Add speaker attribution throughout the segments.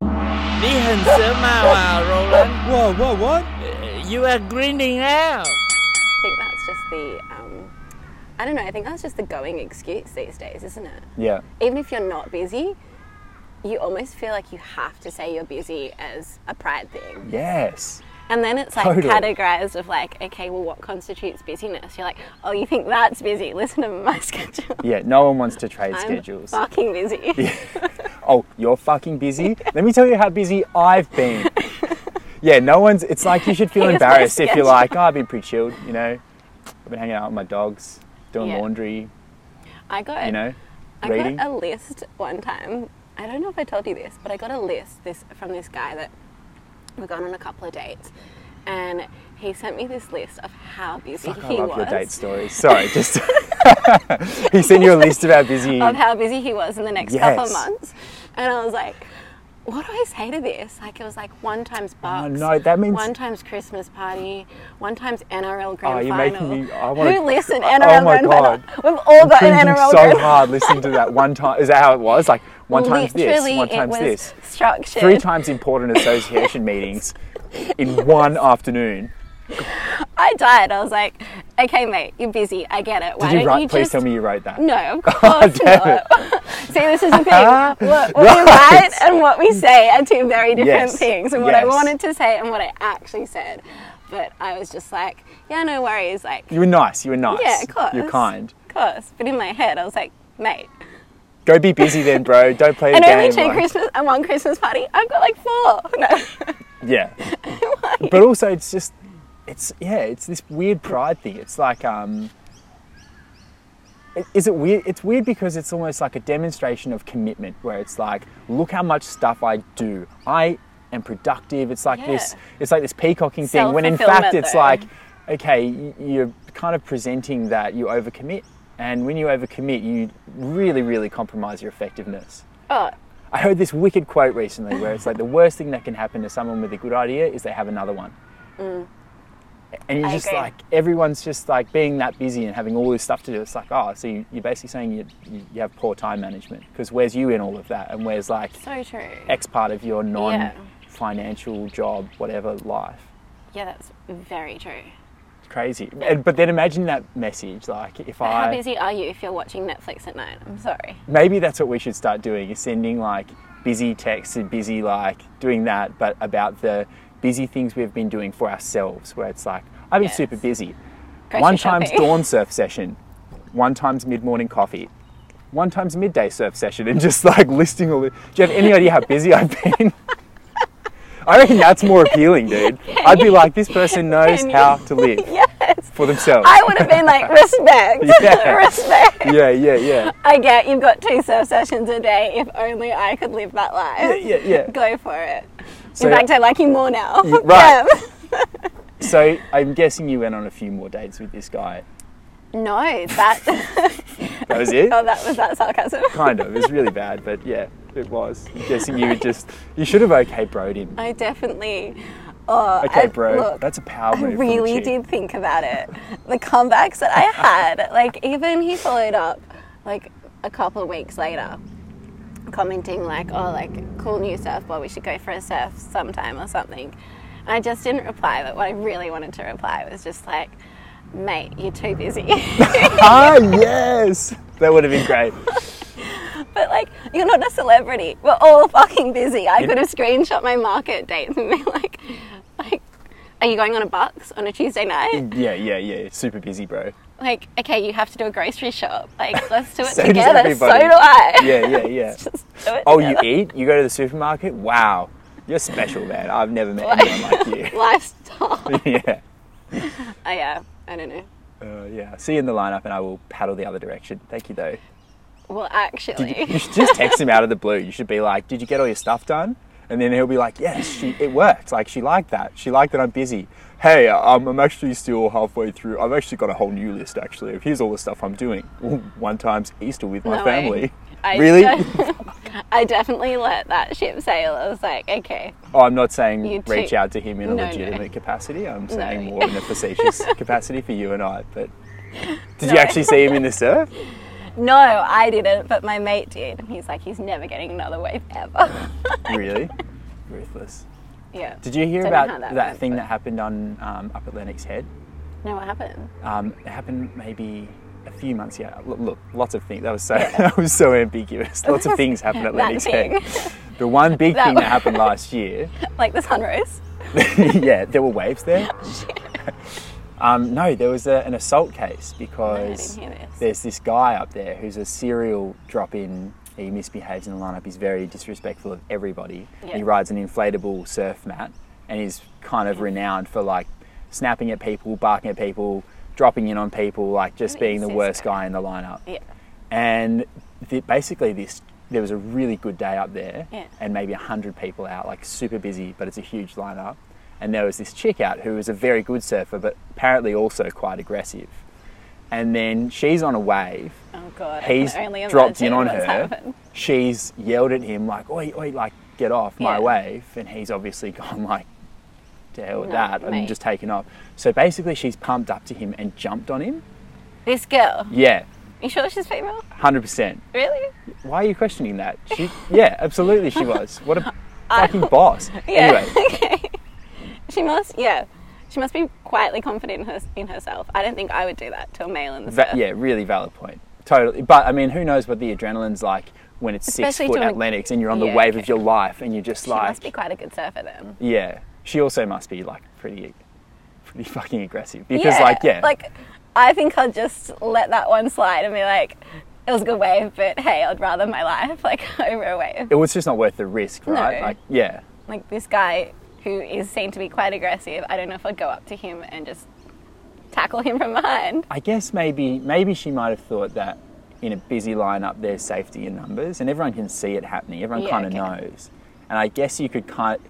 Speaker 1: 你很时髦啊，Roland。
Speaker 2: Whoa, whoa, what?
Speaker 1: You are greening out.
Speaker 3: I think that's just the, um, I don't know, I think that's just the going excuse these days, isn't it?
Speaker 2: Yeah.
Speaker 3: Even if you're not busy, you almost feel like you have to say you're busy as a pride thing.
Speaker 2: Yes.
Speaker 3: And then it's like
Speaker 2: Totally.
Speaker 3: categorized of like, okay, well, what constitutes busyness? You're like, oh, you think that's busy? Listen to my schedule.
Speaker 2: Yeah, no one wants to trade
Speaker 3: I'm
Speaker 2: schedules.
Speaker 3: Fucking busy.
Speaker 2: oh, you're fucking busy? Let me tell you how busy I've been. yeah, no one's, it's like you should feel
Speaker 3: Here's my
Speaker 2: embarrassed if you're
Speaker 3: schedule.
Speaker 2: like, oh, I've been pretty chilled, you know? I've been hanging out with my dogs, doing
Speaker 3: Yeah.
Speaker 2: laundry,
Speaker 3: I got
Speaker 2: you know?
Speaker 3: I
Speaker 2: reading.
Speaker 3: got a list one time. I don't know if I told you this, but I got a list this from this guy that we've gone on a couple of dates, and he sent me this list of how busy
Speaker 2: Fuck, I
Speaker 3: he
Speaker 2: love
Speaker 3: was.
Speaker 2: your date stories. Sorry, just. he sent you a list of how busy.
Speaker 3: Of how busy he was in the next couple
Speaker 2: Yes.
Speaker 3: of months, and I was like. What do I say to this? Like it was like one times box.
Speaker 2: no, that means-
Speaker 3: one times Christmas party, one times NRL grand
Speaker 2: Oh, you're making
Speaker 3: final.
Speaker 2: me- I wanna-
Speaker 3: Who listened
Speaker 2: Oh
Speaker 3: NRL
Speaker 2: my
Speaker 3: grand
Speaker 2: God.
Speaker 3: final? We've all got an
Speaker 2: cringing
Speaker 3: NRL
Speaker 2: so
Speaker 3: grand
Speaker 2: hard listening to that one time. Is that how it was? Like one times this,
Speaker 3: Literally,
Speaker 2: one
Speaker 3: it
Speaker 2: times
Speaker 3: was
Speaker 2: this.
Speaker 3: Structured.
Speaker 2: Three times important association meetings in one afternoon.
Speaker 3: I died. I was like, okay, mate, you're busy. I get it. Why
Speaker 2: Did you
Speaker 3: don't
Speaker 2: write?
Speaker 3: you
Speaker 2: please
Speaker 3: just...
Speaker 2: tell me you wrote that.
Speaker 3: No, of course
Speaker 2: damn
Speaker 3: not. See, this is the thing. What, what we write and what we say are two very different
Speaker 2: Yes.
Speaker 3: things. And what I
Speaker 2: Yes.
Speaker 3: wanted to say and what I actually said. But I was just like, yeah, no worries. Like,
Speaker 2: You were nice. You were nice.
Speaker 3: yeah, of course.
Speaker 2: You're kind.
Speaker 3: Of course. But in my head, I was like, mate.
Speaker 2: Go be busy then, bro. Don't play the
Speaker 3: And
Speaker 2: game.
Speaker 3: only two
Speaker 2: like-
Speaker 3: Christmas and one Christmas party. I've got like four. No.
Speaker 2: Yeah. but also, it's just, it's yeah, it's this weird pride thing. It's like, um, i- is it weird? It's weird because it's almost like a demonstration of commitment, where it's like, look how much stuff I do. I am productive. It's like this.
Speaker 3: Yeah.
Speaker 2: It's like this peacocking thing. When in fact,
Speaker 3: Self-fulfillment,
Speaker 2: it's
Speaker 3: though.
Speaker 2: like, okay, y- you're kind of presenting that you overcommit, and when you overcommit, you really, really compromise your effectiveness.
Speaker 3: Oh,
Speaker 2: I heard this wicked quote recently where it's like the worst thing that can happen to someone with a good idea is they have another one. And you're
Speaker 3: Mm. I
Speaker 2: just
Speaker 3: agree.
Speaker 2: like, everyone's just like being that busy and having all this stuff to do. It's like, oh, so you- you're basically saying you, you- you have poor time management because where's you in all of that? And where's like
Speaker 3: so true.
Speaker 2: X part of your non financial job, whatever life?
Speaker 3: Yeah, that's very true.
Speaker 2: It's crazy. And, but then imagine that message like, if
Speaker 3: How
Speaker 2: I.
Speaker 3: busy are you if you're watching Netflix at night? I'm sorry.
Speaker 2: Maybe that's what we should start doing is sending like busy texts and busy like doing that, but about the busy things we've been doing for ourselves, where it's like, I've been
Speaker 3: Yes.
Speaker 2: super busy.
Speaker 3: Grocery
Speaker 2: one times
Speaker 3: shopping.
Speaker 2: dawn surf session, one times mid morning coffee, one times midday surf session, and just like listing all the. Do you have any idea how busy I've been? I reckon that's more appealing, dude. I'd be like, this person knows
Speaker 3: Can you-
Speaker 2: how to live
Speaker 3: Yes.
Speaker 2: for themselves.
Speaker 3: I would have been like, respect,
Speaker 2: Yeah.
Speaker 3: respect.
Speaker 2: yeah, yeah, yeah.
Speaker 3: I get you've got two surf sessions a day. If only I could live that life.
Speaker 2: Yeah, yeah, yeah.
Speaker 3: Go for it.
Speaker 2: So-
Speaker 3: In fact, I like you more now.
Speaker 2: right.
Speaker 3: Damn.
Speaker 2: So I'm guessing you went on a few more dates with this guy.
Speaker 3: No, that.
Speaker 2: That was it?
Speaker 3: oh, that was that sarcasm.
Speaker 2: kind of. It was really bad, but yeah, it was. I'm guessing you would just you should have okay broed him.
Speaker 3: I definitely. Oh,
Speaker 2: Okay,
Speaker 3: I-
Speaker 2: bro,
Speaker 3: look,
Speaker 2: that's a power
Speaker 3: I
Speaker 2: move. from a
Speaker 3: really
Speaker 2: chick.
Speaker 3: did think about it. The comebacks that I had, like even he followed up like a couple of weeks later, commenting like, "Oh, like cool new surfboard. We should go for a surf sometime or something." And I just didn't reply. But what I really wanted to reply was just like, "Mate, you're too busy."
Speaker 2: Ah, yes, that would have been great.
Speaker 3: but like, you're not a celebrity. We're all fucking busy. I could have screenshot my market dates and been like, like. Are you going on a bucks on a Tuesday night?
Speaker 2: Yeah, yeah, yeah. Super busy, bro.
Speaker 3: like, okay, you have to do a grocery shop. Like, let's do it
Speaker 2: So does
Speaker 3: together. So do
Speaker 2: everybody.
Speaker 3: I.
Speaker 2: Yeah, yeah, yeah.
Speaker 3: Just do it
Speaker 2: Oh, you
Speaker 3: together.
Speaker 2: eat? You go to the supermarket? Wow, you're special, man. I've never met
Speaker 3: Like-
Speaker 2: anyone like you.
Speaker 3: Lifestyle. oh,
Speaker 2: yeah.
Speaker 3: yeah. I don't know.
Speaker 2: Uh, yeah. See you in the lineup, and I will paddle the other direction. Thank you, though.
Speaker 3: Well,
Speaker 2: Did you, you
Speaker 3: actually,
Speaker 2: should just text him out of the blue. You should be like, "Did you get all your stuff done?" And then he'll be like, "Yes, she, it worked. Like she liked that. She liked that I'm busy. Hey, um, I'm actually still halfway through. I've actually got a whole new list actually. Of here's all the stuff I'm doing. One times Easter with my
Speaker 3: No way.
Speaker 2: family.
Speaker 3: I
Speaker 2: really?
Speaker 3: de- I definitely let that ship sail. I was like, okay,
Speaker 2: Oh, I'm not saying
Speaker 3: You
Speaker 2: reach
Speaker 3: too-
Speaker 2: out to him in a
Speaker 3: No, no.
Speaker 2: legitimate capacity. I'm saying
Speaker 3: No.
Speaker 2: more in a facetious capacity for you and I. But did you
Speaker 3: No.
Speaker 2: actually see him in the surf?
Speaker 3: no, I didn't, but my mate did, and he's like, he's never getting another wave ever.
Speaker 2: Really? Ruthless.
Speaker 3: Yeah.
Speaker 2: Did you hear
Speaker 3: Don't know how
Speaker 2: about that,
Speaker 3: went,
Speaker 2: thing
Speaker 3: but-
Speaker 2: that happened on um, Up Atlantic's head?
Speaker 3: No, what happened?
Speaker 2: Um, it happened maybe a few months ago. Look, look lots of things. That was so that was so ambiguous. Lots of things happened at
Speaker 3: That
Speaker 2: Atlantic's
Speaker 3: thing.
Speaker 2: head. The one big
Speaker 3: That
Speaker 2: thing
Speaker 3: one.
Speaker 2: that happened last year,
Speaker 3: Like the sunrise.
Speaker 2: yeah, there were waves there. Um, no, there was a, an assault
Speaker 3: Oh,
Speaker 2: case because
Speaker 3: hear this.
Speaker 2: there's this guy up there who's a serial drop-in. He misbehaves in the lineup. He's very disrespectful of everybody.
Speaker 3: Yeah.
Speaker 2: He rides an inflatable surf mat, and he's kind of renowned for like snapping at people, barking at people, dropping in on people, like just
Speaker 3: Who
Speaker 2: being
Speaker 3: is
Speaker 2: the
Speaker 3: this
Speaker 2: worst
Speaker 3: guy?
Speaker 2: guy in the lineup.
Speaker 3: Yeah.
Speaker 2: And the, basically, this there was a really good day up there,
Speaker 3: Yeah.
Speaker 2: and maybe hundred people out, like super busy, but it's a huge lineup. And there was this chick out who was a very good surfer, but apparently also quite aggressive. And then she's on a wave.
Speaker 3: Oh god. I can
Speaker 2: He's
Speaker 3: only
Speaker 2: dropped in
Speaker 3: imagine
Speaker 2: on
Speaker 3: what's
Speaker 2: her.
Speaker 3: happened.
Speaker 2: She's yelled at him like, "Oi, oi, like get off my
Speaker 3: Yeah.
Speaker 2: wave!" And he's obviously gone like, "To hell with
Speaker 3: No,
Speaker 2: that!" and
Speaker 3: mate.
Speaker 2: just taken off. So basically, she's pumped up to him and jumped on him.
Speaker 3: This girl.
Speaker 2: Yeah,
Speaker 3: You sure she's female?
Speaker 2: hundred percent.
Speaker 3: Really?
Speaker 2: Why are you questioning that? She, yeah, absolutely, she was. What a fucking boss.
Speaker 3: Yeah.
Speaker 2: Anyway,
Speaker 3: okay. She must. Yeah. She must be quietly confident in, her, in herself. I don't think I would do that to a male in the
Speaker 2: va-
Speaker 3: surf.
Speaker 2: yeah, really valid point. Totally. But I mean, who knows what the adrenaline's like when it's
Speaker 3: Especially
Speaker 2: six foot
Speaker 3: doing-
Speaker 2: Atlantics and you're on the
Speaker 3: Yeah,
Speaker 2: wave
Speaker 3: okay.
Speaker 2: of your life and you're just
Speaker 3: She
Speaker 2: like,
Speaker 3: must be quite a good surfer then.
Speaker 2: yeah. She also must be like pretty, pretty fucking aggressive because, like, yeah,
Speaker 3: Like, I think I'll just let that one slide and be like, it was a good wave, but hey, I'd rather my life like over a wave.
Speaker 2: it was just not worth the risk, right?
Speaker 3: No.
Speaker 2: Like, yeah,
Speaker 3: Like this guy who is seen to be quite aggressive. I don't know if I'd go up to him and just tackle him from behind.
Speaker 2: I guess maybe maybe she might have thought that in a busy lineup there's safety in numbers, and everyone can see it happening. Everyone
Speaker 3: Yeah,
Speaker 2: kind of
Speaker 3: okay.
Speaker 2: knows, and I guess you could kind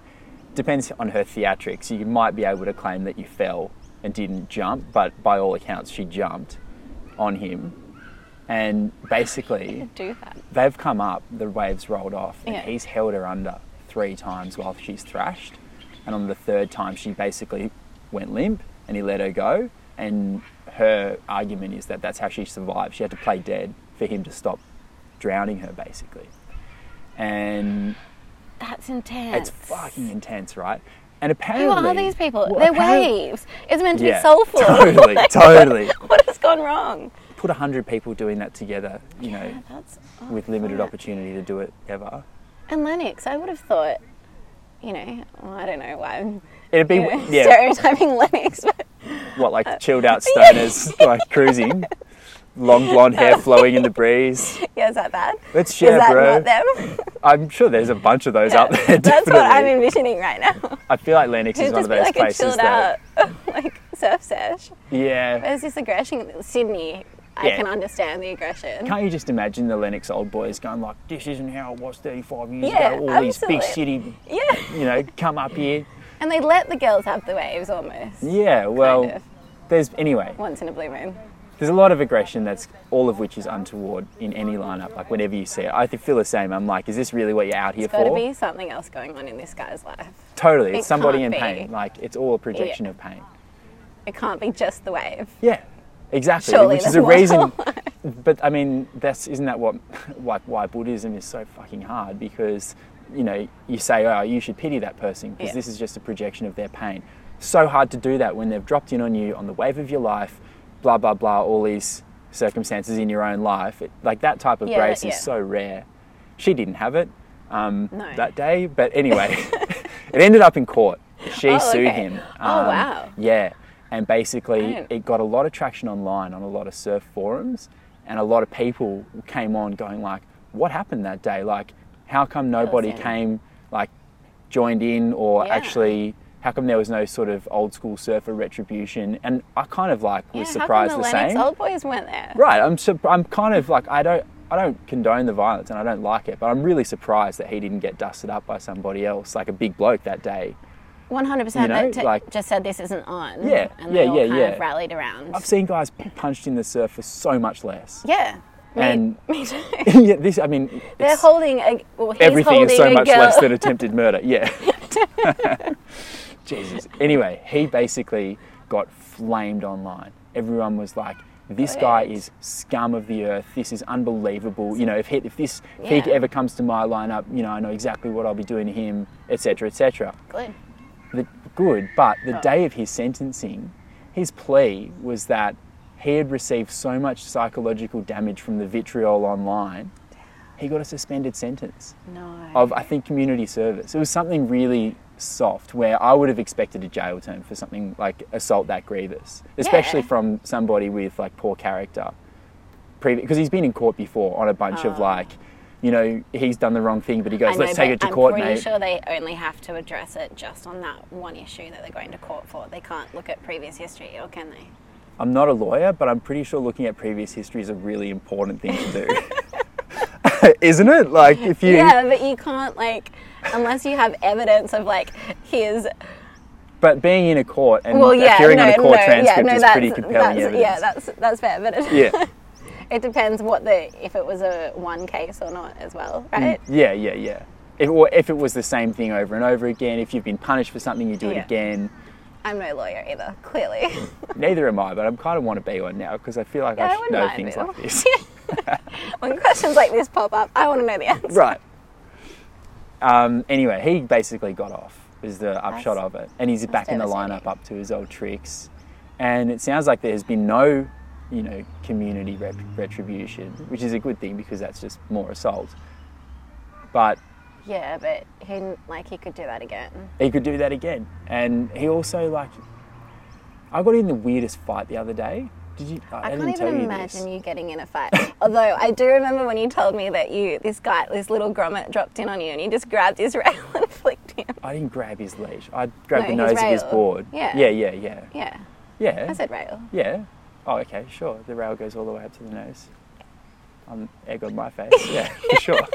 Speaker 2: depends on her theatrics. You might be able to claim that you fell and didn't jump, but by all accounts she jumped on him, and basically
Speaker 3: Do that.
Speaker 2: they've come up, the waves rolled off, and
Speaker 3: Yeah.
Speaker 2: he's held her under three times while she's thrashed. And on the third time, she basically went limp and he let her go. And her argument is that that's how she survived. She had to play dead for him to stop drowning her, basically. And
Speaker 3: That's intense.
Speaker 2: it's fucking intense, right? And apparently.
Speaker 3: who are these people?
Speaker 2: Well,
Speaker 3: They're
Speaker 2: apparent-
Speaker 3: waves. It's meant to
Speaker 2: Yeah,
Speaker 3: be soulful.
Speaker 2: Totally,
Speaker 3: Like,
Speaker 2: totally.
Speaker 3: What has gone wrong?
Speaker 2: Put 100 people doing that together, you know,
Speaker 3: That's
Speaker 2: with limited
Speaker 3: opportunity.
Speaker 2: opportunity to do it ever.
Speaker 3: And Lennox, I would have thought, you know, well, I don't know why I'm
Speaker 2: It'd be.
Speaker 3: you know,
Speaker 2: yeah.
Speaker 3: stereotyping Lennox, but
Speaker 2: what
Speaker 3: Uh,
Speaker 2: like chilled out stoners like cruising long blonde hair flowing in the breeze
Speaker 3: yeah, is that bad?
Speaker 2: Let's
Speaker 3: Is
Speaker 2: share,
Speaker 3: that
Speaker 2: bro.
Speaker 3: Not them?
Speaker 2: i'm sure there's a bunch of those out there
Speaker 3: That's
Speaker 2: definitely
Speaker 3: what I'm envisioning right now.
Speaker 2: i feel like lennox is
Speaker 3: It'd
Speaker 2: one of
Speaker 3: just be
Speaker 2: those
Speaker 3: like a
Speaker 2: places
Speaker 3: chilled
Speaker 2: that
Speaker 3: out like surf sesh.
Speaker 2: yeah
Speaker 3: There's this aggression Sydney. I
Speaker 2: Yeah.
Speaker 3: can understand the aggression.
Speaker 2: can't you just imagine the lennox old boys going like this isn't how it was 35 years
Speaker 3: Yeah,
Speaker 2: ago all these big
Speaker 3: absolutely.
Speaker 2: city
Speaker 3: yeah,
Speaker 2: you know come up here
Speaker 3: and they let the girls have the waves almost
Speaker 2: yeah well
Speaker 3: Kind of.
Speaker 2: there's anyway
Speaker 3: once in a blue moon.
Speaker 2: there's a lot of aggression that's all of which is untoward in any lineup like whenever you see it i feel the same i'm like is this really what you're out here
Speaker 3: There's got to
Speaker 2: for
Speaker 3: be something else going on in this guy's life.
Speaker 2: Totally,
Speaker 3: It
Speaker 2: it's somebody in
Speaker 3: can't be.
Speaker 2: pain. Like it's all a projection of pain.
Speaker 3: It can't be just the wave.
Speaker 2: Yeah, exactly.
Speaker 3: Surely
Speaker 2: which is
Speaker 3: that's
Speaker 2: a
Speaker 3: what-
Speaker 2: reason. but I mean, that's isn't that what like why Buddhism is so fucking hard? Because you know you say, oh, you should pity that person because
Speaker 3: Yeah.
Speaker 2: this is just a projection of their pain. So hard to do that when they've dropped in on you on the wave of your life, blah blah blah. All these circumstances in your own life, it, like that type of
Speaker 3: Yeah,
Speaker 2: grace
Speaker 3: yeah.
Speaker 2: is so rare. She didn't have it um,
Speaker 3: No.
Speaker 2: that day, but anyway, it ended up in court. She
Speaker 3: Oh,
Speaker 2: sued
Speaker 3: okay.
Speaker 2: him. Um,
Speaker 3: Oh, wow.
Speaker 2: Yeah, and basically
Speaker 3: Oh.
Speaker 2: it got a lot of traction online on a lot of surf forums, and a lot of people came on going like, "What happened that day? Like, how come nobody
Speaker 3: him.
Speaker 2: came, like, joined in, or
Speaker 3: Yeah.
Speaker 2: actually?" How come there was no sort of old school surfer retribution? And I kind of like was
Speaker 3: Yeah,
Speaker 2: surprised
Speaker 3: how come the,
Speaker 2: the
Speaker 3: Lennox
Speaker 2: same.
Speaker 3: old boys weren't there?
Speaker 2: Right. I'm surp- I'm kind of like I don't I don't condone the violence and I don't like it, but I'm really surprised that he didn't get dusted up by somebody else, like a big bloke that day.
Speaker 3: One hundred percent.
Speaker 2: You know,
Speaker 3: They t-
Speaker 2: like-
Speaker 3: just said this isn't on.
Speaker 2: Yeah,
Speaker 3: and they
Speaker 2: yeah,
Speaker 3: all
Speaker 2: yeah,
Speaker 3: kind
Speaker 2: yeah.
Speaker 3: of rallied around.
Speaker 2: I've seen guys punched in the surf for so much less.
Speaker 3: yeah, me,
Speaker 2: And-
Speaker 3: me too.
Speaker 2: yeah, this I mean,
Speaker 3: They're
Speaker 2: it's-
Speaker 3: holding a. Well, he's
Speaker 2: everything
Speaker 3: holding
Speaker 2: is so
Speaker 3: a
Speaker 2: much
Speaker 3: girl.
Speaker 2: less than attempted murder. Yeah. Jesus. Anyway, he basically got flamed online. Everyone was like, this guy
Speaker 3: Good.
Speaker 2: is scum of the earth. This is unbelievable. You know, if he, if this if he
Speaker 3: Yeah.
Speaker 2: ever comes to my lineup, you know, I know exactly what I'll be doing to him, etc., etc.
Speaker 3: Good.
Speaker 2: The good, but the
Speaker 3: Oh.
Speaker 2: day of his sentencing, his plea was that he had received so much psychological damage from the vitriol online, he got a suspended sentence
Speaker 3: No.
Speaker 2: of I think community service. It was something really soft where I would have expected a jail term for something like assault that grievous, especially
Speaker 3: Yeah.
Speaker 2: from somebody with like poor character. Because he's been in court before on a bunch of
Speaker 3: Oh.
Speaker 2: like, you know, he's done the wrong thing, but he
Speaker 3: I
Speaker 2: goes,
Speaker 3: know,
Speaker 2: let's take
Speaker 3: but
Speaker 2: it to
Speaker 3: I'm
Speaker 2: court,
Speaker 3: pretty
Speaker 2: mate.
Speaker 3: sure they only have to address it just on that one issue that they're going to court for. They can't look at previous history, or can they?
Speaker 2: I'm not a lawyer, but I'm pretty sure looking at previous history is a really important thing to do. Isn't it? Like, if you.
Speaker 3: Yeah, but you can't like unless you have evidence of like his.
Speaker 2: But being in a court and
Speaker 3: Well, yeah,
Speaker 2: appearing
Speaker 3: no,
Speaker 2: on a court
Speaker 3: no, yeah,
Speaker 2: transcript
Speaker 3: no,
Speaker 2: is
Speaker 3: that's,
Speaker 2: pretty compelling
Speaker 3: that's,
Speaker 2: evidence.
Speaker 3: Yeah, that's that's fair, but it,
Speaker 2: yeah.
Speaker 3: it depends what the if it was a one case or not as well, right?
Speaker 2: Yeah, yeah, yeah. If, or if it was the same thing over and over again, if you've been punished for something, you do
Speaker 3: Yeah.
Speaker 2: it again.
Speaker 3: I'm no lawyer either, clearly.
Speaker 2: Neither am I, but I am kind of want to be one now because I feel like
Speaker 3: Yeah, I
Speaker 2: I should
Speaker 3: wouldn't
Speaker 2: know
Speaker 3: mind
Speaker 2: things
Speaker 3: being
Speaker 2: like this.
Speaker 3: when questions like this pop up, I want to know the answer.
Speaker 2: right. Um, anyway, he basically got off, was the upshot
Speaker 3: That's-
Speaker 2: of it. And he's back in the
Speaker 3: devastating.
Speaker 2: lineup up to his old tricks. And it sounds like there's been no, you know, community rep- retribution, which is a good thing because that's just more assault. But
Speaker 3: Yeah, but he like he could do that again.
Speaker 2: he could do that again. And he also like, I got in the weirdest fight the other day. Did you? I,
Speaker 3: I,
Speaker 2: didn't
Speaker 3: can't
Speaker 2: tell
Speaker 3: even
Speaker 2: you
Speaker 3: imagine
Speaker 2: this.
Speaker 3: you getting in a fight. Although I do remember when you told me that you this guy this little grommet dropped in on you and you just grabbed his rail and flicked him.
Speaker 2: I didn't grab his leash. I grabbed
Speaker 3: No,
Speaker 2: the
Speaker 3: his
Speaker 2: nose of his
Speaker 3: rail.
Speaker 2: board.
Speaker 3: Yeah.
Speaker 2: Yeah. Yeah. Yeah.
Speaker 3: Yeah,
Speaker 2: Yeah.
Speaker 3: I said rail.
Speaker 2: yeah. Oh, okay. Sure. The rail goes all the way up to the nose. Um, egg on my face. Yeah. For sure.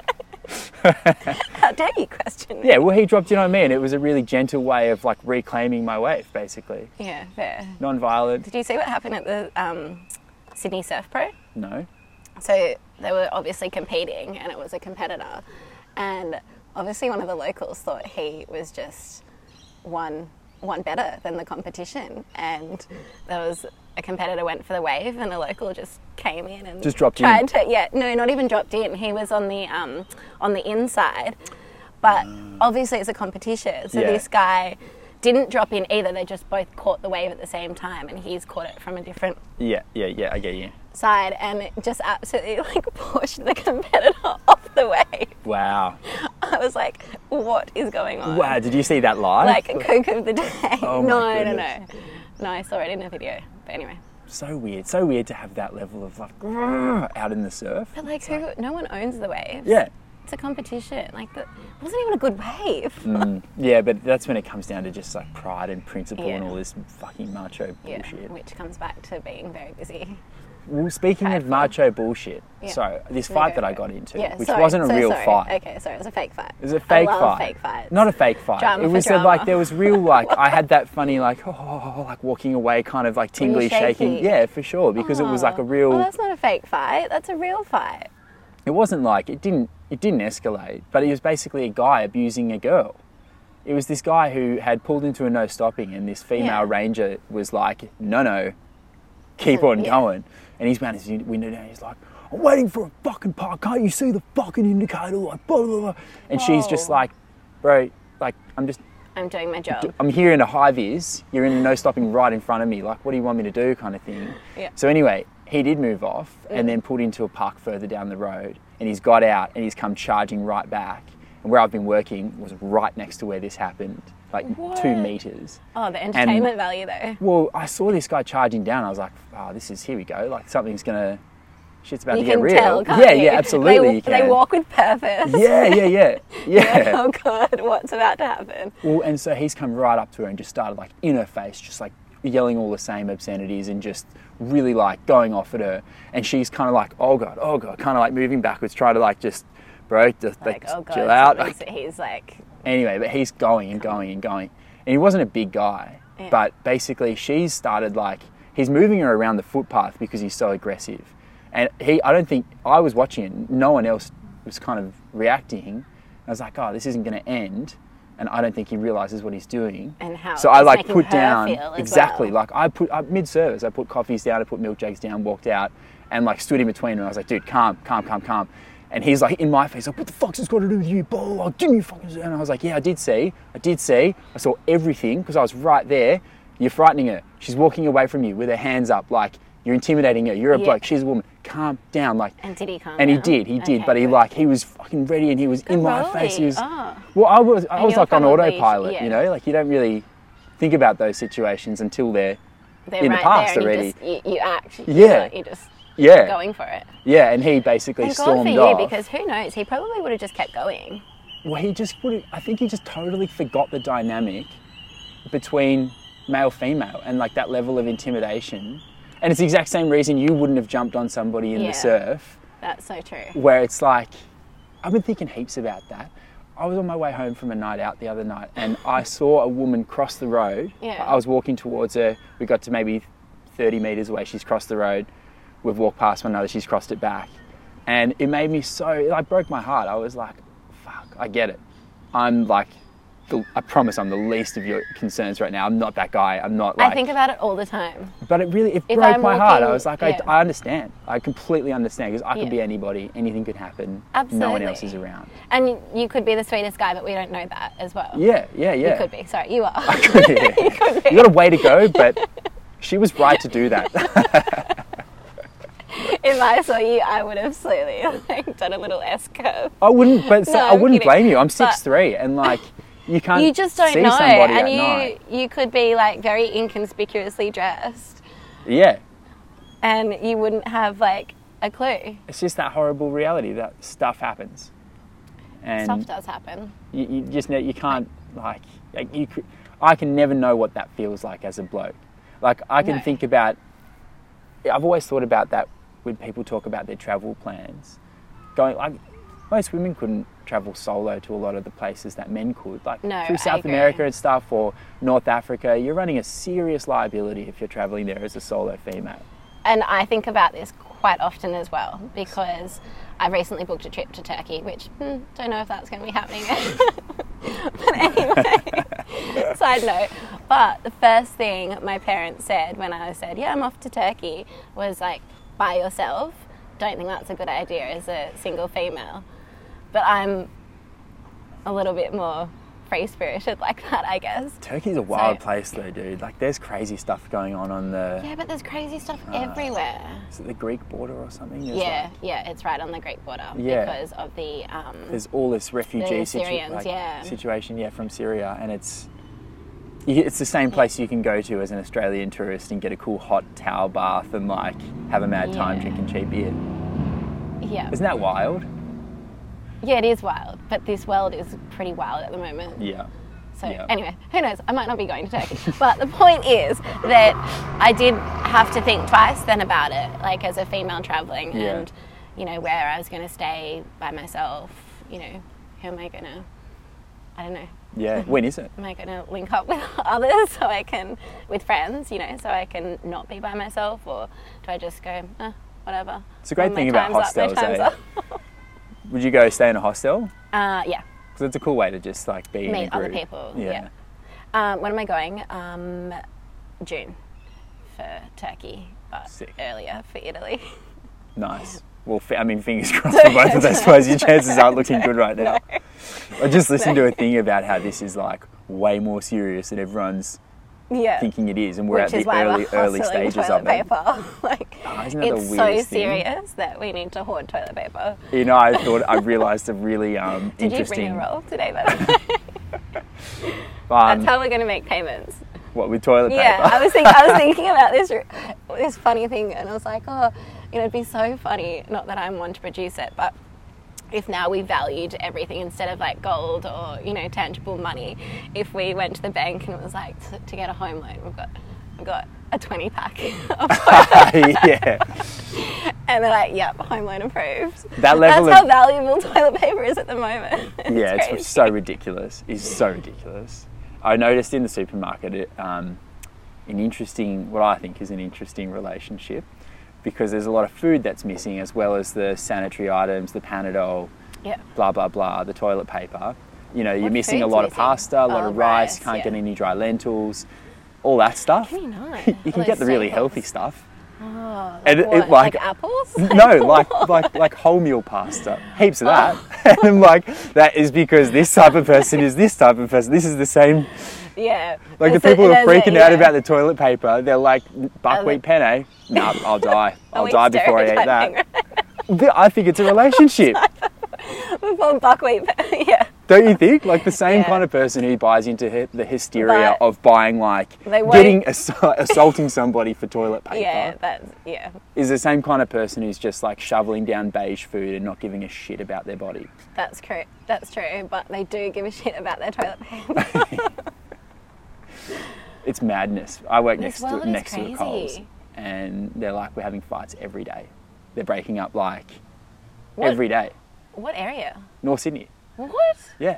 Speaker 3: How dare you question? me?
Speaker 2: Yeah. Well, he dropped in on me, and it was a really gentle way of like reclaiming my weight, basically.
Speaker 3: Yeah, fair.
Speaker 2: Non-violent.
Speaker 3: Did you see what happened at the um, Sydney Surf Pro?
Speaker 2: No.
Speaker 3: So they were obviously competing, and it was a competitor. And obviously, one of the locals thought he was just one one better than the competition. And there was a competitor went for the wave, and a local just came in and
Speaker 2: Just dropped in.
Speaker 3: tried to yeah no not even dropped in. He was on the um, on the inside, but obviously it's a competition. So
Speaker 2: Yeah.
Speaker 3: this guy didn't drop in either. They just both caught the wave at the same time, and he's caught it from a different
Speaker 2: Yeah. Yeah. Yeah. I get you.
Speaker 3: side and it just absolutely like pushed the competitor off the way.
Speaker 2: Wow.
Speaker 3: I was like, what is going on?
Speaker 2: Wow. Did you see that live?
Speaker 3: Like cook of the day.
Speaker 2: Oh my
Speaker 3: no, no, no.
Speaker 2: goodness.
Speaker 3: No, I saw it in a video. But anyway.
Speaker 2: so weird. So weird to have that level of like grrr, out in the surf.
Speaker 3: But like who no one owns the wave.
Speaker 2: Yeah.
Speaker 3: It's a competition. Like that wasn't even a good wave.
Speaker 2: Mm, yeah, but that's when it comes down to just like pride and principle and
Speaker 3: Yeah.
Speaker 2: all this fucking macho
Speaker 3: Yeah.
Speaker 2: bullshit.
Speaker 3: Which comes back to being very busy.
Speaker 2: Well, speaking of macho bullshit,
Speaker 3: Yeah.
Speaker 2: so this
Speaker 3: No,
Speaker 2: fight
Speaker 3: go
Speaker 2: that I
Speaker 3: for it.
Speaker 2: got into,
Speaker 3: Yeah,
Speaker 2: which
Speaker 3: sorry,
Speaker 2: wasn't a
Speaker 3: so
Speaker 2: real
Speaker 3: sorry.
Speaker 2: fight.
Speaker 3: Okay, sorry, it was a fake fight.
Speaker 2: It was a fake
Speaker 3: I love
Speaker 2: fight.
Speaker 3: Fake fights.
Speaker 2: Not a fake fight.
Speaker 3: Drama
Speaker 2: it
Speaker 3: for
Speaker 2: was a- like
Speaker 3: drama.
Speaker 2: there was real like I had that funny like oh like walking away kind of like tingly shaking.
Speaker 3: shaky?
Speaker 2: Yeah, for sure because it was like a
Speaker 3: Oh.
Speaker 2: real.
Speaker 3: Oh, that's not a fake fight. That's a real fight.
Speaker 2: it wasn't like it didn't it didn't escalate, but it was basically a guy abusing a girl. It was this guy who had pulled into a no stopping, and this female
Speaker 3: Yeah.
Speaker 2: ranger was like, "No, no, keep on
Speaker 3: yeah.
Speaker 2: going." And he's wound his u- window down. He's like, "I'm waiting for a fucking park. Can't you see the fucking indicator?" Like, blah blah blah. And she's just
Speaker 3: Whoa.
Speaker 2: like, "Bro, like, I'm just,
Speaker 3: I'm doing my job.
Speaker 2: I'm here in a high vis. You're in a no stopping right in front of me. Like, what do you want me to do?" Kind of thing.
Speaker 3: Yeah. Mm.
Speaker 2: So anyway, he did move off and then pulled into a park further down the road and he's got out and he's come charging right back. And where I've been working was right next to where this happened, like two
Speaker 3: What?
Speaker 2: meters.
Speaker 3: Oh, the entertainment value though.
Speaker 2: Well, I saw this guy charging down. I was like, oh, this is, here we go. Like something's going to, shit's about to
Speaker 3: You
Speaker 2: get
Speaker 3: can
Speaker 2: real.
Speaker 3: tell, can't
Speaker 2: yeah,
Speaker 3: you?
Speaker 2: yeah, absolutely.
Speaker 3: They,
Speaker 2: you can.
Speaker 3: they walk with purpose.
Speaker 2: Yeah, yeah, yeah. Yeah.
Speaker 3: Oh god, what's about to happen?
Speaker 2: Well, and so he's come right up to her and just started like in her face, just like yelling all the same obscenities and just really like going off at her. And she's kind of like, oh god, oh god, kind of like moving backwards, trying to like just, bro, just like,
Speaker 3: Like, oh god,
Speaker 2: chill out.
Speaker 3: something's- he's like,
Speaker 2: Anyway, but he's going and going and going. And he wasn't a big guy,
Speaker 3: Yeah.
Speaker 2: but basically she's started like, he's moving her around the footpath because he's so aggressive. And he, I don't think, I was watching it, no one else was kind of reacting. I was like, oh, this isn't going to end. and I don't think he realizes what he's doing.
Speaker 3: And how
Speaker 2: So I
Speaker 3: it's
Speaker 2: like
Speaker 3: making
Speaker 2: put
Speaker 3: her
Speaker 2: down
Speaker 3: feel as
Speaker 2: exactly
Speaker 3: well.
Speaker 2: like I put I, mid-service. I put coffees down. I put milkshakes down. Walked out and like stood in between. And I was like, dude, calm, calm, calm, calm. And he's like in my face, like, what the fuck's this got to do with you? Blah, blah, blah, give me your fucking. And I was like, yeah, I did see, I did see, I saw everything because I was right there. You're frightening her. She's walking away from you with her hands up, like you're intimidating her. You're a
Speaker 3: Yeah.
Speaker 2: bloke. She's a woman. Calm down, like.
Speaker 3: And did he calm
Speaker 2: And he
Speaker 3: down?
Speaker 2: did. He did.
Speaker 3: Okay,
Speaker 2: but he
Speaker 3: good.
Speaker 2: like he was fucking ready, and he was in my face. He
Speaker 3: Rolly.
Speaker 2: was.
Speaker 3: Oh.
Speaker 2: Well, I was. I
Speaker 3: And
Speaker 2: was
Speaker 3: you're
Speaker 2: like on
Speaker 3: probably-
Speaker 2: autopilot.
Speaker 3: yeah.
Speaker 2: You know, like you don't really think about those situations until they're
Speaker 3: They're
Speaker 2: in the
Speaker 3: right
Speaker 2: past
Speaker 3: there and
Speaker 2: already.
Speaker 3: You, just, you, you act.
Speaker 2: Yeah.
Speaker 3: You just
Speaker 2: yeah
Speaker 3: going for it.
Speaker 2: yeah and he basically
Speaker 3: And God
Speaker 2: stormed
Speaker 3: for you,
Speaker 2: off
Speaker 3: because who knows? He probably would have just kept going.
Speaker 2: well he just would i think he just totally forgot the dynamic between male female and like that level of intimidation and it's the exact same reason you wouldn't have jumped on somebody in
Speaker 3: Yeah.
Speaker 2: the surf
Speaker 3: That's so true.
Speaker 2: where it's like I've been thinking heaps about that. I was on my way home from a night out the other night and I saw a woman cross the road.
Speaker 3: Yeah.
Speaker 2: I was walking towards her. We got to maybe 30 meters away. She's crossed the road. We've walked past one another. She's crossed it back. And it made me so, it like broke my heart. I was like, fuck, I get it. I'm like, the, I promise I'm the least of your concerns right now. I'm not that guy. I'm not like.
Speaker 3: I think about it all the time.
Speaker 2: But it really it
Speaker 3: If
Speaker 2: broke
Speaker 3: I'm
Speaker 2: my heart. I
Speaker 3: walking-
Speaker 2: was like,
Speaker 3: yeah.
Speaker 2: I, I understand. I completely understand because I could
Speaker 3: Yeah.
Speaker 2: be anybody. Anything could happen. No one else
Speaker 3: Absolutely.
Speaker 2: is around.
Speaker 3: And you- you could be the sweetest guy, but we don't know that as well.
Speaker 2: Yeah, yeah, yeah.
Speaker 3: You could be. Sorry, you are.
Speaker 2: Yeah. you, got a way to go, but she was right to do that.
Speaker 3: if I saw you, I would have slowly like done a little S curve.
Speaker 2: I wouldn't, but so-
Speaker 3: No,
Speaker 2: I
Speaker 3: I'm
Speaker 2: wouldn't
Speaker 3: kidding.
Speaker 2: blame you. I'm
Speaker 3: But-
Speaker 2: six three, and like you can't.
Speaker 3: You just don't
Speaker 2: see
Speaker 3: know,
Speaker 2: somebody at
Speaker 3: and you
Speaker 2: night.
Speaker 3: you could be like very inconspicuously dressed,
Speaker 2: Yeah,
Speaker 3: and you wouldn't have like a clue.
Speaker 2: it's just that horrible reality that stuff happens, and
Speaker 3: Stuff does happen.
Speaker 2: you, you just ne- you can't like, like you could, I can never know what that feels like as a bloke. Like I can
Speaker 3: No.
Speaker 2: think about. I've always thought about that when people talk about their travel plans. Going like most women couldn't travel solo to a lot of the places that men could, like
Speaker 3: No, I
Speaker 2: through South
Speaker 3: agree.
Speaker 2: America and stuff or North Africa. You're running a serious liability if you're traveling there as a solo female.
Speaker 3: and I think about this quite often as well because I recently booked a trip to Turkey, which hmm, don't know if that's going to be happening. but anyway, side note. But the first thing my parents said when I said, "Yeah, I'm off to Turkey," was like, "By yourself." Don't think that's a good idea as a single female. But I'm a little bit more free spirited like that, I guess.
Speaker 2: Turkey's a wild
Speaker 3: So-
Speaker 2: place though, dude. Like there's crazy stuff going on on the
Speaker 3: Yeah, but there's crazy stuff everywhere.
Speaker 2: is it the Greek border or something. There's,
Speaker 3: Yeah,
Speaker 2: like-
Speaker 3: yeah, it's right on the Greek border
Speaker 2: Yeah.
Speaker 3: because of the um,
Speaker 2: there's all this refugee
Speaker 3: The
Speaker 2: situ-
Speaker 3: Syrians,
Speaker 2: like,
Speaker 3: yeah.
Speaker 2: situation yeah from Syria and it's you- it's the same place you can go to as an Australian tourist and get a cool hot towel bath and like have a mad time
Speaker 3: Yeah.
Speaker 2: drinking cheap beer.
Speaker 3: yeah,
Speaker 2: Isn't that wild?
Speaker 3: yeah, it is wild. But this world is pretty wild at the moment.
Speaker 2: Yeah.
Speaker 3: So
Speaker 2: yeah.
Speaker 3: anyway, who knows? I might not be going to Turkey. but the point is that I did have to think twice then about it, like as a female traveling,
Speaker 2: Yeah.
Speaker 3: and you know where I was going to stay by myself. You know, who am I going to? I don't know.
Speaker 2: Yeah. When is it?
Speaker 3: Am I going to link up with others so I can, with friends, you know, so I can not be by myself, or do I just go, eh, whatever?
Speaker 2: It's a great
Speaker 3: My
Speaker 2: thing about
Speaker 3: time's up, my
Speaker 2: hostels,
Speaker 3: time's
Speaker 2: eh?
Speaker 3: up.
Speaker 2: Would you go stay in a hostel?
Speaker 3: Uh, yeah.
Speaker 2: Because it's a cool way to just like be in a
Speaker 3: Meet other
Speaker 2: group.
Speaker 3: people, yeah. Um, when am I going? Um, June for Turkey, but
Speaker 2: Sick.
Speaker 3: earlier for Italy.
Speaker 2: Nice. Well, fi- I mean, fingers crossed for both of those. I suppose your chances aren't looking good right now. I just listened to a thing about how this is like way more serious than everyone's
Speaker 3: yeah.
Speaker 2: thinking it is, and we're
Speaker 3: Which
Speaker 2: at
Speaker 3: is
Speaker 2: the
Speaker 3: why
Speaker 2: early,
Speaker 3: we're
Speaker 2: early
Speaker 3: hustling
Speaker 2: stages
Speaker 3: toilet
Speaker 2: of it.
Speaker 3: paper. like,
Speaker 2: isn't that the
Speaker 3: it's so
Speaker 2: weirdest thing?
Speaker 3: serious that we need to hoard toilet paper.
Speaker 2: You know, I thought I realised a really um,
Speaker 3: Did you
Speaker 2: interesting.
Speaker 3: bring a roll today? By the way?
Speaker 2: um,
Speaker 3: That's how we're going to make payments.
Speaker 2: what with toilet paper?
Speaker 3: Yeah, I was thinking. I was thinking about this this funny thing, and I was like, oh, you know, it'd be so funny. Not that I'm one to produce it, but if now we valued everything instead of like gold or you know tangible money, if we went to the bank and it was like to, to get a home loan, we've got we've got a twenty pack, of
Speaker 2: yeah,
Speaker 3: and they're like, yep, home loan approved.
Speaker 2: That level
Speaker 3: That's how
Speaker 2: of-
Speaker 3: valuable toilet paper is at the moment.
Speaker 2: yeah. It's,
Speaker 3: crazy.
Speaker 2: so ridiculous. It's so ridiculous. I noticed in the supermarket it, um, an interesting, what I think is an interesting relationship, because there's a lot of food that's missing, as well as the sanitary items, the Panadol,
Speaker 3: yeah.
Speaker 2: blah blah blah, the toilet paper, you know, you're
Speaker 3: What
Speaker 2: missing a
Speaker 3: food's
Speaker 2: lot of
Speaker 3: missing?
Speaker 2: pasta, a lot
Speaker 3: Oh,
Speaker 2: of rice,
Speaker 3: rice,
Speaker 2: can't
Speaker 3: yeah.
Speaker 2: get any dry lentils, all that stuff.
Speaker 3: Really not.
Speaker 2: you can
Speaker 3: All
Speaker 2: get the
Speaker 3: those
Speaker 2: really
Speaker 3: staples.
Speaker 2: healthy stuff.
Speaker 3: Oh,
Speaker 2: And it-
Speaker 3: what,
Speaker 2: it, like-
Speaker 3: apples?
Speaker 2: No, like like like wholemeal pasta, heaps of
Speaker 3: Oh.
Speaker 2: that. and I'm like, that is because this type of person is this type of person. This is the same.
Speaker 3: yeah.
Speaker 2: Like
Speaker 3: It's
Speaker 2: the
Speaker 3: a-
Speaker 2: people who are
Speaker 3: there's a-
Speaker 2: freaking out
Speaker 3: yeah.
Speaker 2: about the toilet paper, they're like buckwheat penne. Nah, I'll die. I'll
Speaker 3: we
Speaker 2: die before I eat
Speaker 3: stereotyping,
Speaker 2: that. Th- I think it's a relationship,
Speaker 3: Before buckwheat. yeah.
Speaker 2: don't you think? Like the same
Speaker 3: Yeah.
Speaker 2: kind of person who buys into hy- the hysteria
Speaker 3: But
Speaker 2: of buying like
Speaker 3: they won't-
Speaker 2: getting ass- assaulting somebody for toilet paper
Speaker 3: Yeah, that's, yeah.
Speaker 2: is the same kind of person who's just like shoveling down beige food and not giving a shit about their body.
Speaker 3: That's true. That's true. But they do give a shit about their toilet paper.
Speaker 2: It's madness. I work
Speaker 3: This
Speaker 2: next to
Speaker 3: world is
Speaker 2: next to a Coles,
Speaker 3: crazy.
Speaker 2: and they're like we're having fights every day. They're breaking up like
Speaker 3: What-
Speaker 2: every day.
Speaker 3: What area?
Speaker 2: North Sydney.
Speaker 3: What?
Speaker 2: Yeah.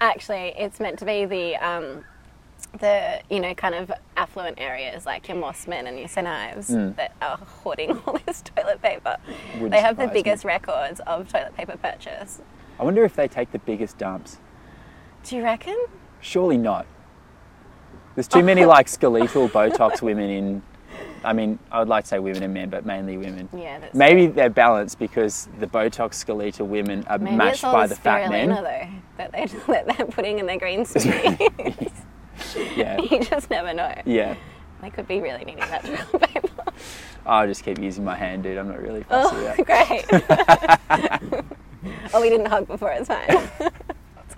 Speaker 3: Actually, it's meant to be the um, the you know kind of affluent areas like your Mossman and your St Ives that are hoarding all this toilet paper.
Speaker 2: Hmm. Wouldn't
Speaker 3: they have the
Speaker 2: surprise me.
Speaker 3: biggest records of toilet paper purchase.
Speaker 2: I wonder if they take the biggest dumps.
Speaker 3: Do you reckon?
Speaker 2: Surely not. There's too many like skeletal Botox women in. I mean, I would like to say women and men, but mainly women.
Speaker 3: Yeah, that's
Speaker 2: Maybe they're balanced because the Botox skeletal women are
Speaker 3: Maybe
Speaker 2: matched
Speaker 3: it's all
Speaker 2: by
Speaker 3: the
Speaker 2: the fat men.
Speaker 3: spirulina though that they that they're putting in their green smoothie.
Speaker 2: Yeah,
Speaker 3: you just never know.
Speaker 2: yeah.
Speaker 3: They could be really needing that toilet paper.
Speaker 2: I'll just keep using my hand, dude. I'm not really fussy
Speaker 3: Oh,
Speaker 2: about it.
Speaker 3: great. oh, we didn't hug before. It's fine. it's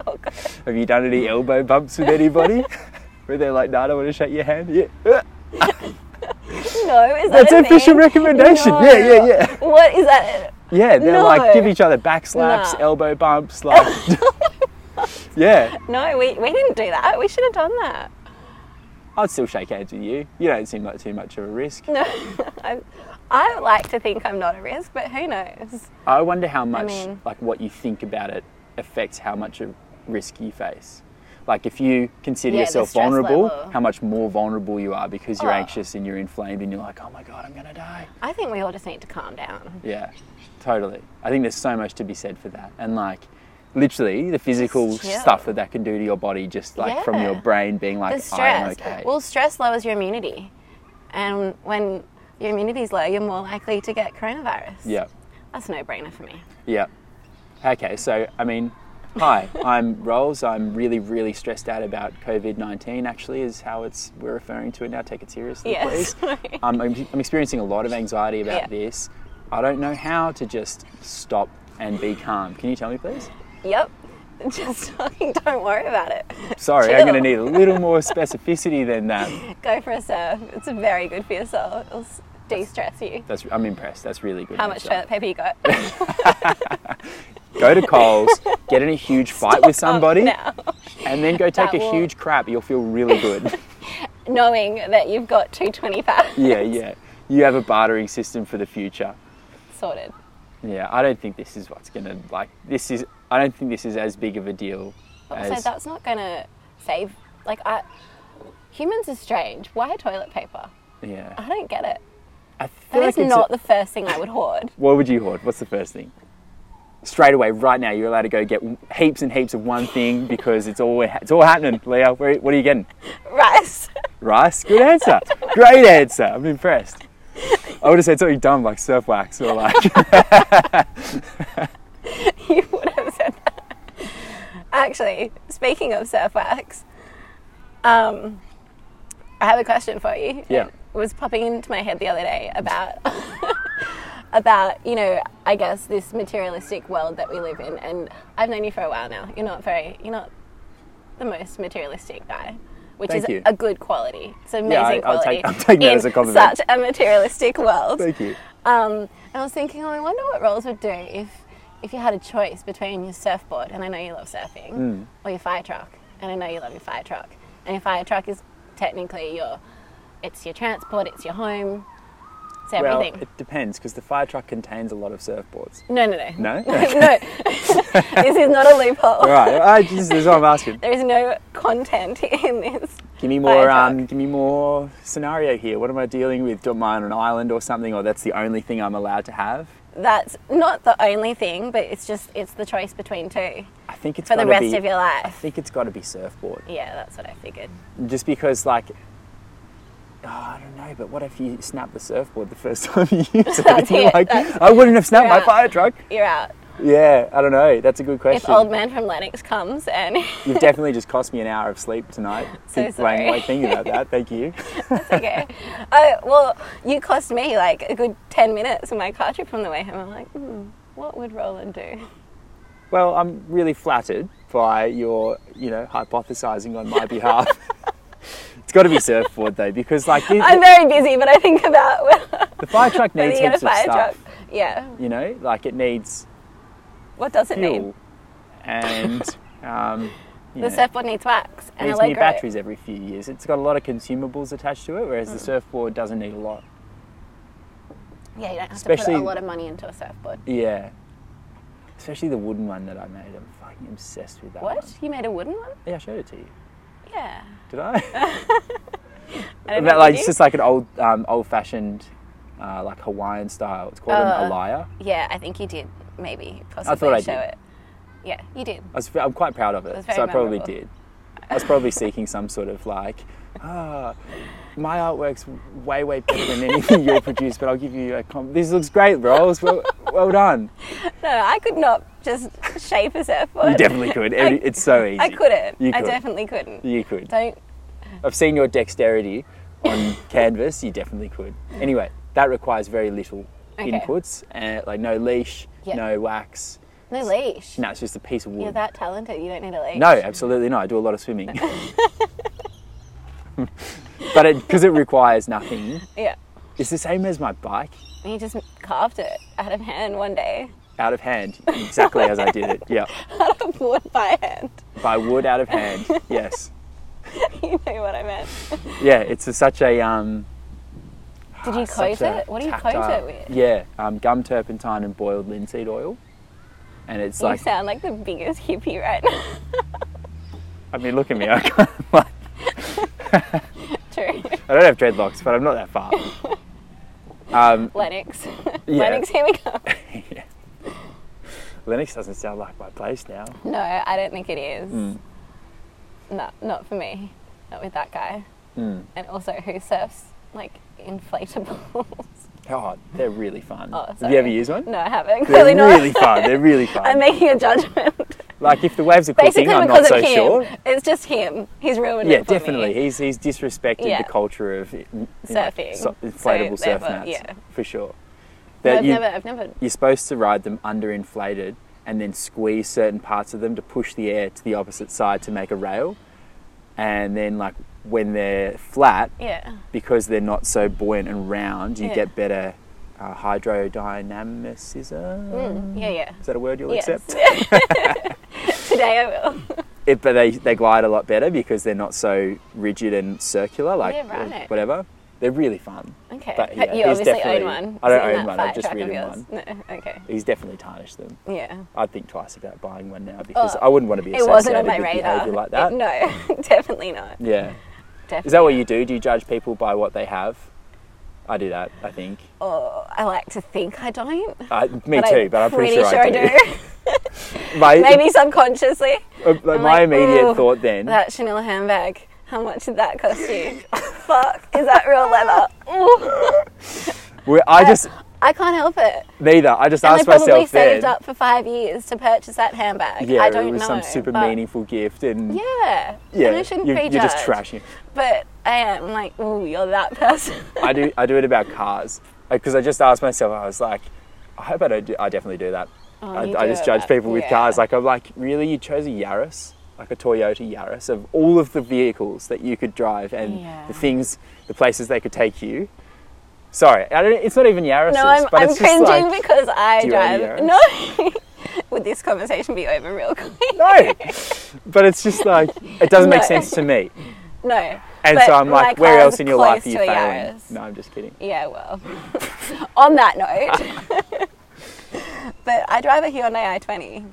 Speaker 3: all good.
Speaker 2: Have you done any elbow bumps with anybody? Where they're like, "No, I don't want to shake your hand." Yeah, Uh,
Speaker 3: No, is that
Speaker 2: that's
Speaker 3: a
Speaker 2: official
Speaker 3: thing?
Speaker 2: recommendation.
Speaker 3: No.
Speaker 2: Yeah, yeah, yeah.
Speaker 3: What is that?
Speaker 2: Yeah, they're
Speaker 3: No.
Speaker 2: like give each other back slaps,
Speaker 3: Nah.
Speaker 2: elbow bumps, like Yeah.
Speaker 3: No, we, we didn't do that. We should have done that.
Speaker 2: I'd still shake hands with you. You don't seem like too much of a risk.
Speaker 3: No, I, I like to think I'm not a risk, but who knows?
Speaker 2: I wonder how much
Speaker 3: mean-
Speaker 2: like what you think about it affects how much of risk you face. Like if you consider
Speaker 3: Yeah, the
Speaker 2: yourself
Speaker 3: stress
Speaker 2: vulnerable,
Speaker 3: level.
Speaker 2: how much more vulnerable you are because you're
Speaker 3: Oh.
Speaker 2: anxious and you're inflamed and you're like, Oh my god, I'm gonna die.
Speaker 3: I think we all just need to calm down.
Speaker 2: Yeah, totally. I think there's so much to be said for that. And like, literally, the physical
Speaker 3: Just chill.
Speaker 2: stuff that that can do to your body, just like from your
Speaker 3: Yeah.
Speaker 2: brain being
Speaker 3: The
Speaker 2: like, I'm
Speaker 3: stress.
Speaker 2: okay.
Speaker 3: Well, stress lowers your immunity, and when your immunity's low, you're more likely to get coronavirus.
Speaker 2: yeah,
Speaker 3: That's a no-brainer for me.
Speaker 2: yeah. Okay, so I mean, hi, I'm Rolls. I'm really, really stressed out about COVID 19, actually, is how it's we're referring to it now. Take it seriously,
Speaker 3: Yes.
Speaker 2: please. Um, I'm, I'm experiencing a lot of anxiety about
Speaker 3: Yeah.
Speaker 2: this. I don't know how to just stop and be calm. Can you tell me, please?
Speaker 3: yep. Just don't worry about it.
Speaker 2: Sorry, I'm going
Speaker 3: Chill.
Speaker 2: to need a little more specificity than that.
Speaker 3: Go for a surf. It's very good for your soul. It'll s- de-stress you.
Speaker 2: That's I'm impressed. That's really good.
Speaker 3: How much
Speaker 2: answer.
Speaker 3: toilet paper you got?
Speaker 2: Go to Coles, get in a huge fight with somebody,
Speaker 3: now.
Speaker 2: and then go take
Speaker 3: That
Speaker 2: a
Speaker 3: will-
Speaker 2: huge crap. You'll feel really good.
Speaker 3: knowing that you've got 225
Speaker 2: yeah, yeah. You have a bartering system for the future.
Speaker 3: sorted.
Speaker 2: Yeah, I don't think this is what's gonna like. This is. I don't think this is as big of a deal.
Speaker 3: But
Speaker 2: as,
Speaker 3: also, that's not going to save. Like, I, humans are strange. Why toilet paper? I
Speaker 2: yeah.
Speaker 3: don't get it.
Speaker 2: I
Speaker 3: That
Speaker 2: feel
Speaker 3: is
Speaker 2: like it's
Speaker 3: not
Speaker 2: A,
Speaker 3: the first thing I would hoard.
Speaker 2: what would you hoard? What's the first thing? Straight away, right now, you're allowed to go get heaps and heaps of one thing because it's all it's all happening. Leah, where, what are you getting?
Speaker 3: Rice.
Speaker 2: Rice? Good answer. Great answer. I'm impressed. I would have said something dumb like surf wax or like
Speaker 3: you would have said that. Actually, speaking of surf wax, um, I have a question for you.
Speaker 2: Yeah.
Speaker 3: It was popping into my head the other day about about you know I guess this materialistic world that we live in, and I've known you for a while now. You're not very you're not the most materialistic guy. Which
Speaker 2: Thank
Speaker 3: is
Speaker 2: you.
Speaker 3: a good quality. It's an
Speaker 2: Yeah, I-
Speaker 3: amazing
Speaker 2: I'll
Speaker 3: quality.
Speaker 2: take- I'm taking that
Speaker 3: in
Speaker 2: as a compliment.
Speaker 3: Such a materialistic world.
Speaker 2: Thank you.
Speaker 3: Um, and I was thinking, oh, I wonder what roles would do if, if you had a choice between your surfboard, and I know you love surfing,
Speaker 2: Hmm.
Speaker 3: or your fire truck, and I know you love your fire truck. And your fire truck is technically your, it's your transport, it's your home, it's
Speaker 2: Well,
Speaker 3: everything.
Speaker 2: it depends because the fire truck contains a lot of surfboards.
Speaker 3: no, no, no.
Speaker 2: No?
Speaker 3: no. this is not a loophole.
Speaker 2: All right, I just that's what I'm asking.
Speaker 3: There is no content in this.
Speaker 2: Give me more.
Speaker 3: Fire truck.
Speaker 2: Um, give me more scenario here. What am I dealing with? Am I on an island or something? Or that's the only thing I'm allowed to have?
Speaker 3: that's not the only thing, but it's just it's the choice between two
Speaker 2: I think it's
Speaker 3: for the
Speaker 2: gotta
Speaker 3: rest
Speaker 2: be-
Speaker 3: of your
Speaker 2: I
Speaker 3: life.
Speaker 2: think it's got to be surfboard,
Speaker 3: Yeah, that's what I figured.
Speaker 2: just because like. oh, I don't know, but what if you snap the surfboard the first time you use it?
Speaker 3: That's
Speaker 2: You're
Speaker 3: it,
Speaker 2: like,
Speaker 3: that's-
Speaker 2: I wouldn't have snapped
Speaker 3: you're
Speaker 2: my
Speaker 3: out.
Speaker 2: fire truck.
Speaker 3: You're out.
Speaker 2: Yeah, I don't know. That's a good question.
Speaker 3: If old man from Lennox comes and
Speaker 2: You've definitely just cost me an hour of sleep tonight.
Speaker 3: So
Speaker 2: Think-
Speaker 3: sorry.
Speaker 2: Wait, wait, thinking about that. Thank you.
Speaker 3: it's okay. Oh well, you cost me like a good ten minutes of my car trip from the way home. I'm like, hmm, what would Roland do?
Speaker 2: Well, I'm really flattered by your, you know, hypothesizing on my behalf. it's got to be surfboard though, because like the,
Speaker 3: I'm very busy, but I think about well,
Speaker 2: the fire truck
Speaker 3: whether
Speaker 2: needs
Speaker 3: you get a
Speaker 2: heaps of
Speaker 3: fire
Speaker 2: stuff.
Speaker 3: truck. Yeah.
Speaker 2: You know, like it needs
Speaker 3: What does it need?
Speaker 2: fuel and um, you know,
Speaker 3: The surfboard needs wax and
Speaker 2: needs
Speaker 3: Allegro.
Speaker 2: new batteries every few years. It's got a lot of consumables attached to it, whereas
Speaker 3: Mm.
Speaker 2: the surfboard doesn't need a lot.
Speaker 3: Yeah, you don't have
Speaker 2: Especially-
Speaker 3: to put a lot of money into a surfboard.
Speaker 2: Yeah, especially the wooden one that I made. I'm fucking obsessed with that.
Speaker 3: What?
Speaker 2: one.
Speaker 3: You made a wooden one?
Speaker 2: Yeah, I showed it to you.
Speaker 3: Yeah.
Speaker 2: Did I?
Speaker 3: I don't
Speaker 2: About,
Speaker 3: know,
Speaker 2: like
Speaker 3: did
Speaker 2: it's
Speaker 3: you?
Speaker 2: just like an old, um, old-fashioned, uh, like Hawaiian style. It's called an
Speaker 3: Uh,
Speaker 2: alaya.
Speaker 3: Yeah, I think you did. Maybe possibly
Speaker 2: I
Speaker 3: show
Speaker 2: did.
Speaker 3: it. Yeah, you did.
Speaker 2: I was, I'm quite proud of it,
Speaker 3: was
Speaker 2: so
Speaker 3: very
Speaker 2: I probably
Speaker 3: memorable.
Speaker 2: did. I was probably seeking some sort of like, ah, my artwork's way way better than anything you'll produce, but I'll give you a comp. This looks great, Rolls. Well, well done.
Speaker 3: No, I could not just shape a surfboard.
Speaker 2: You definitely could.
Speaker 3: I-
Speaker 2: Every- it's so easy.
Speaker 3: I couldn't.
Speaker 2: You
Speaker 3: I
Speaker 2: could.
Speaker 3: definitely couldn't.
Speaker 2: You could.
Speaker 3: Don't.
Speaker 2: I've seen your dexterity on canvas. You definitely could. Anyway, that requires very little
Speaker 3: Okay.
Speaker 2: inputs, uh, like no leash,
Speaker 3: Yeah.
Speaker 2: no wax.
Speaker 3: No leash.
Speaker 2: No, it's just a piece of wood.
Speaker 3: You're that talented. You don't need a leash.
Speaker 2: No, absolutely not. I do a lot of swimming. but it because it requires nothing.
Speaker 3: Yeah.
Speaker 2: It's the same as my bike.
Speaker 3: And you just carved it out of hand one day.
Speaker 2: Out of hand, exactly as I did it. Yeah,
Speaker 3: Out of wood by hand.
Speaker 2: by wood out of hand. Yes,
Speaker 3: You know what I meant.
Speaker 2: yeah. It's a, such a um.
Speaker 3: Did you coat
Speaker 2: Ah, such a
Speaker 3: it? What do you coat
Speaker 2: tactile-
Speaker 3: it with?
Speaker 2: Yeah, um, gum turpentine and boiled linseed oil. And it's
Speaker 3: You
Speaker 2: like,
Speaker 3: sound like the biggest hippie right now.
Speaker 2: I mean, look at me. I, can't, like,
Speaker 3: True.
Speaker 2: I don't have dreadlocks, but I'm not that far. Um,
Speaker 3: Lennox.
Speaker 2: Yeah.
Speaker 3: Lennox, here we come.
Speaker 2: yeah. Linux doesn't sound like my place now.
Speaker 3: No, I don't think it is.
Speaker 2: Hmm.
Speaker 3: No, not for me. Not with that guy.
Speaker 2: Hmm.
Speaker 3: And also, who surfs like inflatables?
Speaker 2: God, they're really fun.
Speaker 3: Oh,
Speaker 2: Have you ever
Speaker 3: sorry.
Speaker 2: used one?
Speaker 3: No, I haven't.
Speaker 2: They're
Speaker 3: Clearly not.
Speaker 2: really fun. They're really fun.
Speaker 3: I'm making a judgment.
Speaker 2: like if the waves are
Speaker 3: Basically,
Speaker 2: cooking, I'm not
Speaker 3: because
Speaker 2: so
Speaker 3: of him.
Speaker 2: sure.
Speaker 3: It's just him. He's ruined
Speaker 2: Yeah,
Speaker 3: it for me.
Speaker 2: definitely. He's he's disrespected
Speaker 3: Yeah.
Speaker 2: the culture of you know,
Speaker 3: Surfing.
Speaker 2: so-
Speaker 3: So,
Speaker 2: inflatable surf
Speaker 3: therefore,
Speaker 2: mats,
Speaker 3: yeah.
Speaker 2: for sure.
Speaker 3: No,
Speaker 2: That
Speaker 3: I've
Speaker 2: you,
Speaker 3: never, I've never.
Speaker 2: You're supposed to ride them underinflated and then squeeze certain parts of them to push the air to the opposite side to make a rail. And then, like when they're flat,
Speaker 3: Yeah.
Speaker 2: because they're not so buoyant and round, you
Speaker 3: Yeah.
Speaker 2: get better uh, hydrodynamicism.
Speaker 3: Mm, yeah, yeah.
Speaker 2: Is that a word you'll
Speaker 3: Yes.
Speaker 2: accept?
Speaker 3: Today I will.
Speaker 2: It, but they, they glide a lot better because they're not so rigid and circular, like
Speaker 3: Yeah,
Speaker 2: or
Speaker 3: right.
Speaker 2: whatever. They're really fun.
Speaker 3: Okay.
Speaker 2: But,
Speaker 3: Ha-
Speaker 2: yeah,
Speaker 3: you
Speaker 2: he's
Speaker 3: obviously own
Speaker 2: definitely-
Speaker 3: one.
Speaker 2: I don't
Speaker 3: Is it in
Speaker 2: own
Speaker 3: that
Speaker 2: one, I've
Speaker 3: fire
Speaker 2: just
Speaker 3: truck of
Speaker 2: ridden
Speaker 3: yours? No. Okay.
Speaker 2: He's definitely tarnished them.
Speaker 3: Yeah.
Speaker 2: I'd think twice about buying one now because
Speaker 3: Oh,
Speaker 2: I wouldn't want to be
Speaker 3: It
Speaker 2: associated
Speaker 3: wasn't on my
Speaker 2: with
Speaker 3: radar.
Speaker 2: behavior like that.
Speaker 3: It- no, definitely not.
Speaker 2: Yeah.
Speaker 3: Definitely.
Speaker 2: Is that what you do? Do you judge people by what they have? I do that. I think.
Speaker 3: Oh, I like to think I don't.
Speaker 2: I, me
Speaker 3: but
Speaker 2: too,
Speaker 3: I'm
Speaker 2: but I'm pretty,
Speaker 3: pretty sure I do.
Speaker 2: my,
Speaker 3: Maybe subconsciously.
Speaker 2: uh, like,
Speaker 3: I'm
Speaker 2: my
Speaker 3: like,
Speaker 2: immediate
Speaker 3: "Ooh,
Speaker 2: thought then.
Speaker 3: That Chanel handbag. How much did that cost you? Fuck, is that real leather? Ooh.
Speaker 2: Well, I just
Speaker 3: I can't help it.
Speaker 2: neither. I just
Speaker 3: And I
Speaker 2: asked
Speaker 3: probably
Speaker 2: myself
Speaker 3: saved
Speaker 2: then.
Speaker 3: up for five years to purchase that handbag.
Speaker 2: Yeah,
Speaker 3: I don't
Speaker 2: it was
Speaker 3: know.
Speaker 2: some super
Speaker 3: but-
Speaker 2: meaningful gift, and
Speaker 3: Yeah.
Speaker 2: yeah,
Speaker 3: and I shouldn't
Speaker 2: you,
Speaker 3: be
Speaker 2: you're just
Speaker 3: judged.
Speaker 2: trashing.
Speaker 3: But I am like, ooh, you're that person.
Speaker 2: I do. I do it about cars because I just asked myself. I was like, I hope I don't. Do, I definitely do that.
Speaker 3: Oh,
Speaker 2: I,
Speaker 3: you
Speaker 2: I
Speaker 3: do
Speaker 2: just
Speaker 3: it
Speaker 2: judge
Speaker 3: about-
Speaker 2: people with
Speaker 3: yeah.
Speaker 2: cars. Like I'm like, really, you chose a Yaris, like a Toyota Yaris, of all of the vehicles that you could drive and
Speaker 3: Yeah.
Speaker 2: the things, the places they could take you. Sorry, I don't, it's not even Yaris.
Speaker 3: No, I'm,
Speaker 2: but
Speaker 3: I'm
Speaker 2: it's just
Speaker 3: cringing
Speaker 2: like,
Speaker 3: because I
Speaker 2: do you own
Speaker 3: drive.
Speaker 2: a
Speaker 3: No. Would this conversation be over real quick?
Speaker 2: no. But it's just like it doesn't make
Speaker 3: No.
Speaker 2: sense to me.
Speaker 3: No.
Speaker 2: And
Speaker 3: But
Speaker 2: so I'm
Speaker 3: my
Speaker 2: like, where
Speaker 3: car's
Speaker 2: else in your life are
Speaker 3: close
Speaker 2: you
Speaker 3: to a
Speaker 2: failing?
Speaker 3: Yaris.
Speaker 2: No, I'm just kidding.
Speaker 3: Yeah, well. on that note. but I drive a Hyundai i20.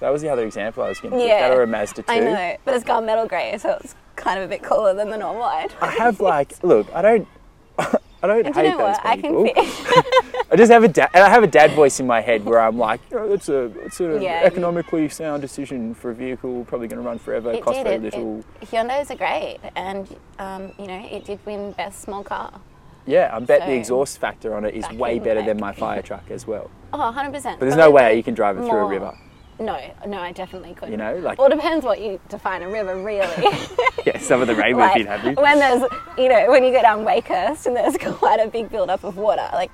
Speaker 2: That was the other example I was going to
Speaker 3: Yeah.
Speaker 2: give. That or a Mazda 2.
Speaker 3: I know, but it's got metal grey, so it's kind of a bit cooler than the normal i20.
Speaker 2: I have like, look, I don't, I don't
Speaker 3: And do
Speaker 2: hate
Speaker 3: you know
Speaker 2: those
Speaker 3: what? I
Speaker 2: people.
Speaker 3: can feel.
Speaker 2: I just have a dad. I have a dad voice in my head where I'm like, you know, that's a it's an
Speaker 3: Yeah, you-
Speaker 2: economically sound decision for a vehicle, probably going to run forever,
Speaker 3: It
Speaker 2: cost
Speaker 3: did.
Speaker 2: very
Speaker 3: It,
Speaker 2: little.
Speaker 3: it, Hyundai's are great, and um, you know it did win best small car.
Speaker 2: yeah, I bet
Speaker 3: so-
Speaker 2: the exhaust factor on it is
Speaker 3: Back
Speaker 2: way
Speaker 3: in
Speaker 2: better
Speaker 3: back.
Speaker 2: than my fire truck as well.
Speaker 3: Oh, 100 percent.
Speaker 2: But there's no way you can drive it through a river.
Speaker 3: No, no, I definitely couldn't.
Speaker 2: You know, like-
Speaker 3: well, it depends what you define a river, really.
Speaker 2: Yeah, some of the rain would have been happy.
Speaker 3: when there's, you know, when you go down Wakehurst and there's quite a big build-up of water, like,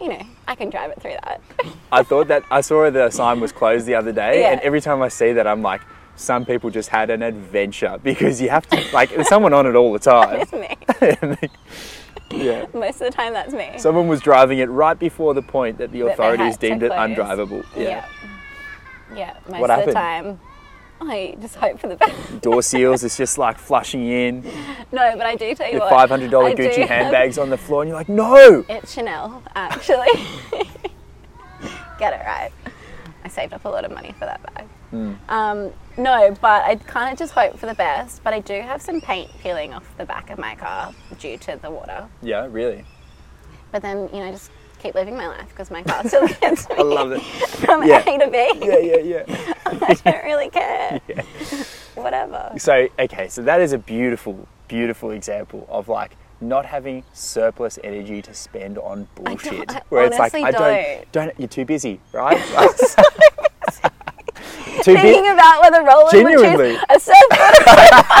Speaker 3: you know, I can drive it through that.
Speaker 2: I thought that I saw the sign was closed the other day,
Speaker 3: Yeah.
Speaker 2: and every time I see that, I'm like, some people just had an adventure because you have to like there's someone on it all the time.
Speaker 3: It's me.
Speaker 2: yeah.
Speaker 3: Most of the time, that's me.
Speaker 2: Someone was driving it right before the point that the
Speaker 3: That they
Speaker 2: authorities
Speaker 3: had to
Speaker 2: deemed it
Speaker 3: close.
Speaker 2: undrivable.
Speaker 3: yeah. Yeah, most
Speaker 2: What
Speaker 3: of the
Speaker 2: happened?
Speaker 3: time. I just hope for the best.
Speaker 2: Door seals, it's just like flushing in.
Speaker 3: No, but I do tell you
Speaker 2: your
Speaker 3: what.
Speaker 2: five hundred dollar
Speaker 3: I do
Speaker 2: Gucci
Speaker 3: have-
Speaker 2: handbags on the floor, and you're like, no.
Speaker 3: It's Chanel, actually. Get it right. I saved up a lot of money for that bag.
Speaker 2: Hmm.
Speaker 3: Um, no, but I kind of just hope for the best. But I do have some paint peeling off the back of my car due to the water.
Speaker 2: Yeah, really.
Speaker 3: But then, you know, just keep living my life because my car still gets me
Speaker 2: I love it.
Speaker 3: from
Speaker 2: Yeah.
Speaker 3: A to B.
Speaker 2: Yeah, yeah, yeah.
Speaker 3: I don't really care. Whatever.
Speaker 2: So okay, so that is a beautiful, beautiful example of like not having surplus energy to spend on bullshit.
Speaker 3: I
Speaker 2: where it's like
Speaker 3: honestly
Speaker 2: I don't,
Speaker 3: don't.
Speaker 2: don't. You're too busy, right? too busy.
Speaker 3: Thinking about whether Roland
Speaker 2: Genuinely.
Speaker 3: would choose a surfer,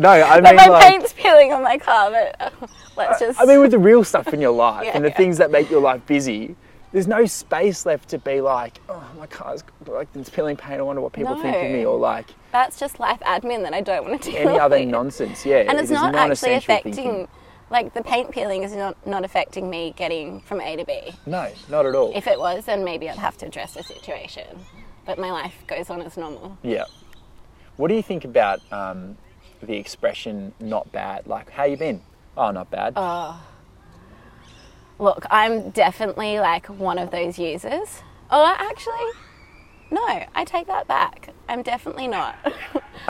Speaker 2: No, I
Speaker 3: but
Speaker 2: mean
Speaker 3: my
Speaker 2: like.
Speaker 3: paint's peeling on my car. But uh, let's just.
Speaker 2: I mean, with the real stuff in your life
Speaker 3: Yeah,
Speaker 2: and the
Speaker 3: yeah.
Speaker 2: things that make your life busy, there's no space left to be like, oh, my car's like it's peeling paint. I wonder what people think of me,
Speaker 3: No.
Speaker 2: or like
Speaker 3: that's just life admin that I don't want to do.
Speaker 2: any other nonsense. Yeah,
Speaker 3: and it's
Speaker 2: it is
Speaker 3: not actually
Speaker 2: non-essential
Speaker 3: affecting,
Speaker 2: thinking.
Speaker 3: like the paint peeling is not, not affecting me getting from A to B.
Speaker 2: No, not at all.
Speaker 3: If it was, then maybe I'd have to address the situation. But my life goes on as normal.
Speaker 2: yeah. What do you think about um, the expression "not bad"? Like, how you been? Oh, not bad.
Speaker 3: Uh, Look, I'm definitely like one of those users. Or actually, no, I take that back. I'm definitely not.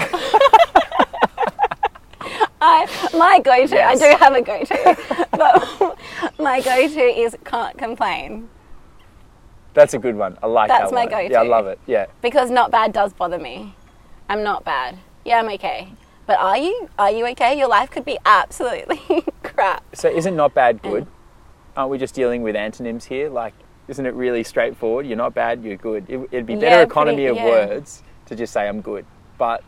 Speaker 3: I, my go to,
Speaker 2: Yes.
Speaker 3: I do have a go to, but my go to is can't complain.
Speaker 2: that's a good one. I like
Speaker 3: That's
Speaker 2: that
Speaker 3: my
Speaker 2: one. Yeah, I
Speaker 3: go-to.
Speaker 2: love it. Yeah.
Speaker 3: because not bad does bother me. I'm not bad. Yeah, I'm okay. But are you? Are you okay? Your life could be absolutely crap.
Speaker 2: So, isn't not bad
Speaker 3: Mm.
Speaker 2: good? Aren't we just dealing with antonyms here? Like, isn't it really straightforward? You're not bad, you're good. It, it'd be
Speaker 3: Yeah,
Speaker 2: better
Speaker 3: pretty-
Speaker 2: economy of
Speaker 3: yeah.
Speaker 2: words to just say I'm good. But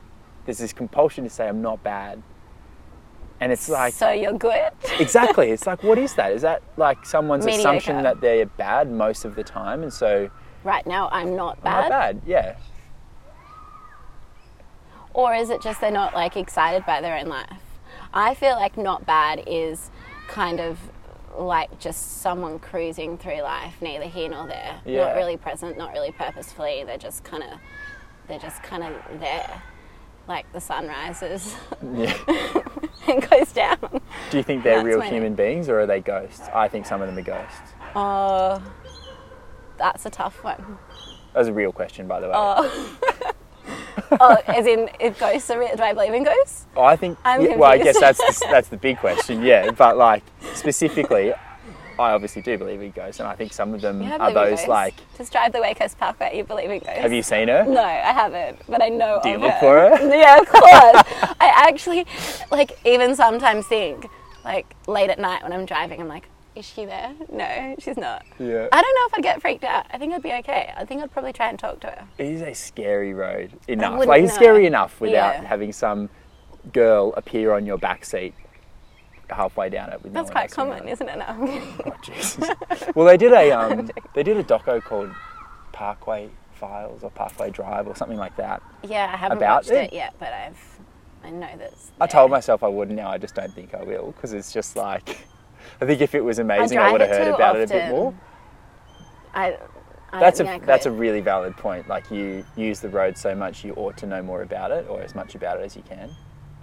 Speaker 2: there's this compulsion to say I'm not bad. And it's like,
Speaker 3: so you're good.
Speaker 2: exactly. It's like, what is that? Is that like someone's
Speaker 3: Mediocre.
Speaker 2: assumption that they're bad most of the time? And so,
Speaker 3: Right now, I'm not
Speaker 2: I'm
Speaker 3: bad.
Speaker 2: not bad, yeah.
Speaker 3: Or is it just they're not like excited by their own life? I feel like not bad is kind of like just someone cruising through life, neither here nor there.
Speaker 2: Yeah.
Speaker 3: Not really present, not really purposefully. They're just kind of, they're just kind of there. Like the sun rises
Speaker 2: yeah.
Speaker 3: and goes down.
Speaker 2: Do you think they're
Speaker 3: That's
Speaker 2: real
Speaker 3: my-
Speaker 2: human beings or are they ghosts? I think some of them are ghosts.
Speaker 3: Oh, that's a tough one.
Speaker 2: That was a real question, by the way.
Speaker 3: Oh, as in, it ghosts are real. Do I believe in ghosts?
Speaker 2: Oh, I think.
Speaker 3: I'm
Speaker 2: yeah, well, I guess
Speaker 3: confused.
Speaker 2: that's the, that's the big question. Yeah, but like specifically, I obviously do believe in ghosts, and I think some of them
Speaker 3: Yeah, I
Speaker 2: are
Speaker 3: believe in
Speaker 2: those
Speaker 3: ghosts.
Speaker 2: like.
Speaker 3: Just drive the Wakehurst Parkway, you believe in ghosts.
Speaker 2: Have you seen her?
Speaker 3: No, I haven't, but I know.
Speaker 2: Do you
Speaker 3: of
Speaker 2: look for her?
Speaker 3: Yeah, of course. I actually, like, even sometimes think, like, late at night when I'm driving, I'm like, is she there? No, she's not.
Speaker 2: Yeah.
Speaker 3: I don't know if I'd get freaked out. I think I'd be okay. I think I'd probably try and talk to her.
Speaker 2: It is a scary road enough.
Speaker 3: wouldn't
Speaker 2: Like it's
Speaker 3: know.
Speaker 2: scary enough without
Speaker 3: Yeah.
Speaker 2: having some girl appear on your back seat halfway down it. With no
Speaker 3: That's
Speaker 2: one else
Speaker 3: quite
Speaker 2: in
Speaker 3: common,
Speaker 2: it.
Speaker 3: isn't it? Now?
Speaker 2: Oh, Jesus. well, they did a um, they did a doco called Parkway Files or Parkway Drive or something like that.
Speaker 3: yeah, I haven't
Speaker 2: About
Speaker 3: watched
Speaker 2: it?
Speaker 3: it yet, but I've, I know that's.
Speaker 2: I told myself I wouldn't. Now I just don't think I will because it's just like I think if it was amazing, I
Speaker 3: drive
Speaker 2: would have
Speaker 3: it
Speaker 2: heard
Speaker 3: too
Speaker 2: about it a bit
Speaker 3: often.
Speaker 2: more.
Speaker 3: I. I
Speaker 2: That's
Speaker 3: don't
Speaker 2: a
Speaker 3: think I
Speaker 2: that's a
Speaker 3: could.
Speaker 2: really valid point. Like you use the road so much, you ought to know more about it or as much about it as you can.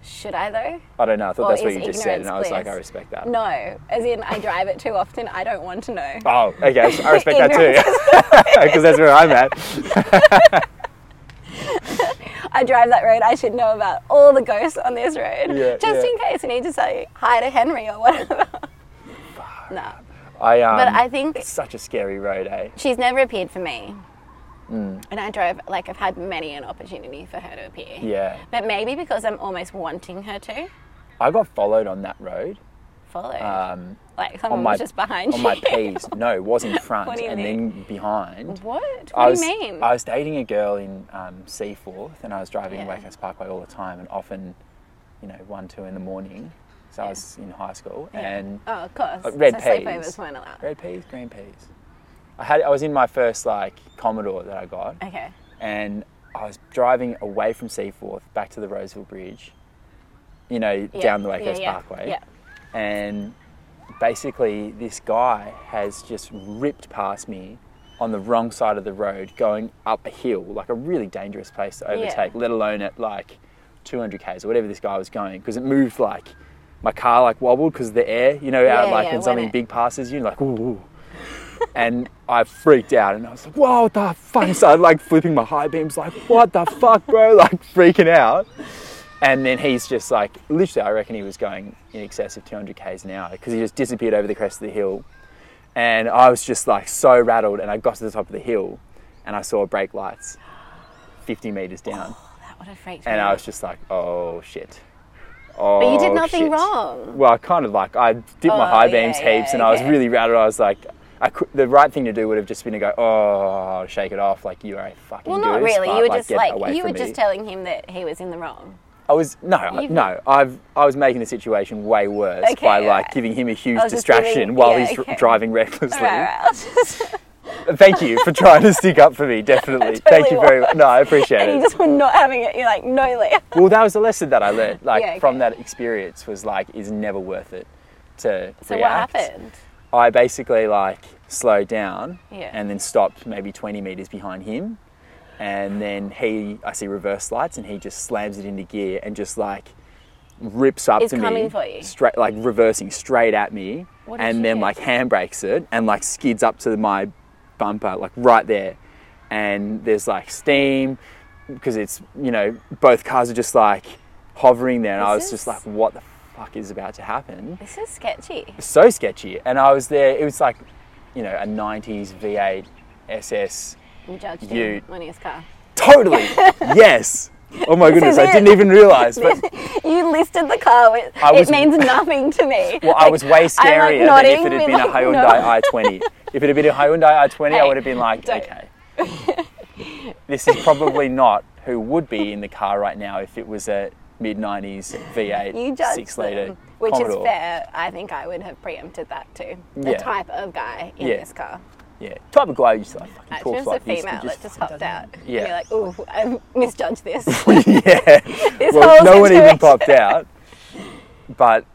Speaker 3: Should I though?
Speaker 2: I don't know. I thought
Speaker 3: Or
Speaker 2: that's what
Speaker 3: is
Speaker 2: you just said, and I was like,
Speaker 3: ignorance
Speaker 2: I
Speaker 3: bliss?
Speaker 2: respect that.
Speaker 3: No, as in I drive it too often. I don't want to know.
Speaker 2: Oh, okay. so I respect that too, because that's where I'm at.
Speaker 3: I drive that road. I should know about all the ghosts on this road,
Speaker 2: Yeah,
Speaker 3: just
Speaker 2: yeah.
Speaker 3: in case I need to say hi to Henry or whatever. no,
Speaker 2: I um,
Speaker 3: but I think
Speaker 2: it's such a scary road, eh?
Speaker 3: she's never appeared for me.
Speaker 2: Mm.
Speaker 3: And I drove like I've had many an opportunity for her to appear.
Speaker 2: Yeah.
Speaker 3: But maybe because I'm almost wanting her to
Speaker 2: I got followed on that road.
Speaker 3: follow.
Speaker 2: Um,
Speaker 3: like
Speaker 2: on
Speaker 3: someone
Speaker 2: my
Speaker 3: was just behind
Speaker 2: on
Speaker 3: you.
Speaker 2: my P's. No, it was in front
Speaker 3: What do you
Speaker 2: and then behind.
Speaker 3: what? What
Speaker 2: I was,
Speaker 3: do you mean?
Speaker 2: I was dating a girl in um, Seaforth and I was driving
Speaker 3: Yeah.
Speaker 2: Wakehouse Parkway all the time and often, you know, one, two in the morning. So I was in high school and
Speaker 3: oh, of course.
Speaker 2: like, red
Speaker 3: so
Speaker 2: peas.
Speaker 3: sleepovers weren't allowed.
Speaker 2: red peas, green peas. I had I was in my first like Commodore that I got
Speaker 3: Okay.
Speaker 2: and I was driving away from Seaforth back to the Roseville Bridge, you know,
Speaker 3: Yeah,
Speaker 2: down the
Speaker 3: yeah,
Speaker 2: Wakehouse
Speaker 3: yeah,
Speaker 2: Parkway.
Speaker 3: yeah.
Speaker 2: And basically, this guy has just ripped past me on the wrong side of the road going up a hill, like a really dangerous place to overtake, let alone at like 200 Ks or whatever this guy was going, because it moved like my car like wobbled because of the air, you know, how
Speaker 3: Yeah,
Speaker 2: like
Speaker 3: yeah,
Speaker 2: when
Speaker 3: when
Speaker 2: something
Speaker 3: it-
Speaker 2: big passes you, like, ooh. ooh and I freaked out and I was like, whoa, what the fuck? And started like flipping my high beams, like, what the fuck, bro? Like freaking out. And then he's just like, literally, I reckon he was going in excess of 200 Ks an hour because he just disappeared over the crest of the hill. And I was just like so rattled. And I got to the top of the hill and I saw brake lights 50 meters down.
Speaker 3: That would have freaked me
Speaker 2: And I
Speaker 3: out.
Speaker 2: was just like, oh shit. Oh,
Speaker 3: But you did nothing
Speaker 2: shit."
Speaker 3: wrong.
Speaker 2: Well, I kind of like I did my
Speaker 3: Oh,
Speaker 2: high beams
Speaker 3: yeah, yeah,
Speaker 2: heaps, and I was
Speaker 3: okay.
Speaker 2: really rattled. I was like, I could, the right thing to do would have just been to go, oh, shake it off, like you are a fucking.
Speaker 3: Well, not
Speaker 2: goose,"
Speaker 3: really.
Speaker 2: but,
Speaker 3: You were just
Speaker 2: get
Speaker 3: like,
Speaker 2: away
Speaker 3: you were
Speaker 2: from me.
Speaker 3: just telling him that he was in the wrong.
Speaker 2: I was no, I-
Speaker 3: You've-
Speaker 2: no. I've I was making the situation way worse
Speaker 3: Okay,
Speaker 2: by like
Speaker 3: alright.
Speaker 2: giving him a huge
Speaker 3: I was just
Speaker 2: distraction
Speaker 3: giving-
Speaker 2: while
Speaker 3: yeah,
Speaker 2: he's dr-
Speaker 3: okay.
Speaker 2: driving recklessly.
Speaker 3: Right, right. I was just-
Speaker 2: Thank you for trying to stick up for me. Definitely. Thank you
Speaker 3: totally
Speaker 2: very much. No, I appreciate
Speaker 3: and
Speaker 2: it.
Speaker 3: you just were not having it. You're like, no, Leah.
Speaker 2: well, that was the lesson that I learned, like
Speaker 3: Yeah,
Speaker 2: from
Speaker 3: okay.
Speaker 2: that experience, was like it's never worth it to
Speaker 3: So
Speaker 2: react.
Speaker 3: what happened?
Speaker 2: I basically like slowed down
Speaker 3: Yeah.
Speaker 2: and then stopped maybe 20 meters behind him. And then he, I see reverse lights and he just slams it into gear and just like rips up
Speaker 3: Is
Speaker 2: to me.
Speaker 3: coming for you.
Speaker 2: Straight, like reversing straight at me.
Speaker 3: What did you
Speaker 2: And then
Speaker 3: do?
Speaker 2: like handbrakes it and like skids up to my bumper, like right there. And there's like steam because it's, you know, both cars are just like hovering there. And I was
Speaker 3: This
Speaker 2: just
Speaker 3: is-
Speaker 2: like, what the fuck is about to happen?
Speaker 3: This is sketchy.
Speaker 2: so sketchy. And I was there, it was like, you know, a 90s V8 SS.
Speaker 3: You judged
Speaker 2: You-
Speaker 3: him on his car.
Speaker 2: Totally, yes. Oh my goodness,
Speaker 3: is
Speaker 2: I
Speaker 3: it.
Speaker 2: didn't even realize. But
Speaker 3: You listed the car. It,
Speaker 2: I was-
Speaker 3: it means nothing to me.
Speaker 2: well, I was way
Speaker 3: I'm, like,
Speaker 2: scarier than if
Speaker 3: nodding,
Speaker 2: it had
Speaker 3: being
Speaker 2: been a
Speaker 3: like, no.
Speaker 2: Hyundai i20. If it had been a Hyundai i20, I
Speaker 3: Hey,
Speaker 2: would have been like,
Speaker 3: don't.
Speaker 2: okay, this is probably not who would be in the car right now if it was a mid 90s V8
Speaker 3: You judged
Speaker 2: six litre
Speaker 3: them, which
Speaker 2: Commodore.
Speaker 3: is fair. I think I would have preempted that too. The
Speaker 2: Yeah.
Speaker 3: type of guy in
Speaker 2: Yeah.
Speaker 3: this car.
Speaker 2: Yeah, type of guy who just like fucking
Speaker 3: Actually,
Speaker 2: talks
Speaker 3: it was a
Speaker 2: like this.
Speaker 3: female
Speaker 2: and
Speaker 3: that just hopped out.
Speaker 2: Yeah.
Speaker 3: You're like, ooh, I misjudged this.
Speaker 2: yeah. well,
Speaker 3: whole
Speaker 2: no one even
Speaker 3: situation.
Speaker 2: popped out. But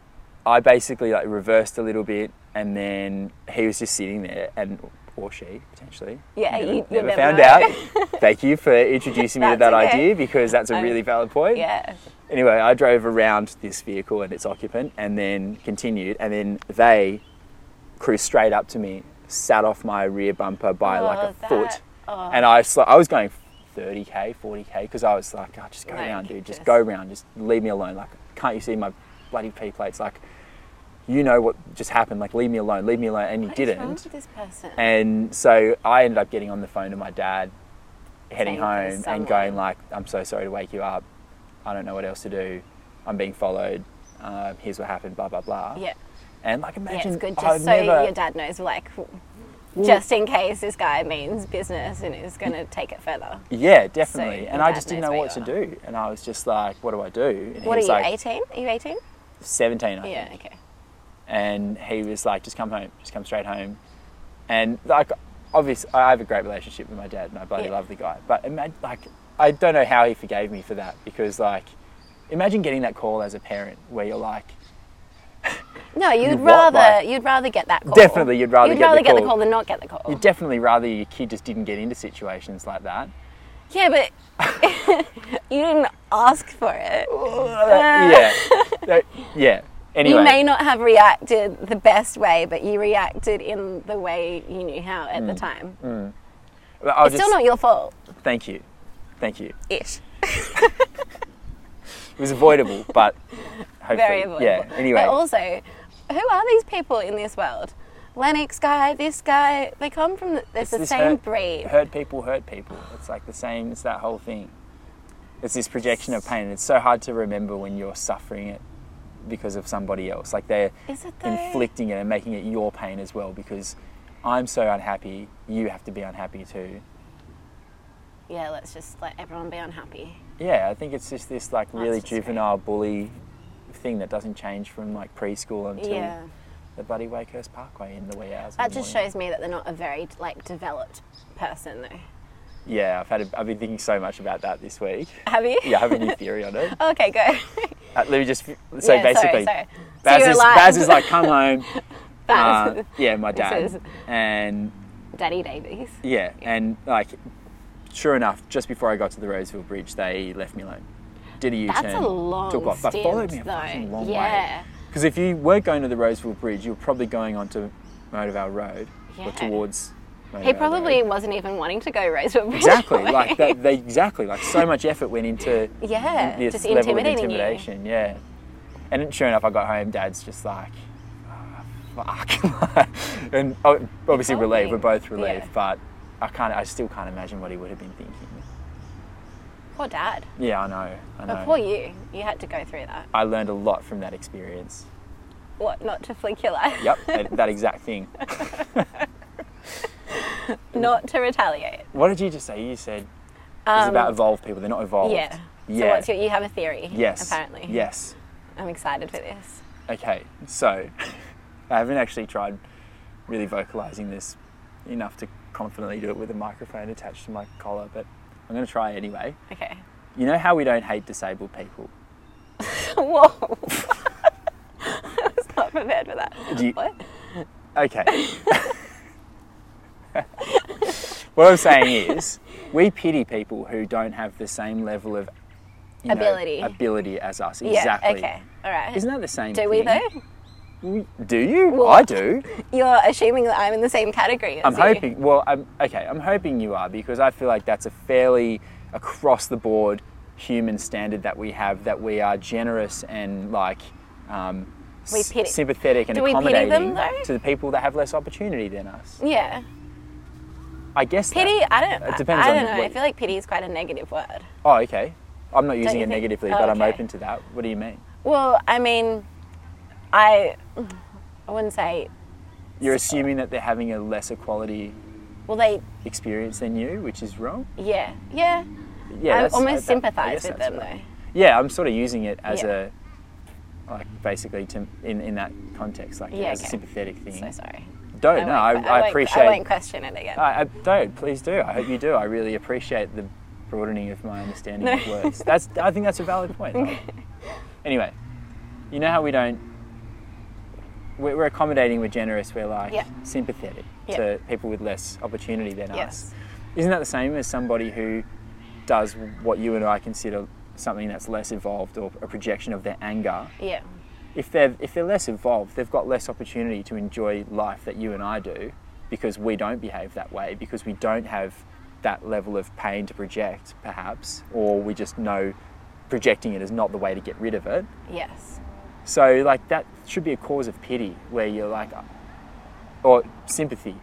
Speaker 2: I basically like reversed a little bit, and then he was just sitting there, and or she potentially.
Speaker 3: Yeah,
Speaker 2: never,
Speaker 3: you- you
Speaker 2: never
Speaker 3: never
Speaker 2: found
Speaker 3: know.
Speaker 2: out. Thank you for introducing me to
Speaker 3: That's
Speaker 2: that
Speaker 3: okay.
Speaker 2: idea because that's a
Speaker 3: I-
Speaker 2: really valid point.
Speaker 3: yeah.
Speaker 2: Anyway, I drove around this vehicle and its occupant, and then continued, and then they cruised straight up to me, sat off my rear bumper by
Speaker 3: Oh,
Speaker 2: like a
Speaker 3: that-
Speaker 2: foot,
Speaker 3: oh.
Speaker 2: and I sl- I was going 30k, 40k because I was like, oh, just go
Speaker 3: Like,
Speaker 2: round, dude, just
Speaker 3: just-
Speaker 2: go round, just leave me alone. Like, can't you see my bloody P plates? Like, you know what just happened? Like, leave me alone, leave me alone, and you
Speaker 3: What is wrong
Speaker 2: didn't.
Speaker 3: with this person?
Speaker 2: And so I ended up getting on the phone to my dad, heading
Speaker 3: Saying there's
Speaker 2: home and
Speaker 3: someone.
Speaker 2: going like, "I'm so sorry to wake you up. I don't know what else to do. I'm being followed. Uh, here's what happened. Blah blah blah."
Speaker 3: yeah.
Speaker 2: And like,
Speaker 3: Yeah,
Speaker 2: imagine
Speaker 3: it's good just
Speaker 2: I've
Speaker 3: so
Speaker 2: never.
Speaker 3: your dad knows, like, just in case this guy means business and is going to take it further.
Speaker 2: yeah, definitely.
Speaker 3: your
Speaker 2: and I
Speaker 3: dad
Speaker 2: just didn't
Speaker 3: knows
Speaker 2: know
Speaker 3: where
Speaker 2: what to
Speaker 3: you
Speaker 2: do. And I was just like, "What do I do?" And
Speaker 3: What are
Speaker 2: he was
Speaker 3: you,
Speaker 2: like,
Speaker 3: 18? Are you 18?
Speaker 2: 17, I
Speaker 3: Yeah,
Speaker 2: think.
Speaker 3: okay.
Speaker 2: And he was like, "Just come home. Just come straight home." And like, obviously, I have a great relationship with my dad, and I bloody
Speaker 3: Yeah.
Speaker 2: love the guy. But imagine, like, I don't know how he forgave me for that because, like, imagine getting that call as a parent where you're like,
Speaker 3: No, you'd,
Speaker 2: want,
Speaker 3: rather
Speaker 2: like-
Speaker 3: you'd rather get that call.
Speaker 2: Definitely, you'd rather
Speaker 3: you'd
Speaker 2: get the
Speaker 3: rather get
Speaker 2: call.
Speaker 3: the call than not get the call.
Speaker 2: you'd definitely rather your kid just didn't get into situations like that.
Speaker 3: yeah, but you didn't ask for it.
Speaker 2: yeah, That- yeah. Anyway,
Speaker 3: Uh. You may not have reacted the best way, but you reacted in the way you knew how at the time.
Speaker 2: I'll
Speaker 3: It's
Speaker 2: Mm. just
Speaker 3: still not your fault,
Speaker 2: thank you, thank you.
Speaker 3: ish.
Speaker 2: It was avoidable, but hopefully,
Speaker 3: Very avoidable.
Speaker 2: yeah. Anyway,
Speaker 3: But also, who are these people in this world? Lennox guy, this guy, they come from the, it's
Speaker 2: it's
Speaker 3: the
Speaker 2: this
Speaker 3: same
Speaker 2: hurt-
Speaker 3: breed.
Speaker 2: Hurt people, hurt people. It's like the same. It's that whole thing. It's this projection of pain. It's so hard to remember when you're suffering it because of somebody else. Like they're
Speaker 3: Is it though?
Speaker 2: inflicting it and making it your pain as well. Because I'm so unhappy, you have to be unhappy too.
Speaker 3: Yeah, let's just let everyone be unhappy.
Speaker 2: Yeah, I think it's just this like
Speaker 3: That's
Speaker 2: really
Speaker 3: just great.
Speaker 2: juvenile bully thing that doesn't change from like preschool until
Speaker 3: yeah.
Speaker 2: the bloody Wakehurst Parkway in the wee hours. of
Speaker 3: That
Speaker 2: the
Speaker 3: just
Speaker 2: morning.
Speaker 3: shows me that they're not a very like developed person though.
Speaker 2: Yeah, I've had. A, I've been thinking so much about that this week.
Speaker 3: Have you?
Speaker 2: Yeah, I have a new theory on it.
Speaker 3: okay, go.
Speaker 2: Uh, let me just. So basically,
Speaker 3: sorry, sorry. So
Speaker 2: Baz,
Speaker 3: you're
Speaker 2: is,
Speaker 3: alive.
Speaker 2: Baz is like, come home.
Speaker 3: That's
Speaker 2: uh, yeah, my
Speaker 3: is-
Speaker 2: dad. And
Speaker 3: Daddy Davies.
Speaker 2: yeah, and like, sure enough, just before I got to the Roseville Bridge, they left me alone. Did a U turn.
Speaker 3: That's a long
Speaker 2: Took off. But followed me a
Speaker 3: stint, though.
Speaker 2: fucking long
Speaker 3: Yeah.
Speaker 2: way. Because if you weren't going to the Roseville Bridge, you were probably going onto Motorvale Road
Speaker 3: Yeah.
Speaker 2: or towards.
Speaker 3: He
Speaker 2: Motorvale
Speaker 3: probably
Speaker 2: Road.
Speaker 3: wasn't even wanting to go Roseville Bridge.
Speaker 2: exactly
Speaker 3: away.
Speaker 2: like that. They exactly like so much effort went into
Speaker 3: Yeah,
Speaker 2: this
Speaker 3: just
Speaker 2: level of
Speaker 3: intimidating you.
Speaker 2: intimidation. Yeah, and sure enough, I got home. Dad's just like, "Ah, fuck, and o- obviously
Speaker 3: Help
Speaker 2: relieved.
Speaker 3: me.
Speaker 2: We're both relieved,
Speaker 3: Yeah.
Speaker 2: but I can't. I still can't imagine what he would have been thinking.
Speaker 3: Poor dad.
Speaker 2: Yeah, I know. I know.
Speaker 3: But poor you. You had to go through that.
Speaker 2: I learned a lot from that experience.
Speaker 3: What? Not to flick your life.
Speaker 2: Yep, that, that exact thing.
Speaker 3: Not to retaliate.
Speaker 2: What did you just say? You said it's about evolved people. They're not evolved.
Speaker 3: Um, Yeah. So
Speaker 2: Yeah.
Speaker 3: what's your? You have a theory.
Speaker 2: yes.
Speaker 3: Apparently.
Speaker 2: Yes.
Speaker 3: I'm excited for this.
Speaker 2: Okay, so I haven't actually tried really vocalizing this enough to confidently do it with a microphone attached to my collar, but I'm going to try anyway.
Speaker 3: Okay.
Speaker 2: You know how we don't hate disabled people?
Speaker 3: Whoa. I was not prepared for that.
Speaker 2: Do you-
Speaker 3: What?
Speaker 2: Okay. what I'm saying is, we pity people who don't have the same level of you know,
Speaker 3: Ability.
Speaker 2: ability as us.
Speaker 3: Yeah.
Speaker 2: Exactly.
Speaker 3: Okay. All right.
Speaker 2: Isn't that the same?
Speaker 3: Do we
Speaker 2: thing?
Speaker 3: though?
Speaker 2: We- Do you?
Speaker 3: Well-
Speaker 2: I do.
Speaker 3: You're assuming that I'm in the same category. As
Speaker 2: I'm
Speaker 3: you.
Speaker 2: hoping. Well, I'm okay. I'm hoping you are because I feel like that's a fairly across the board human standard that we have that we are generous and like um,
Speaker 3: We
Speaker 2: s-
Speaker 3: pity-
Speaker 2: sympathetic and
Speaker 3: Do we pity
Speaker 2: accommodating
Speaker 3: them, though?
Speaker 2: to the people that have less opportunity than us.
Speaker 3: Yeah.
Speaker 2: I guess that-
Speaker 3: Pity. I don't.
Speaker 2: It depends
Speaker 3: I don't
Speaker 2: on
Speaker 3: know.
Speaker 2: what-
Speaker 3: I feel like pity is quite a negative word.
Speaker 2: Oh, okay. I'm not using
Speaker 3: you
Speaker 2: it
Speaker 3: think-
Speaker 2: negatively,
Speaker 3: oh,
Speaker 2: but I'm
Speaker 3: okay.
Speaker 2: open to that. What do you mean?
Speaker 3: Well, I mean, I. I wouldn't say.
Speaker 2: You're assuming that they're having a lesser quality
Speaker 3: Well, they.
Speaker 2: experience than you, which is wrong.
Speaker 3: Yeah. Yeah.
Speaker 2: Yeah,
Speaker 3: I
Speaker 2: that's-
Speaker 3: almost
Speaker 2: that- I
Speaker 3: sympathise
Speaker 2: guess
Speaker 3: with
Speaker 2: that's
Speaker 3: them
Speaker 2: right.
Speaker 3: though.
Speaker 2: yeah, I'm sort of using it as
Speaker 3: Yeah.
Speaker 2: a like basically to in, in that context, like
Speaker 3: Yeah,
Speaker 2: as a
Speaker 3: okay.
Speaker 2: sympathetic thing.
Speaker 3: So sorry.
Speaker 2: don't know. I,
Speaker 3: won't-
Speaker 2: I,
Speaker 3: won't-
Speaker 2: appreciate. Oh,
Speaker 3: I
Speaker 2: I,
Speaker 3: won't question it again.
Speaker 2: I don't. Please do. I hope you do. I really appreciate the broadening of my understanding
Speaker 3: No.
Speaker 2: of words. That's. I think that's a valid point. anyway, you know how we don't. We're, we're accommodating. We're generous. We're like
Speaker 3: Yeah.
Speaker 2: sympathetic
Speaker 3: Yeah.
Speaker 2: to people with less opportunity than us.
Speaker 3: Yes.
Speaker 2: Isn't that the same as somebody who does what you and I consider something that's less evolved or a projection of their anger?
Speaker 3: yeah.
Speaker 2: if they're if they're less evolved, they've got less opportunity to enjoy life that you and I do, because we don't behave that way, because we don't have that level of pain to project, perhaps, or we just know projecting it is not the way to get rid of it.
Speaker 3: Yes.
Speaker 2: So like that should be a cause of pity, where you're like, or sympathy.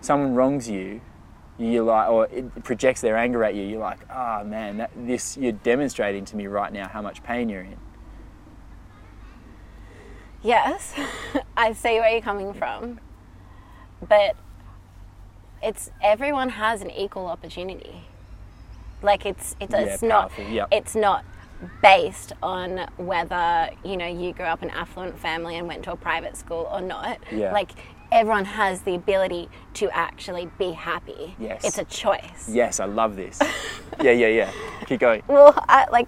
Speaker 2: Someone wrongs you, you like, or it projects their anger at you. You're like, ah man, that, this you're demonstrating to me right now how much pain you're in.
Speaker 3: Yes, I see where you're coming from. But it's everyone has an equal opportunity. Like it's it's,
Speaker 2: Yeah,
Speaker 3: it's not
Speaker 2: powerful, yep.
Speaker 3: it's not based on whether, you know, you grew up in an affluent family and went to a private school or not.
Speaker 2: Yeah.
Speaker 3: Like everyone has the ability to actually be happy.
Speaker 2: Yes.
Speaker 3: It's a choice.
Speaker 2: Yes, I love this. yeah, yeah, yeah. Keep going.
Speaker 3: Well, I, like,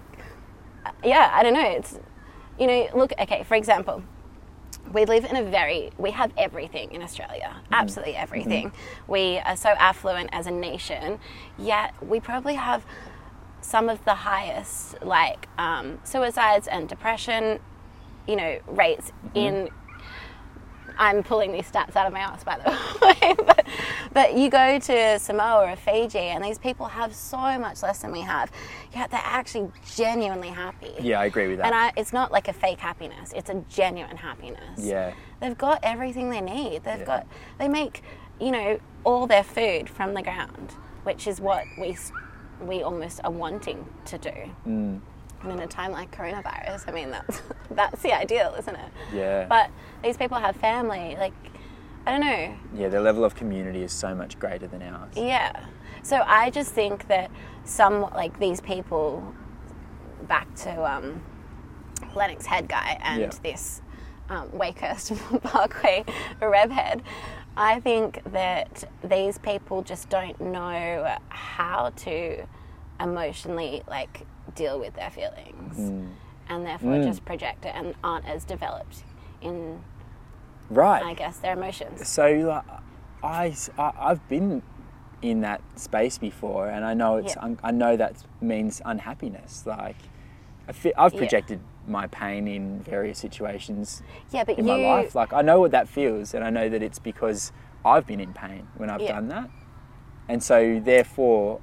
Speaker 3: yeah, I don't know. It's, you know, look, okay, for example, we live in a very, we have everything in Australia,
Speaker 2: Mm-hmm.
Speaker 3: absolutely everything. We are so affluent as a nation, yet we probably have some of the highest, like,
Speaker 2: Mm-hmm.
Speaker 3: um, suicides and depression, you know, rates in I'm pulling these stats out of my ass, by the way. but, but you go to Samoa or Fiji, and these people have so much less than we have, yet they're actually genuinely happy.
Speaker 2: Yeah, I agree with that.
Speaker 3: And I, it's not like a fake happiness; it's a genuine happiness.
Speaker 2: Yeah.
Speaker 3: They've got everything they need. They've
Speaker 2: Yeah.
Speaker 3: got. They make, you know, all their food from the ground, which is what we s- we almost are wanting to do.
Speaker 2: Mm.
Speaker 3: And in a time like coronavirus, I mean, that's that's the ideal, isn't it?
Speaker 2: Yeah.
Speaker 3: But these people have family. Like, I don't know.
Speaker 2: yeah, their level of community is so much greater than ours.
Speaker 3: Yeah. So I just think that some like these people, back to um, Lennox Head guy and
Speaker 2: Yeah.
Speaker 3: this um, Wakehurst Parkway Rebhead. I think that these people just don't know how to emotionally like deal with their feelings,
Speaker 2: Hmm.
Speaker 3: and therefore just project it and aren't as developed in,
Speaker 2: Right.
Speaker 3: I guess, their emotions.
Speaker 2: so like, I, have been in that space before, and I know it's
Speaker 3: Yeah.
Speaker 2: un, I know that means unhappiness. Like I fe I've
Speaker 3: Yeah.
Speaker 2: projected my pain in various situations
Speaker 3: Yeah, but
Speaker 2: in
Speaker 3: you
Speaker 2: my life. Like I know what that feels, and I know that it's because I've been in pain when I've
Speaker 3: Yeah.
Speaker 2: done that, and so therefore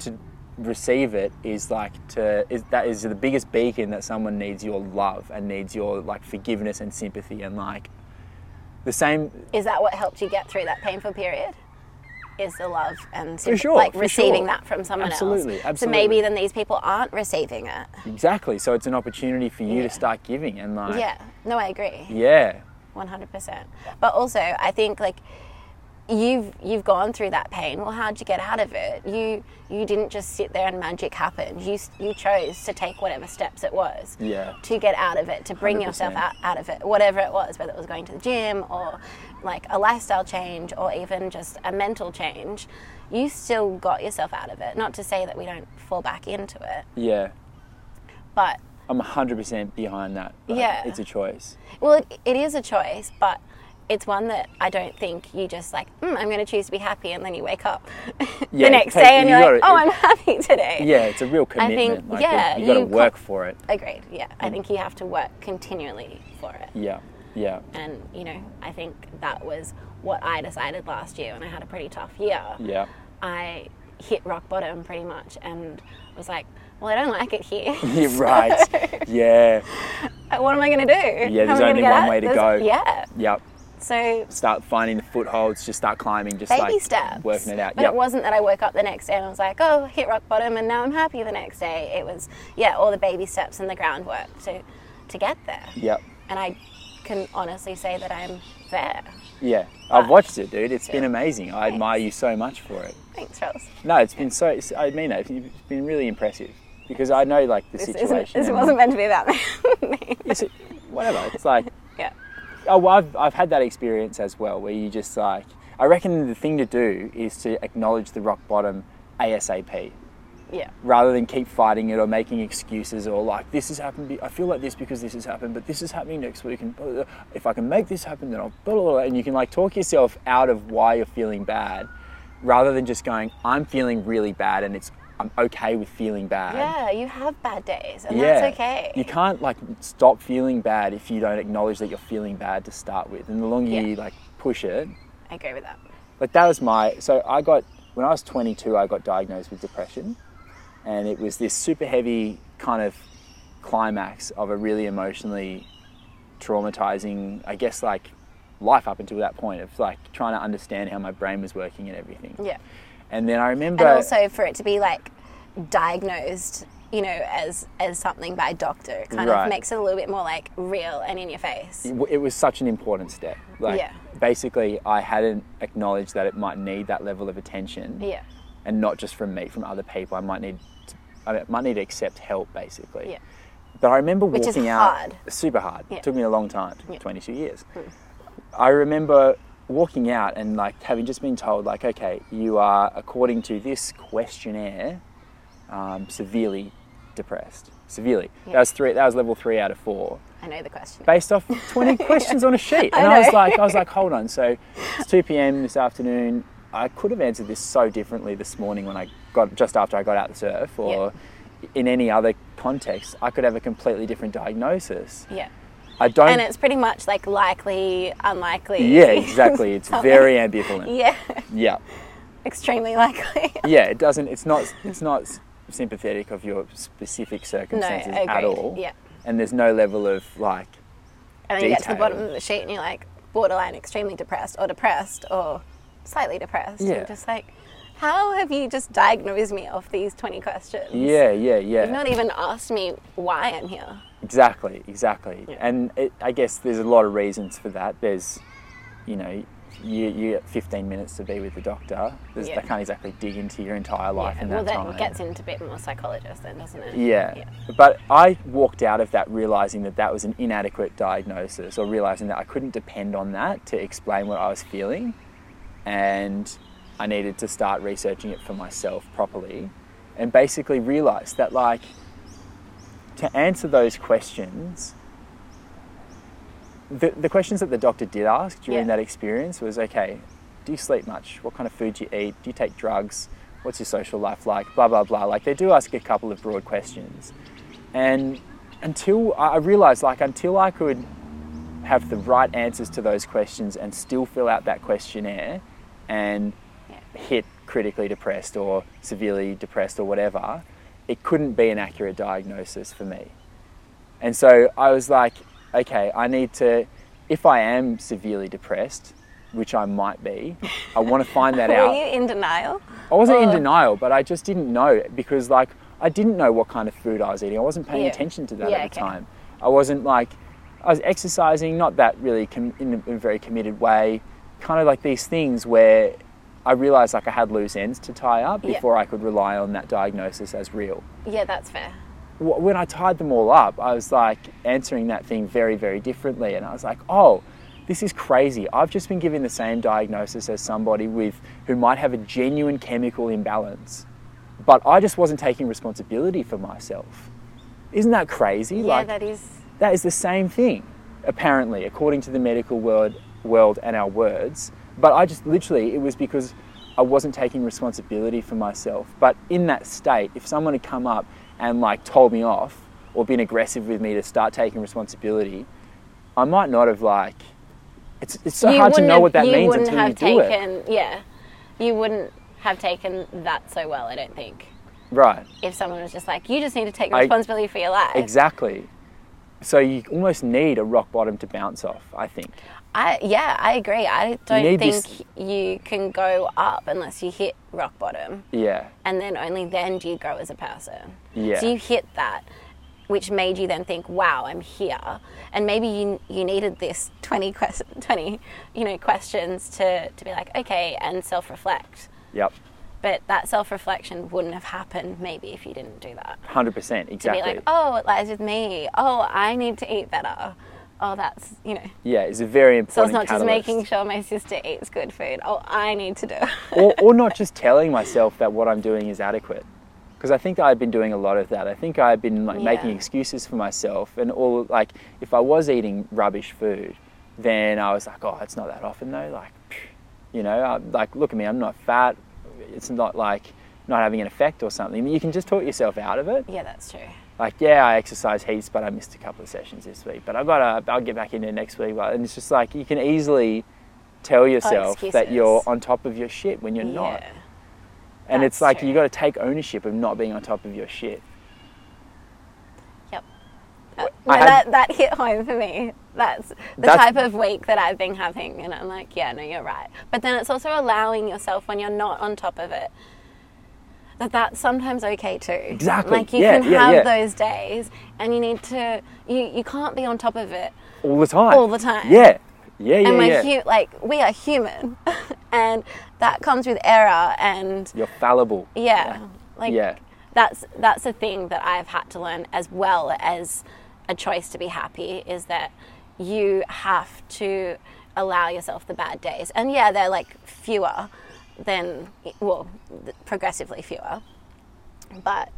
Speaker 2: to receive it is like to is, that is the biggest beacon that someone needs your love and needs your like forgiveness and sympathy and like the same
Speaker 3: Is that what helped you get through that painful period? Is the love and
Speaker 2: For sure,
Speaker 3: like
Speaker 2: for
Speaker 3: receiving
Speaker 2: sure.
Speaker 3: that from someone
Speaker 2: Absolutely,
Speaker 3: else?
Speaker 2: absolutely.
Speaker 3: So maybe then these people aren't receiving it.
Speaker 2: Exactly. So it's an opportunity for you
Speaker 3: Yeah.
Speaker 2: to start giving and like
Speaker 3: Yeah. No, I agree.
Speaker 2: yeah,
Speaker 3: One hundred percent. But also, I think like you've you've gone through that pain. Well, how'd you get out of it? You you didn't just sit there and magic happened. You s- you chose to take whatever steps it was.
Speaker 2: Yeah.
Speaker 3: To get out of it, to bring yourself
Speaker 2: 100%.
Speaker 3: out, out of it, whatever it was, whether it was going to the gym or like a lifestyle change or even just a mental change, you still got yourself out of it. Not to say that we don't fall back into it,
Speaker 2: yeah.
Speaker 3: but
Speaker 2: I'm 100% behind that. Like,
Speaker 3: Yeah.
Speaker 2: It's a choice.
Speaker 3: Well, it, it is a choice, but it's one that I don't think you just like, mm, I'm going to choose to be happy, and then you wake up
Speaker 2: Yeah,
Speaker 3: the next
Speaker 2: take-
Speaker 3: day and
Speaker 2: you
Speaker 3: you're like,
Speaker 2: gotta-
Speaker 3: oh, I'm happy today.
Speaker 2: Yeah, it's a real commitment.
Speaker 3: think-
Speaker 2: like,
Speaker 3: yeah,
Speaker 2: you got to
Speaker 3: you
Speaker 2: work
Speaker 3: can't-
Speaker 2: for it.
Speaker 3: Agreed, yeah. I think you have to work continually for it.
Speaker 2: Yeah, yeah,
Speaker 3: And, you know, I think that was what I decided last year, and I had a pretty tough year.
Speaker 2: yeah,
Speaker 3: I hit rock bottom pretty much and was like, well, I don't like it here.
Speaker 2: yeah. Right. yeah,
Speaker 3: what am I going to do? Yeah,
Speaker 2: there's only one way to go.
Speaker 3: Yeah.
Speaker 2: yep.
Speaker 3: So
Speaker 2: Start finding the footholds. Just start climbing. Just
Speaker 3: baby
Speaker 2: like
Speaker 3: steps.
Speaker 2: working it out.
Speaker 3: But
Speaker 2: yep.
Speaker 3: it wasn't that I woke up the next day and I was like, oh, hit rock bottom and now I'm happy the next day. It was, yeah, all the baby steps and the groundwork to, to get there.
Speaker 2: Yep.
Speaker 3: And I can honestly say that I'm there.
Speaker 2: Yeah. I've watched it, dude. It's been
Speaker 3: Yeah.
Speaker 2: amazing. I admire you so much for it.
Speaker 3: Thanks, Rose.
Speaker 2: No, it's been so. it's- I mean, that. it's been really impressive because I know like the
Speaker 3: This, isn't,
Speaker 2: situation.
Speaker 3: this
Speaker 2: and-
Speaker 3: wasn't meant to be about me.
Speaker 2: It's, whatever. It's like
Speaker 3: yeah.
Speaker 2: Oh, well, I've, I've had that experience as well, where you just like, I reckon the thing to do is to acknowledge the rock bottom ASAP
Speaker 3: Yeah.
Speaker 2: rather than keep fighting it or making excuses or like, this has happened, be- I feel like this because this has happened, but this is happening next week. And blah, blah, blah. if I can make this happen, then I'll blah, blah, blah. And you can like talk yourself out of why you're feeling bad rather than just going, I'm feeling really bad and it's, I'm okay with feeling bad.
Speaker 3: Yeah, you have bad days and
Speaker 2: Yeah.
Speaker 3: that's okay.
Speaker 2: You can't like stop feeling bad if you don't acknowledge that you're feeling bad to start with. And the longer
Speaker 3: Yeah.
Speaker 2: you like push it,
Speaker 3: I agree with that.
Speaker 2: like that was my so I got when I was 22 I got diagnosed with depression and it was this super heavy kind of climax of a really emotionally traumatizing I guess like life up until that point of like trying to understand how my brain was working and everything.
Speaker 3: Yeah.
Speaker 2: And then I remember
Speaker 3: and also for it to be like diagnosed you know as as something by a doctor it kind
Speaker 2: Right. Mm.
Speaker 3: of makes it a little bit more like real and in your face
Speaker 2: it w- it was such an important step. Like,
Speaker 3: Yeah.
Speaker 2: basically, I hadn't acknowledged that it might need that level of attention,
Speaker 3: yeah
Speaker 2: and not just from me, from other people. I might need, to, I might need to accept help, basically.
Speaker 3: yeah
Speaker 2: But I remember
Speaker 3: Which is
Speaker 2: walking out.
Speaker 3: hard.
Speaker 2: Super hard.
Speaker 3: Yeah.
Speaker 2: It took me a long time,
Speaker 3: Yeah. Hmm.
Speaker 2: 22 years. I remember walking out and like having just been told, like, okay, you are, according to this questionnaire, um, severely depressed. Severely. That
Speaker 3: Yeah.
Speaker 2: was three. That was level three out of four
Speaker 3: i know the question
Speaker 2: based off 20 questions on a sheet. And I, was
Speaker 3: know.
Speaker 2: like, I was like, hold on. So it's 2 p.m. this afternoon. I could have answered this so differently this morning when I got just after I got out the surf, or in any other context, I could have a completely different diagnosis.
Speaker 3: yeah
Speaker 2: I don't.
Speaker 3: and it's pretty much like likely, unlikely.
Speaker 2: yeah, exactly. It's very ambivalent.
Speaker 3: yeah,
Speaker 2: Yeah,
Speaker 3: extremely likely.
Speaker 2: yeah. It doesn't. It's not. It's not s- sympathetic of your specific
Speaker 3: no,
Speaker 2: circumstances
Speaker 3: agreed.
Speaker 2: at all.
Speaker 3: Yeah,
Speaker 2: And there's no level of like.
Speaker 3: and then you get to the bottom
Speaker 2: Detail.
Speaker 3: of the sheet and you're like borderline, extremely depressed, or depressed, or slightly depressed.
Speaker 2: Yeah.
Speaker 3: You're just like, how have you just diagnosed me off these twenty questions?
Speaker 2: Yeah, yeah, yeah.
Speaker 3: You've not even asked me why I'm here.
Speaker 2: Exactly, exactly. And it, I guess there's a lot of reasons for that. There's, you know, you, you get 15 minutes to be with the doctor. There's,
Speaker 3: Yeah.
Speaker 2: They can't exactly dig into your entire life
Speaker 3: Yeah,
Speaker 2: in
Speaker 3: well,
Speaker 2: that
Speaker 3: that
Speaker 2: time.
Speaker 3: gets into a bit more psychologist, then, doesn't it?
Speaker 2: yeah. But I walked out of that realizing that that was an inadequate diagnosis or realizing that I couldn't depend on that to explain what I was feeling. And I needed to start researching it for myself properly and basically realized that, like, to answer those questions, the, the questions that the doctor did ask during
Speaker 3: Yeah.
Speaker 2: that experience was okay, do you sleep much? What kind of food do you eat? Do you take drugs? What's your social life like? Blah, blah, blah. Like, they do ask a couple of broad questions. And until I I realized, like, until I could have the right answers to those questions and still fill out that questionnaire and hit critically depressed or severely depressed or whatever, it couldn't be an accurate diagnosis for me. And so I was like, okay, I need to, if I am severely depressed, which I might be, I want to find that
Speaker 3: Were
Speaker 2: out.
Speaker 3: you in denial?
Speaker 2: I wasn't in
Speaker 3: Or-
Speaker 2: denial, but I just didn't know because like I didn't know what kind of food I was eating. I wasn't paying
Speaker 3: Yeah.
Speaker 2: attention to that
Speaker 3: Yeah,
Speaker 2: at the
Speaker 3: okay.
Speaker 2: time. I wasn't like I was exercising, not that really com- in a, in a very committed way. Kind of like these things where I realized like I had loose ends to tie up
Speaker 3: Yeah.
Speaker 2: before I could rely on that diagnosis as real.
Speaker 3: Yeah, that's fair.
Speaker 2: Wh- When I tied them all up, I was like answering that thing very, very differently, and I was like, oh. This is crazy. I've just been given the same diagnosis as somebody with who might have a genuine chemical imbalance but I just wasn't taking responsibility for myself. Isn't that crazy?
Speaker 3: Yeah,
Speaker 2: like
Speaker 3: that is.
Speaker 2: that is the same thing, apparently, according to the medical world, world and our words. But I just literally, it was because I wasn't taking responsibility for myself. But in that state, if someone had come up and like told me off or been aggressive with me to start taking responsibility, I might not have like. It's, it's so
Speaker 3: you
Speaker 2: hard to
Speaker 3: wouldn't
Speaker 2: know
Speaker 3: have-
Speaker 2: what that
Speaker 3: you
Speaker 2: means
Speaker 3: wouldn't
Speaker 2: until
Speaker 3: have
Speaker 2: you do it.
Speaker 3: taken, Yeah, you wouldn't have taken that so well. I don't think
Speaker 2: Right.
Speaker 3: if someone was just like, you just need to take
Speaker 2: I-
Speaker 3: responsibility for your life.
Speaker 2: Exactly. So you almost need a rock bottom to bounce off, I think.
Speaker 3: I, yeah, I agree. I don't
Speaker 2: need
Speaker 3: think
Speaker 2: this-
Speaker 3: you can go up unless you hit rock bottom,
Speaker 2: Yeah.
Speaker 3: and then only then do you grow as a person.
Speaker 2: Yeah.
Speaker 3: So you hit that. Which made you then think, "Wow, I'm here," and maybe you, you needed this 20, quest, 20 you know, questions to, to be like, okay, and self reflect.
Speaker 2: Yep.
Speaker 3: But that self reflection wouldn't have happened maybe if you didn't do that.
Speaker 2: Hundred percent.
Speaker 3: To
Speaker 2: Exactly.
Speaker 3: be like, oh, it lies with me. Oh, I need to eat better. Oh, that's, you know.
Speaker 2: yeah, it's a very important.
Speaker 3: So it's not just
Speaker 2: catalyst.
Speaker 3: making sure my sister eats good food. Oh, I need to do it.
Speaker 2: or, or not just telling myself that what I'm doing is adequate. Because I think I had been doing a lot of that. I think I had been like
Speaker 3: Yeah.
Speaker 2: making excuses for myself, and all like if I was eating rubbish food, then I was like, oh, it's not that often though. Like, phew, you know, i like look at me, I'm not fat. It's not like not having an effect or something. You can just talk yourself out of it.
Speaker 3: yeah, that's true.
Speaker 2: like yeah i exercise heaps but i missed a couple of sessions this week but i've got to i'll get back in there next week Like, and it's just like you can easily tell yourself that
Speaker 3: Oh, excuses.
Speaker 2: you're on top of your shit when you're not
Speaker 3: Yeah.
Speaker 2: and
Speaker 3: that's
Speaker 2: it's like
Speaker 3: true.
Speaker 2: you got to take ownership of not being on top of your shit
Speaker 3: Yep. That,
Speaker 2: I
Speaker 3: Uh,
Speaker 2: had-
Speaker 3: no, that, that hit home for me. That's the
Speaker 2: That's-
Speaker 3: type of week that I've been having. And I'm like, yeah, no, you're right. But then it's also allowing yourself when you're not on top of it that that's sometimes okay too.
Speaker 2: Exactly.
Speaker 3: Like you
Speaker 2: Yeah,
Speaker 3: can
Speaker 2: yeah,
Speaker 3: have
Speaker 2: yeah.
Speaker 3: those days and you need to, you, you can't be on top of it.
Speaker 2: all the time
Speaker 3: All the time.
Speaker 2: yeah yeah yeah
Speaker 3: and we're
Speaker 2: yeah
Speaker 3: hu- like, we are human. and that comes with error and
Speaker 2: you're fallible
Speaker 3: yeah, like
Speaker 2: Yeah.
Speaker 3: that's that's a thing that I've had to learn as well as a choice to be happy is that you have to allow yourself the bad days, and yeah, they're like fewer than well, th- progressively fewer, but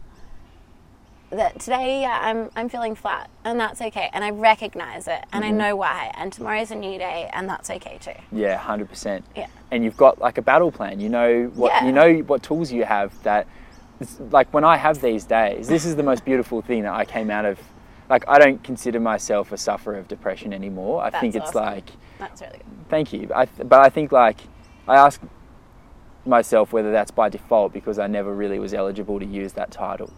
Speaker 3: that today yeah, I'm I'm feeling flat, and that's okay, and I recognize it, and I know why, and tomorrow's a new day, and that's okay too.
Speaker 2: Yeah, hundred percent.
Speaker 3: Yeah.
Speaker 2: And you've got like a battle plan. You know what
Speaker 3: Yeah.
Speaker 2: you know what tools you have that it's like when I have these days, this is the most beautiful thing that I came out of like I don't consider myself a sufferer of depression anymore. I
Speaker 3: That's
Speaker 2: think it's
Speaker 3: awesome.
Speaker 2: like
Speaker 3: That's really good.
Speaker 2: thank you. I th- but I think like I ask myself whether that's by default because I never really was eligible to use that title.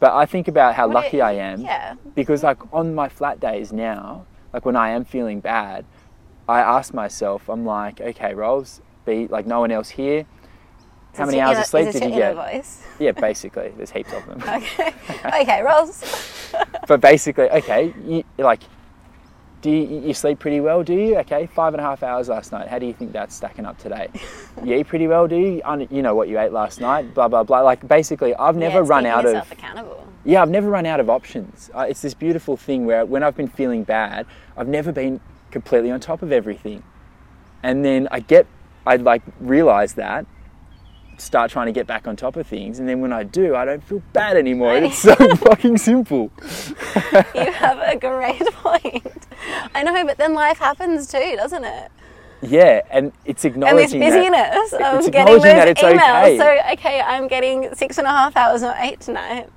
Speaker 2: But I think about how
Speaker 3: What
Speaker 2: lucky
Speaker 3: it-
Speaker 2: I am
Speaker 3: Yeah.
Speaker 2: because like on my flat days now, like when I am feeling bad, I ask myself, I'm like, okay, Rolls, be like no one else here. How
Speaker 3: Is
Speaker 2: many
Speaker 3: your
Speaker 2: hours
Speaker 3: inner-
Speaker 2: of sleep
Speaker 3: is this
Speaker 2: did you
Speaker 3: your inner
Speaker 2: get?
Speaker 3: Voice?
Speaker 2: Yeah, basically, there's heaps of them.
Speaker 3: Okay. okay, Rolls.
Speaker 2: but basically, okay, you, like, do you, you sleep pretty well? Do you? Okay, five and a half hours last night. How do you think that's stacking up today? you eat pretty well? Do you? Un- You know what you ate last night? Blah blah blah. Like basically, I've never
Speaker 3: Yeah, it's
Speaker 2: run
Speaker 3: keeping
Speaker 2: out
Speaker 3: yourself
Speaker 2: of
Speaker 3: accountable.
Speaker 2: yeah, I've never run out of options. Uh, it's this beautiful thing where when I've been feeling bad, I've never been completely on top of everything. And then I get, I like realize that, start trying to get back on top of things. And then when I do, I don't feel bad anymore. It's so fucking simple.
Speaker 3: You have a great point. I know, but then life happens too, doesn't it?
Speaker 2: Yeah, and it's
Speaker 3: And this
Speaker 2: acknowledging that.
Speaker 3: busyness
Speaker 2: it's
Speaker 3: of getting
Speaker 2: acknowledging
Speaker 3: those
Speaker 2: that it's
Speaker 3: emails.
Speaker 2: okay.
Speaker 3: So, okay, I'm getting six and a half hours or eight tonight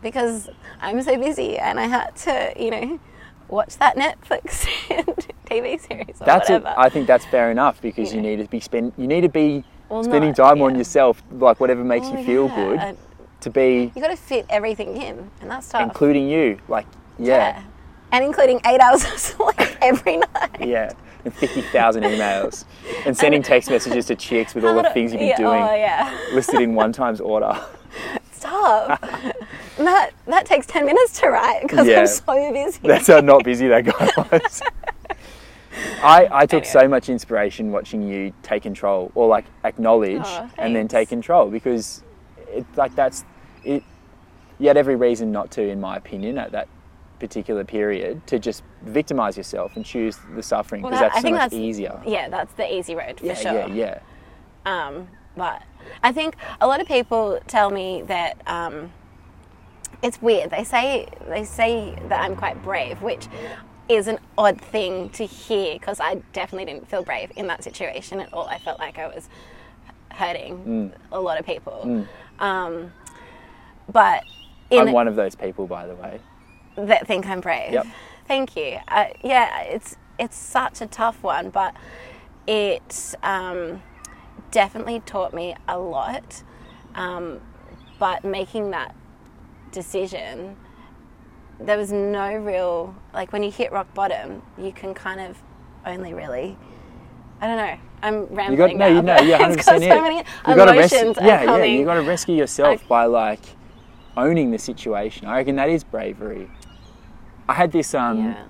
Speaker 3: because I'm so busy and I had to, you know, watch that Netflix and TV series or
Speaker 2: That's it.
Speaker 3: whatever.
Speaker 2: I think that's fair enough because you
Speaker 3: Yeah.
Speaker 2: need to be spend, you need to be
Speaker 3: Well,
Speaker 2: spending
Speaker 3: not-
Speaker 2: time on
Speaker 3: yeah.
Speaker 2: yourself, like whatever makes
Speaker 3: Oh,
Speaker 2: you feel
Speaker 3: yeah.
Speaker 2: good,
Speaker 3: And
Speaker 2: to be
Speaker 3: You got to fit everything in, and that's tough.
Speaker 2: including you. Like yeah.
Speaker 3: And including eight hours of sleep every night.
Speaker 2: Yeah, and 50,000 emails and sending text messages to chicks with all the things you've been
Speaker 3: Yeah,
Speaker 2: doing
Speaker 3: Oh yeah.
Speaker 2: listed in one times order.
Speaker 3: Stop. And that that takes ten minutes to write because
Speaker 2: Yeah.
Speaker 3: I'm so busy.
Speaker 2: That's how not busy that guy was. I, I took so much inspiration watching you take control or like acknowledge
Speaker 3: Aw,
Speaker 2: and then
Speaker 3: Oh, thanks.
Speaker 2: take control because it's like that's it. You had every reason not to, in my opinion, at that particular period to just victimize yourself and choose the suffering
Speaker 3: Well,
Speaker 2: because
Speaker 3: that-
Speaker 2: that's so much easier.
Speaker 3: Yeah, that's the easy road for
Speaker 2: yeah,
Speaker 3: sure.
Speaker 2: yeah, yeah.
Speaker 3: Um, but I think a lot of people tell me that um, it's weird. They say they say that I'm quite brave, which is an odd thing to hear because I definitely didn't feel brave in that situation at all. I felt like I was
Speaker 2: Mm.
Speaker 3: hurting a lot of people. Um, but in
Speaker 2: I'm one of those people, by the way.
Speaker 3: that think I'm brave.
Speaker 2: Yep.
Speaker 3: Thank you. Uh, yeah, it's it's such a tough one, but it um, definitely taught me a lot. Um, but making that decision, there was no real like when you hit rock bottom, you can kind of only really. I don't know. I'm
Speaker 2: You got
Speaker 3: rambling
Speaker 2: no,
Speaker 3: now.
Speaker 2: you know,
Speaker 3: but
Speaker 2: you're
Speaker 3: it's
Speaker 2: 100 percent
Speaker 3: got so many emotions are
Speaker 2: yeah, yeah.
Speaker 3: coming.
Speaker 2: You got to rescue yourself by like owning the situation. I reckon that is bravery. I had this. Um,
Speaker 3: yeah.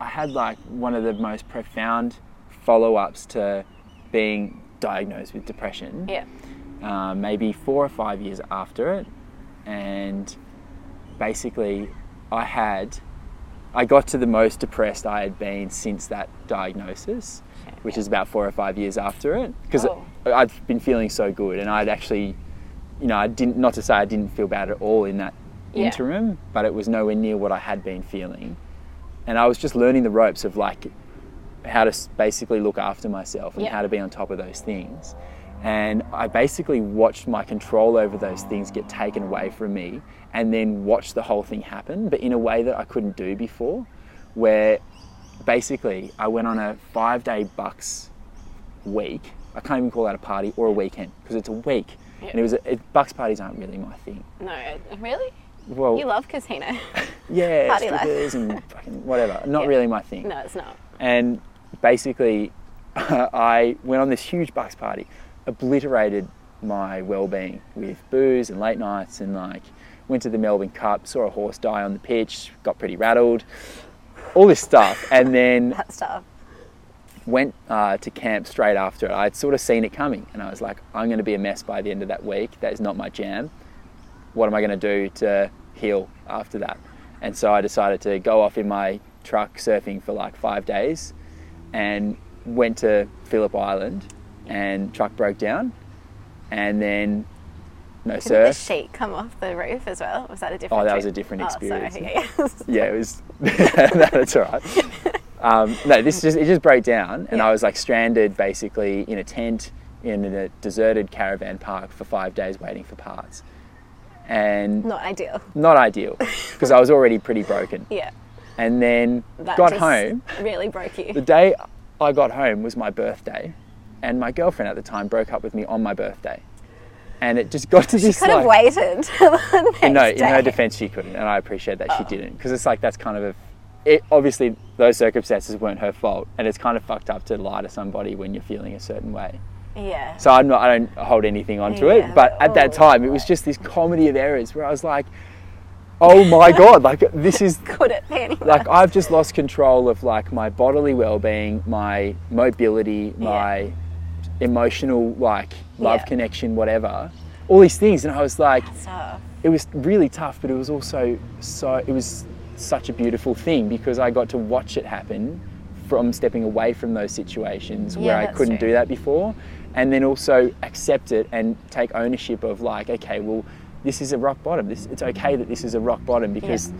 Speaker 2: I had like one of the most profound follow-ups to being diagnosed with depression.
Speaker 3: Yeah.
Speaker 2: uh, maybe four or five years after it. And basically, I had, I got to the most depressed I had been since that diagnosis, which is about four or five years after it, because
Speaker 3: Oh.
Speaker 2: I'd been feeling so good, and I'd actually, you know, I didn't. Not to say I didn't feel bad at all in that
Speaker 3: Yeah.
Speaker 2: interim, but it was nowhere near what I had been feeling, and I was just learning the ropes of like how to s- basically look after myself and
Speaker 3: Yeah.
Speaker 2: how to be on top of those things. And I basically watched my control over those things get taken away from me and then watched the whole thing happen, but in a way that I couldn't do before, where basically I went on a five day bucks week. I can't even call that a party or a weekend because it's a week.
Speaker 3: Yeah.
Speaker 2: And it was a, it, bucks parties aren't really my thing.
Speaker 3: No, really?
Speaker 2: Well,
Speaker 3: You love casino.
Speaker 2: yeah,
Speaker 3: party life.
Speaker 2: strippers and fucking whatever. Not
Speaker 3: Yeah.
Speaker 2: really my thing
Speaker 3: no, it's not.
Speaker 2: and basically I went on this huge bucks party, obliterated my well-being with booze and late nights, and like went to the Melbourne Cup, saw a horse die on the pitch, got pretty rattled, all this stuff, and then
Speaker 3: That stuff.
Speaker 2: went uh, to camp straight after it. I'd sort of seen it coming, and I was like, I'm going to be a mess by the end of that week. That is not my jam. What am I going to do to heal after that? And so I decided to go off in my truck surfing for like five days, and went to Phillip Island, and truck broke down, and then no
Speaker 3: Did the
Speaker 2: surf.
Speaker 3: sheet come off the roof as well? Was that a different?
Speaker 2: Oh, that was
Speaker 3: trip?
Speaker 2: a different
Speaker 3: Oh, sorry.
Speaker 2: experience.
Speaker 3: Yes.
Speaker 2: yeah, it was. no, that's all right. Um, no, this just it just broke down, and I was like stranded basically in a tent in a deserted caravan park for five days waiting for parts, and
Speaker 3: Not ideal.
Speaker 2: not ideal. because I was already pretty broken.
Speaker 3: Yeah.
Speaker 2: And then
Speaker 3: That
Speaker 2: got
Speaker 3: just
Speaker 2: home.
Speaker 3: Really broke you.
Speaker 2: The day I got home was my birthday, and my girlfriend at the time broke up with me on my birthday. And it just got to this
Speaker 3: Could
Speaker 2: like
Speaker 3: have waited till the next
Speaker 2: no, in her
Speaker 3: day. Oh.
Speaker 2: defense, she couldn't, and I appreciate that she didn't because it's like that's kind of a. It, obviously, those circumstances weren't her fault, and it's kind of fucked up to lie to somebody when you're feeling a certain way.
Speaker 3: Yeah.
Speaker 2: So I'm not, I don't hold anything onto
Speaker 3: Yeah,
Speaker 2: it. But at that
Speaker 3: oh,
Speaker 2: time, it was just this comedy of errors where I was like, "Oh my god! Like this is
Speaker 3: Could it be any
Speaker 2: like I've just lost control of like my bodily well-being, my mobility, my emotional like love
Speaker 3: Yeah.
Speaker 2: connection, whatever, all these things." And I was like,
Speaker 3: stuff?
Speaker 2: it was really tough, but it was also so it was such a beautiful thing because I got to watch it happen from stepping away from those situations where
Speaker 3: Yeah,
Speaker 2: I
Speaker 3: that's
Speaker 2: couldn't
Speaker 3: true.
Speaker 2: do that before and then also accept it and take ownership of like okay well this is a rock bottom this it's okay that this is a rock bottom because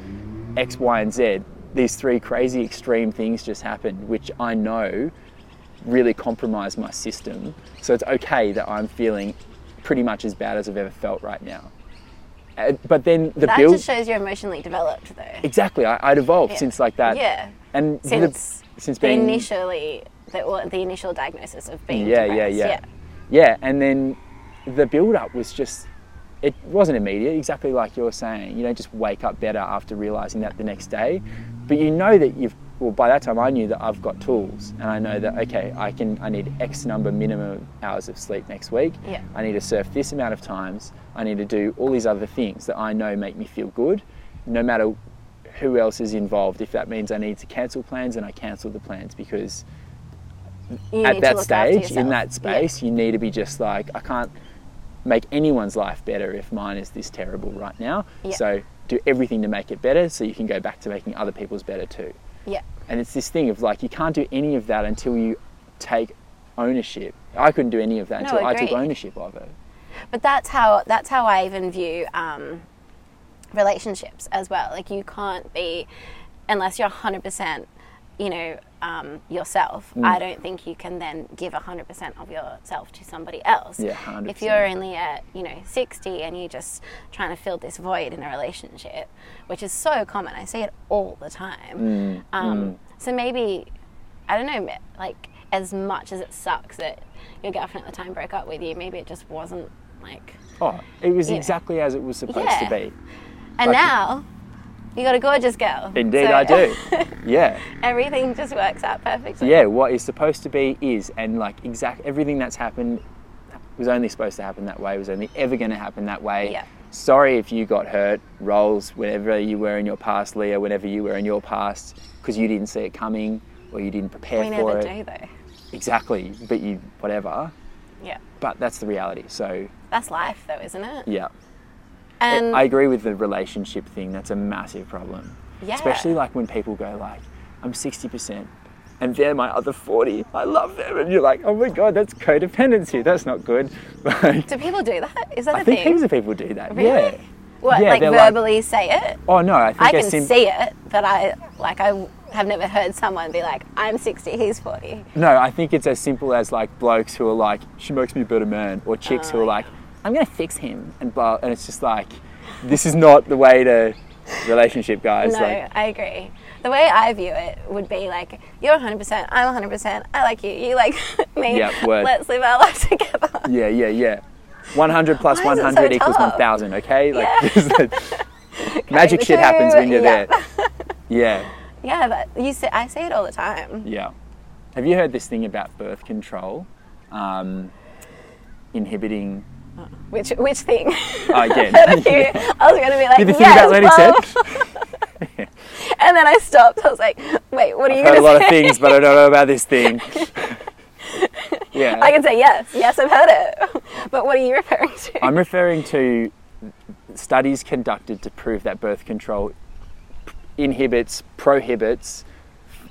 Speaker 2: x y and z these three crazy extreme things just happened which I know really compromise my system so it's okay that I'm feeling pretty much as bad as I've ever felt right now uh, but then the
Speaker 3: That
Speaker 2: build
Speaker 3: just shows you're emotionally developed, though.
Speaker 2: exactly I, i'd evolved
Speaker 3: Yeah.
Speaker 2: since like that
Speaker 3: Yeah.
Speaker 2: and the-
Speaker 3: Since
Speaker 2: since
Speaker 3: The
Speaker 2: being
Speaker 3: initially, the, or the initial diagnosis of being
Speaker 2: yeah, yeah
Speaker 3: depressed.
Speaker 2: yeah yeah and then the build up was just it wasn't immediate exactly like you're saying you don't just wake up better after realizing that the next day but you know that you've well by that time i knew that i've got tools and i know that okay i can i need x number minimum of hours of sleep next week
Speaker 3: Yeah.
Speaker 2: i need to surf this amount of times i need to do all these other things that i know make me feel good no matter who else is involved if that means i need to cancel plans and i cancel the plans because
Speaker 3: You
Speaker 2: at
Speaker 3: need to
Speaker 2: that
Speaker 3: look after
Speaker 2: stage, in
Speaker 3: yourself.
Speaker 2: that
Speaker 3: Yeah.
Speaker 2: space, you need to be just like, I can't make anyone's life better if mine is this terrible right now.
Speaker 3: Yeah.
Speaker 2: So do everything to make it better so you can go back to making other people's better too.
Speaker 3: Yeah.
Speaker 2: And it's this thing of like, you can't do any of that until you take ownership. I couldn't do any of that
Speaker 3: No,
Speaker 2: until I took
Speaker 3: agreed.
Speaker 2: ownership of it.
Speaker 3: But that's how that's how I even view um, relationships as well. Like you can't be unless you're hundred percent, you know, um, yourself. I don't think you can then give hundred percent of yourself to somebody else.
Speaker 2: Yeah, 100%.
Speaker 3: If you're only at you know sixty and you're just trying to fill this void in a relationship, which is so common, I see it all the time. Um, So maybe I don't know, ma- like as much as it sucks that your girlfriend at the time broke up with you, maybe it just wasn't like.
Speaker 2: Oh, it was
Speaker 3: Yeah.
Speaker 2: exactly as it was supposed
Speaker 3: Yeah.
Speaker 2: to be. Like-
Speaker 3: And now you got a gorgeous girl.
Speaker 2: Indeed,
Speaker 3: So
Speaker 2: I do. yeah.
Speaker 3: everything just works out perfectly.
Speaker 2: Yeah, what is supposed to be is, and like exact everything that's happened was only supposed to happen that way. Was only ever going to happen that way.
Speaker 3: Yeah.
Speaker 2: Sorry if you got hurt. Roles whenever you were in your past, Leah. Whenever you were in your past, because you didn't see it coming or you didn't prepare
Speaker 3: We
Speaker 2: for
Speaker 3: never
Speaker 2: it.
Speaker 3: do though.
Speaker 2: Exactly, but you whatever.
Speaker 3: Yeah.
Speaker 2: But that's the reality. So
Speaker 3: That's life though, isn't it?
Speaker 2: yeah,
Speaker 3: And
Speaker 2: I agree with the relationship thing. That's a massive problem.
Speaker 3: Yeah.
Speaker 2: Especially like when people go like, I'm 60% and they're my other 40. I love them. And you're like, oh my God, that's codependency. That's not good. Like,
Speaker 3: do people do that? Is that a
Speaker 2: I think
Speaker 3: thing?
Speaker 2: heaps of people do that.
Speaker 3: Really?
Speaker 2: Yeah.
Speaker 3: what,
Speaker 2: yeah,
Speaker 3: like
Speaker 2: they're like-
Speaker 3: verbally say it?
Speaker 2: Oh no, I think
Speaker 3: I
Speaker 2: a
Speaker 3: can
Speaker 2: sim-
Speaker 3: see it, but I like I have never heard someone be like, "I'm 60, he's 40."
Speaker 2: No, I think it's as simple as like blokes who are like, she makes me a better man, or chicks
Speaker 3: Oh,
Speaker 2: who are like, I'm gonna fix him, and blah. And it's just like, this is not the way to relationship, guys.
Speaker 3: No,
Speaker 2: Like,
Speaker 3: I agree. The way I view it would be like, you're 100%, I'm 100%, I like you, you like me.
Speaker 2: Yeah, word.
Speaker 3: Let's live our life together.
Speaker 2: Yeah, yeah, yeah. 100 plus
Speaker 3: Why is it so
Speaker 2: 100 equals
Speaker 3: tough?
Speaker 2: 1,000, okay? Like,
Speaker 3: Yeah.
Speaker 2: just like- magic
Speaker 3: the
Speaker 2: shit happens
Speaker 3: two,
Speaker 2: when you're
Speaker 3: yeah.
Speaker 2: there. Yeah,
Speaker 3: Yeah, but you see, I see it all the time.
Speaker 2: yeah. Have you heard this thing about birth control um, inhibiting?
Speaker 3: Which which thing?
Speaker 2: Oh, again.
Speaker 3: I was gonna be like,
Speaker 2: Did you think
Speaker 3: yes,
Speaker 2: about what he said?
Speaker 3: well," and then I stopped. I was like, wait, what are you
Speaker 2: Heard a
Speaker 3: gonna
Speaker 2: lot of
Speaker 3: say?
Speaker 2: things, but I don't know about this thing. yeah.
Speaker 3: I can say yes, yes, I've heard it. But what are you referring to?
Speaker 2: I'm referring to studies conducted to prove that birth control inhibits, prohibits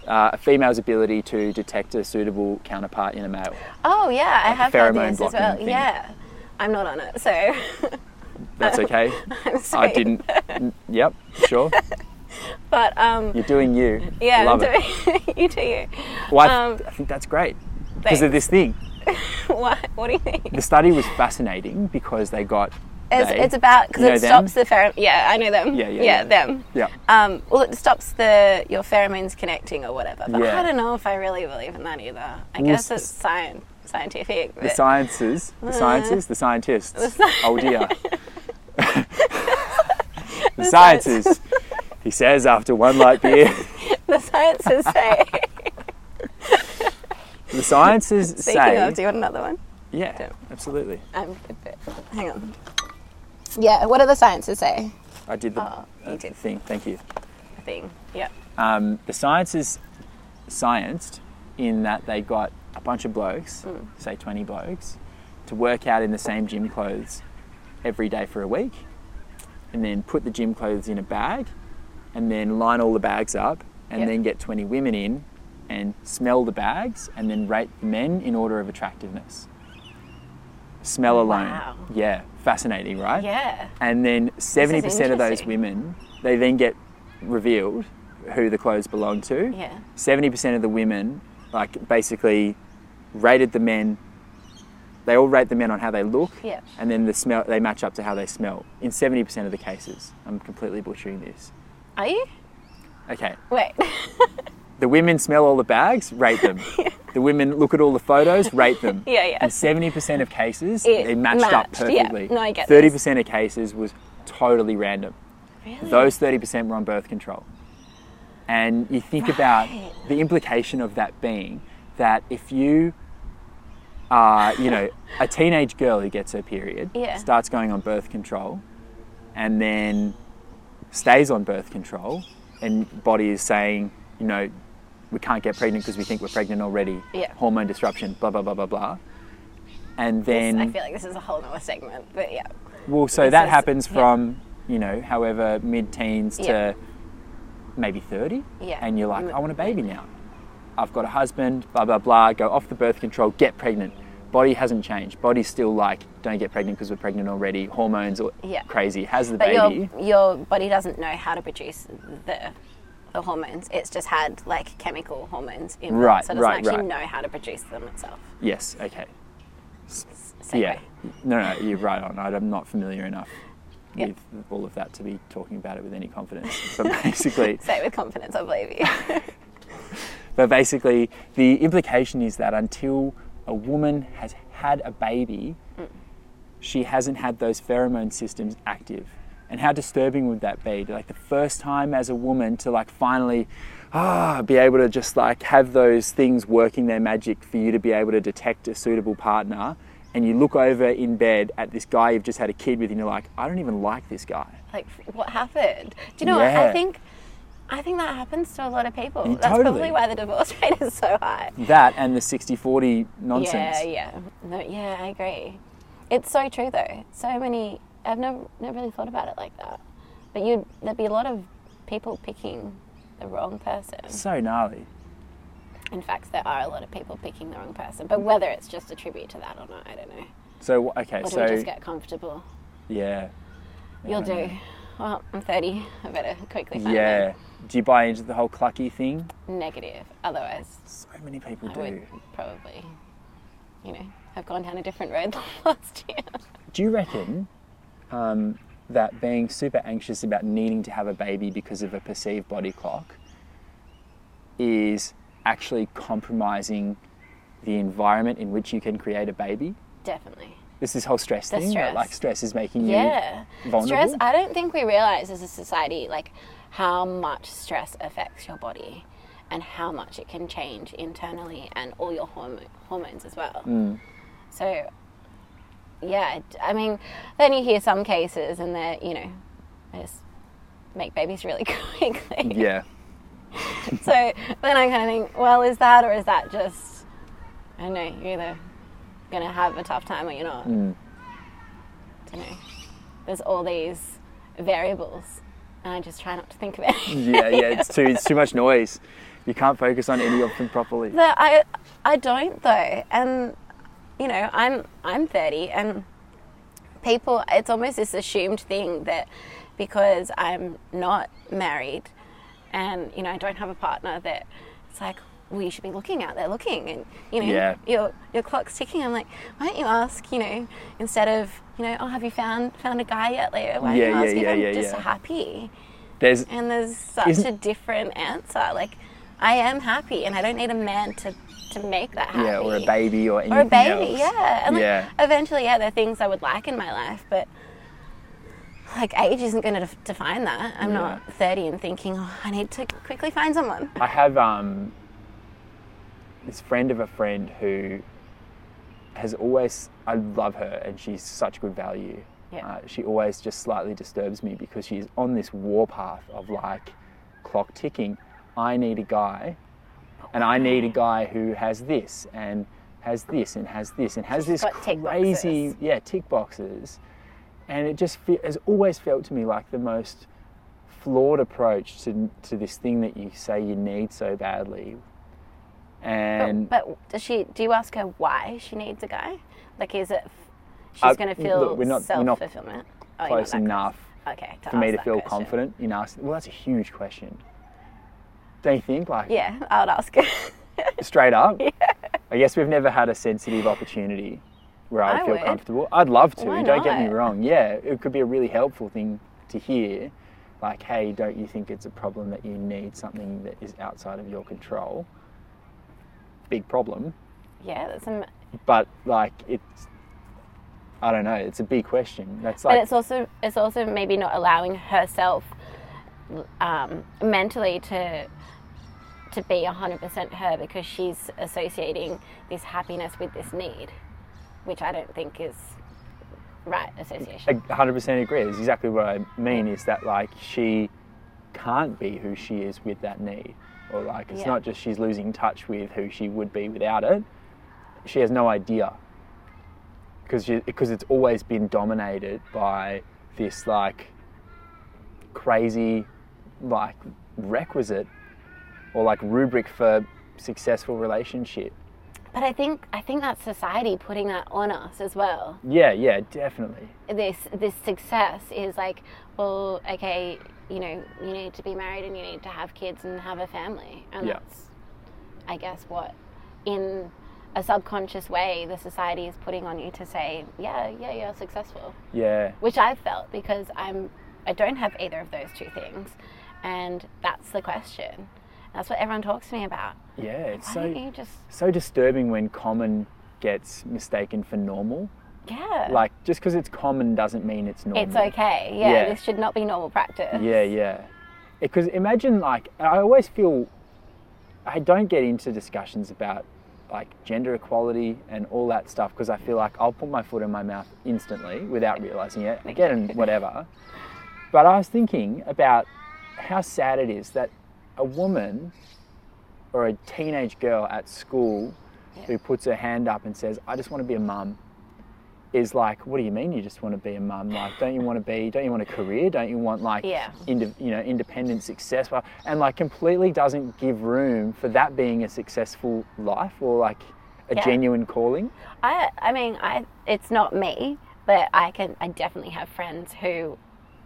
Speaker 2: uh, a female's ability to detect a suitable counterpart in a male.
Speaker 3: oh yeah, I have heard
Speaker 2: pheromone
Speaker 3: this as
Speaker 2: blocking
Speaker 3: well.
Speaker 2: thing.
Speaker 3: Yeah, I'm not on it, so
Speaker 2: That's okay.
Speaker 3: I'm sorry.
Speaker 2: I didn't. n- Yep, sure.
Speaker 3: But um,
Speaker 2: You're doing you.
Speaker 3: yeah,
Speaker 2: Love
Speaker 3: I'm
Speaker 2: it.
Speaker 3: doing you do you.
Speaker 2: Why?
Speaker 3: um,
Speaker 2: I think that's great because of this thing.
Speaker 3: What, what do you think?
Speaker 2: The study was fascinating because they got
Speaker 3: It's,
Speaker 2: They?
Speaker 3: it's about because
Speaker 2: You know
Speaker 3: it
Speaker 2: them?
Speaker 3: stops the pheromone. Yeah, I know them.
Speaker 2: Yeah, yeah, yeah.
Speaker 3: them.
Speaker 2: Yeah.
Speaker 3: Um, well, it stops the your pheromones connecting or whatever. But
Speaker 2: Yeah.
Speaker 3: I don't know if I really believe in that either. I
Speaker 2: Well,
Speaker 3: guess
Speaker 2: s-
Speaker 3: it's science, scientific.
Speaker 2: The
Speaker 3: But
Speaker 2: sciences,
Speaker 3: uh,
Speaker 2: the sciences, the scientists. oh dear. the sciences. He says after one light beer.
Speaker 3: the sciences say.
Speaker 2: The sciences
Speaker 3: Speaking
Speaker 2: say.
Speaker 3: of, do you want another one?
Speaker 2: yeah,
Speaker 3: Don't.
Speaker 2: absolutely.
Speaker 3: I'm good. Bit. Hang on. Yeah. What do the sciences say?
Speaker 2: I did the
Speaker 3: Oh, you
Speaker 2: uh,
Speaker 3: did.
Speaker 2: thing. Thank you.
Speaker 3: Thing. Yeah.
Speaker 2: Um, the science is scienced in that they got a bunch of blokes,
Speaker 3: Hmm.
Speaker 2: say 20 blokes, to work out in the same gym clothes every day for a week, and then put the gym clothes in a bag, and then line all the bags up, and
Speaker 3: Yep.
Speaker 2: then get 20 women in and smell the bags, and then rate the men in order of attractiveness. Smell alone.
Speaker 3: Wow.
Speaker 2: Yeah, fascinating, right?
Speaker 3: Yeah.
Speaker 2: and then 70% of those
Speaker 3: interesting.
Speaker 2: women they then get revealed who the clothes belong to
Speaker 3: Yeah.
Speaker 2: 70% of the women like basically rated the men they all rate the men on how they look
Speaker 3: Yeah.
Speaker 2: and then the smell they match up to how they smell in 70% of the cases i'm completely butchering this
Speaker 3: Are you?
Speaker 2: okay
Speaker 3: Wait.
Speaker 2: the women smell all the bags rate them the women look at all the photos rate them
Speaker 3: Yeah, yeah.
Speaker 2: and 70% of cases
Speaker 3: It
Speaker 2: they matched, up
Speaker 3: matched, yeah.
Speaker 2: perfectly
Speaker 3: No, I get this.
Speaker 2: 30% of cases was totally random
Speaker 3: really?
Speaker 2: those 30% were on birth control. And you think about
Speaker 3: Right.
Speaker 2: the implication of that being that if you are, you know, a teenage girl who gets her period,
Speaker 3: Yeah.
Speaker 2: starts going on birth control, and then stays on birth control, and body is saying, you know, we can't get pregnant because we think we're pregnant already,
Speaker 3: Yeah.
Speaker 2: hormone disruption, blah, blah, blah, blah, blah. And then.
Speaker 3: I feel like this is a whole nother segment, but yeah.
Speaker 2: Well, so
Speaker 3: This
Speaker 2: that
Speaker 3: is-
Speaker 2: happens
Speaker 3: yeah.
Speaker 2: from, you know, however mid teens
Speaker 3: Yeah.
Speaker 2: to maybe 30.
Speaker 3: Yeah.
Speaker 2: And you're like,
Speaker 3: Mm.
Speaker 2: I want a baby now. I've got a husband, blah, blah, blah. Go off the birth control, get pregnant. Body hasn't changed. Body's still like, don't get pregnant because we're pregnant already. Hormones or
Speaker 3: Yeah.
Speaker 2: crazy. Has the
Speaker 3: But
Speaker 2: baby.
Speaker 3: your your body doesn't know how to produce the the hormones. It's just had like chemical hormones in
Speaker 2: Right,
Speaker 3: it, so it doesn't
Speaker 2: right,
Speaker 3: actually
Speaker 2: right.
Speaker 3: know how to produce them itself.
Speaker 2: Yes. Okay.
Speaker 3: Same
Speaker 2: yeah.
Speaker 3: way.
Speaker 2: No, no, you're right on. I'm not familiar enough
Speaker 3: Yeah.
Speaker 2: with all of that to be talking about it with any confidence. But basically,
Speaker 3: Say it with confidence, I believe you.
Speaker 2: But basically, the implication is that until a woman has had a baby, she hasn't had those pheromone systems active. And how disturbing would that be? Like the first time as a woman to like finally ah be able to just like have those things working their magic for you to be able to detect a suitable partner and you look over in bed at this guy you've just had a kid with and you're like, I don't even like this guy.
Speaker 3: like what happened? Do you know what?
Speaker 2: Yeah.
Speaker 3: I think I think that happens to a lot of people.
Speaker 2: You
Speaker 3: That's
Speaker 2: totally-
Speaker 3: probably why the divorce rate is so high.
Speaker 2: That and the 60-40 nonsense.
Speaker 3: Yeah, yeah. No, yeah, I agree. It's so true though. So many I've never never really thought about it like that. But you'd there'd be a lot of people picking the wrong person.
Speaker 2: So gnarly.
Speaker 3: In fact, there are a lot of people picking the wrong person. But whether it's just a tribute to that or not, I don't know.
Speaker 2: So okay,
Speaker 3: Or do
Speaker 2: so
Speaker 3: we just get comfortable?
Speaker 2: Yeah.
Speaker 3: You'll
Speaker 2: I don't
Speaker 3: do. Well, I'm 30. I better quickly find
Speaker 2: Yeah.
Speaker 3: one.
Speaker 2: Do you buy into the whole clucky thing?
Speaker 3: Negative. Otherwise,
Speaker 2: So many people
Speaker 3: I
Speaker 2: do.
Speaker 3: would probably, you know, have gone down a different road last year.
Speaker 2: Do you reckon um, that being super anxious about needing to have a baby because of a perceived body clock is actually compromising the environment in which you can create a baby?
Speaker 3: Definitely.
Speaker 2: This is whole stress
Speaker 3: The
Speaker 2: thing. right?
Speaker 3: stress.
Speaker 2: Like stress is making
Speaker 3: Yeah.
Speaker 2: you vulnerable.
Speaker 3: Stress, I don't think we realize as a society, like, how much stress affects your body and how much it can change internally and all your hormo- hormones as well. So, yeah, it- I mean, then you hear some cases and they're, you know, they just make babies really quickly.
Speaker 2: yeah.
Speaker 3: So then I kind of think, well, is that or is that just, I don't know, you're either going to have a tough time or you're not.
Speaker 2: Mm.
Speaker 3: I don't know. There's all these variables, and I just try not to think of it.
Speaker 2: Yeah, yeah. It's too it's too much noise. You can't focus on any of them properly.
Speaker 3: But I, I don't though, and you know, I'm I'm 30, and people, it's almost this assumed thing that because I'm not married, and you know, I don't have a partner, that it's like, well, you should be looking out there, looking, and you know,
Speaker 2: Yeah.
Speaker 3: your your clock's ticking. I'm like, why don't you ask? You know, instead of you know, oh, have you found found a guy yet, Leo?
Speaker 2: Yeah,
Speaker 3: Why don't you
Speaker 2: yeah,
Speaker 3: ask if
Speaker 2: yeah,
Speaker 3: I'm
Speaker 2: yeah,
Speaker 3: just
Speaker 2: yeah.
Speaker 3: happy?
Speaker 2: There's
Speaker 3: And there's such
Speaker 2: Isn't-
Speaker 3: a different answer. Like, I am happy, and I don't need a man to to make that happy
Speaker 2: yeah, or a baby or anything
Speaker 3: or a baby,
Speaker 2: else.
Speaker 3: yeah. And like,
Speaker 2: yeah.
Speaker 3: eventually, yeah, there are things I would like in my life, but like age isn't going to def- define that. I'm not 30 and thinking, oh, I need to quickly find someone.
Speaker 2: I have um, this friend of a friend who has always, I love her and she's such good value.
Speaker 3: Yeah.
Speaker 2: Uh, she always just slightly disturbs me because she's on this warpath of like clock ticking. I need a guy and I need a guy who has this and has this and has this and has this
Speaker 3: got tick
Speaker 2: crazy,
Speaker 3: boxes.
Speaker 2: yeah, tick boxes. And it just fe- has always felt to me like the most flawed approach to, to this thing that you say you need so badly. And
Speaker 3: but does she? Do you ask her why she needs a guy? Like, is it f- she's
Speaker 2: Uh,
Speaker 3: going to
Speaker 2: look,
Speaker 3: feel
Speaker 2: we're not- we're
Speaker 3: self
Speaker 2: not
Speaker 3: fulfillment? Oh, you're not
Speaker 2: close
Speaker 3: that
Speaker 2: enough
Speaker 3: Okay, to
Speaker 2: for me
Speaker 3: ask
Speaker 2: to
Speaker 3: that
Speaker 2: feel
Speaker 3: question.
Speaker 2: confident in asking. Well, that's a huge question. Don't you think? Like,
Speaker 3: Yeah, I would ask her.
Speaker 2: straight up? I guess we've never had a sensitive opportunity where I would
Speaker 3: I
Speaker 2: feel
Speaker 3: would.
Speaker 2: comfortable. I'd love to,
Speaker 3: Why
Speaker 2: don't get me
Speaker 3: not?
Speaker 2: wrong. Yeah, it could be a really helpful thing to hear. Like, hey, don't you think it's a problem that you need something that is outside of your control? Big problem.
Speaker 3: yeah, that's a. m-
Speaker 2: But, like, it's, I don't know, it's a big question. That's
Speaker 3: but
Speaker 2: like,
Speaker 3: it's also it's also maybe not allowing herself um, mentally to to be 100% her because she's associating this happiness with this need which i don't think is right
Speaker 2: I
Speaker 3: association
Speaker 2: 100% agree. That's exactly what I mean is that like she can't be who she is with that need. Or like it's
Speaker 3: Yeah.
Speaker 2: not just she's losing touch with who she would be without it. She has no idea. Because because it's always been dominated by this like crazy like requisite or like rubric for successful relationship.
Speaker 3: but i think i think that's society putting that on us as well
Speaker 2: Yeah, yeah, definitely.
Speaker 3: this this success is like well okay you know you need to be married and you need to have kids and have a family and
Speaker 2: Yeah.
Speaker 3: that's i guess what in a subconscious way the society is putting on you to say yeah yeah you're successful
Speaker 2: Yeah.
Speaker 3: which i felt because i'm i don't have either of those two things and that's the question that's what everyone talks to me about
Speaker 2: Yeah, it's
Speaker 3: why
Speaker 2: so
Speaker 3: don't you just
Speaker 2: so disturbing when common gets mistaken for normal.
Speaker 3: yeah
Speaker 2: Like just because it's common doesn't mean it's normal.
Speaker 3: it's okay yeah,
Speaker 2: Yeah.
Speaker 3: this should not be normal practice
Speaker 2: Yeah, yeah. Because imagine like I always feel I don't get into discussions about like gender equality and all that stuff because I feel like I'll put my foot in my mouth instantly without realizing it again and whatever. But I was thinking about how sad it is that a woman or a teenage girl at school who puts her hand up and says, I just want to be a mum, is like, what do you mean you just want to be a mum? Like, don't you want to be, don't you want a career? Don't you want like,
Speaker 3: Yeah.
Speaker 2: indi- you know, independent success? Well, And like completely doesn't give room for that being a successful life or like a
Speaker 3: Yeah.
Speaker 2: genuine calling.
Speaker 3: I I mean I it's not me, but I can I definitely have friends who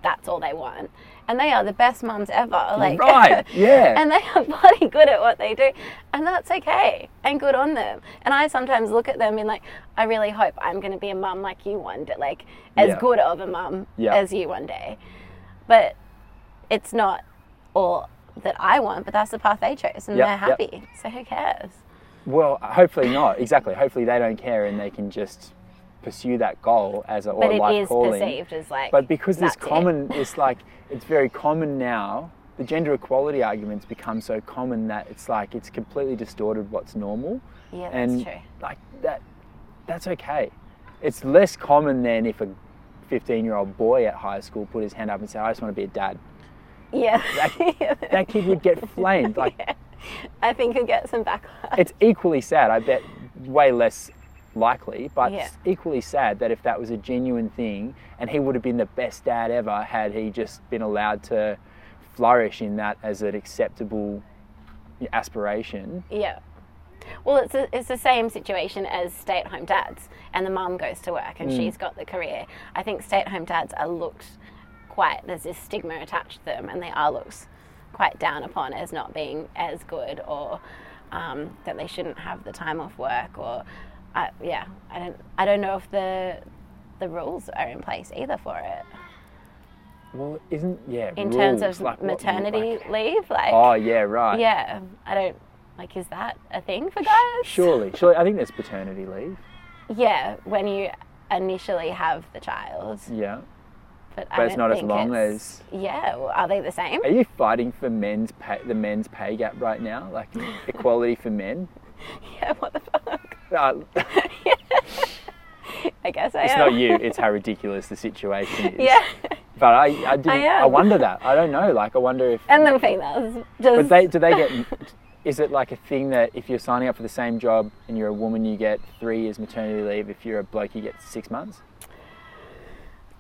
Speaker 3: that's all they want. And they are the best mums ever. Like
Speaker 2: Right, yeah.
Speaker 3: and they are bloody good at what they do. And that's okay. And good on them. And I sometimes look at them and like, I really hope I'm gonna be a mum like you one day like as
Speaker 2: Yeah.
Speaker 3: good of a mum
Speaker 2: Yeah.
Speaker 3: as you one day. But it's not all that I want, but that's the path they chose
Speaker 2: Yep,
Speaker 3: and they're
Speaker 2: yep.
Speaker 3: happy. So who cares?
Speaker 2: Well, hopefully not. Exactly. Hopefully they don't care and they can just pursue that goal as a or
Speaker 3: But it
Speaker 2: life
Speaker 3: is
Speaker 2: calling.
Speaker 3: perceived as like
Speaker 2: But because this
Speaker 3: that's it.
Speaker 2: common, it's like it's very common now. The gender equality arguments become so common that it's like it's completely distorted what's normal.
Speaker 3: Yeah, that's
Speaker 2: and
Speaker 3: true.
Speaker 2: like that, that's okay. It's less common than if a 15-year-old boy at high school put his hand up and said, "I just want to be a dad."
Speaker 3: Yeah.
Speaker 2: That kid would get flamed. Like
Speaker 3: I think you'll get some backlash.
Speaker 2: it's equally sad. I bet way less likely, but
Speaker 3: Yeah.
Speaker 2: it's equally sad that if that was a genuine thing, and he would have been the best dad ever had he just been allowed to flourish in that as an acceptable aspiration.
Speaker 3: Yeah. Well, it's, a, it's the same situation as stay at home dads, and the mum goes to work
Speaker 2: Mm.
Speaker 3: and she's got the career. I think stay at home dads are looked quite, there's this stigma attached to them, and they are looked quite down upon as not being as good or um, that they shouldn't have the time off work or I, yeah I don't I don't know if the the rules are in place either for it
Speaker 2: Well, isn't yeah
Speaker 3: in terms
Speaker 2: rules,
Speaker 3: of
Speaker 2: like, what-
Speaker 3: maternity
Speaker 2: like-
Speaker 3: leave like
Speaker 2: oh yeah, right.
Speaker 3: yeah um, I don't like is that a thing for guys
Speaker 2: Surely, surely. I think there's paternity leave.
Speaker 3: yeah when you initially have the child
Speaker 2: Yeah.
Speaker 3: but,
Speaker 2: But
Speaker 3: I
Speaker 2: it's
Speaker 3: don't
Speaker 2: not as
Speaker 3: think
Speaker 2: long
Speaker 3: it's- yeah well, are they the same
Speaker 2: Are you fighting for men's pay, the men's pay gap right now, like equality for men?
Speaker 3: yeah what the fuck
Speaker 2: Uh,
Speaker 3: I guess I
Speaker 2: it's
Speaker 3: am
Speaker 2: not you. It's how ridiculous the situation is.
Speaker 3: yeah
Speaker 2: But I, I didn't. I,
Speaker 3: am.
Speaker 2: wonder that. I don't know. Like, I wonder if.
Speaker 3: and then females
Speaker 2: But
Speaker 3: just
Speaker 2: they, do they get? Is it like a thing that if you're signing up for the same job and you're a woman, you get three years maternity leave. If you're a bloke, you get six months.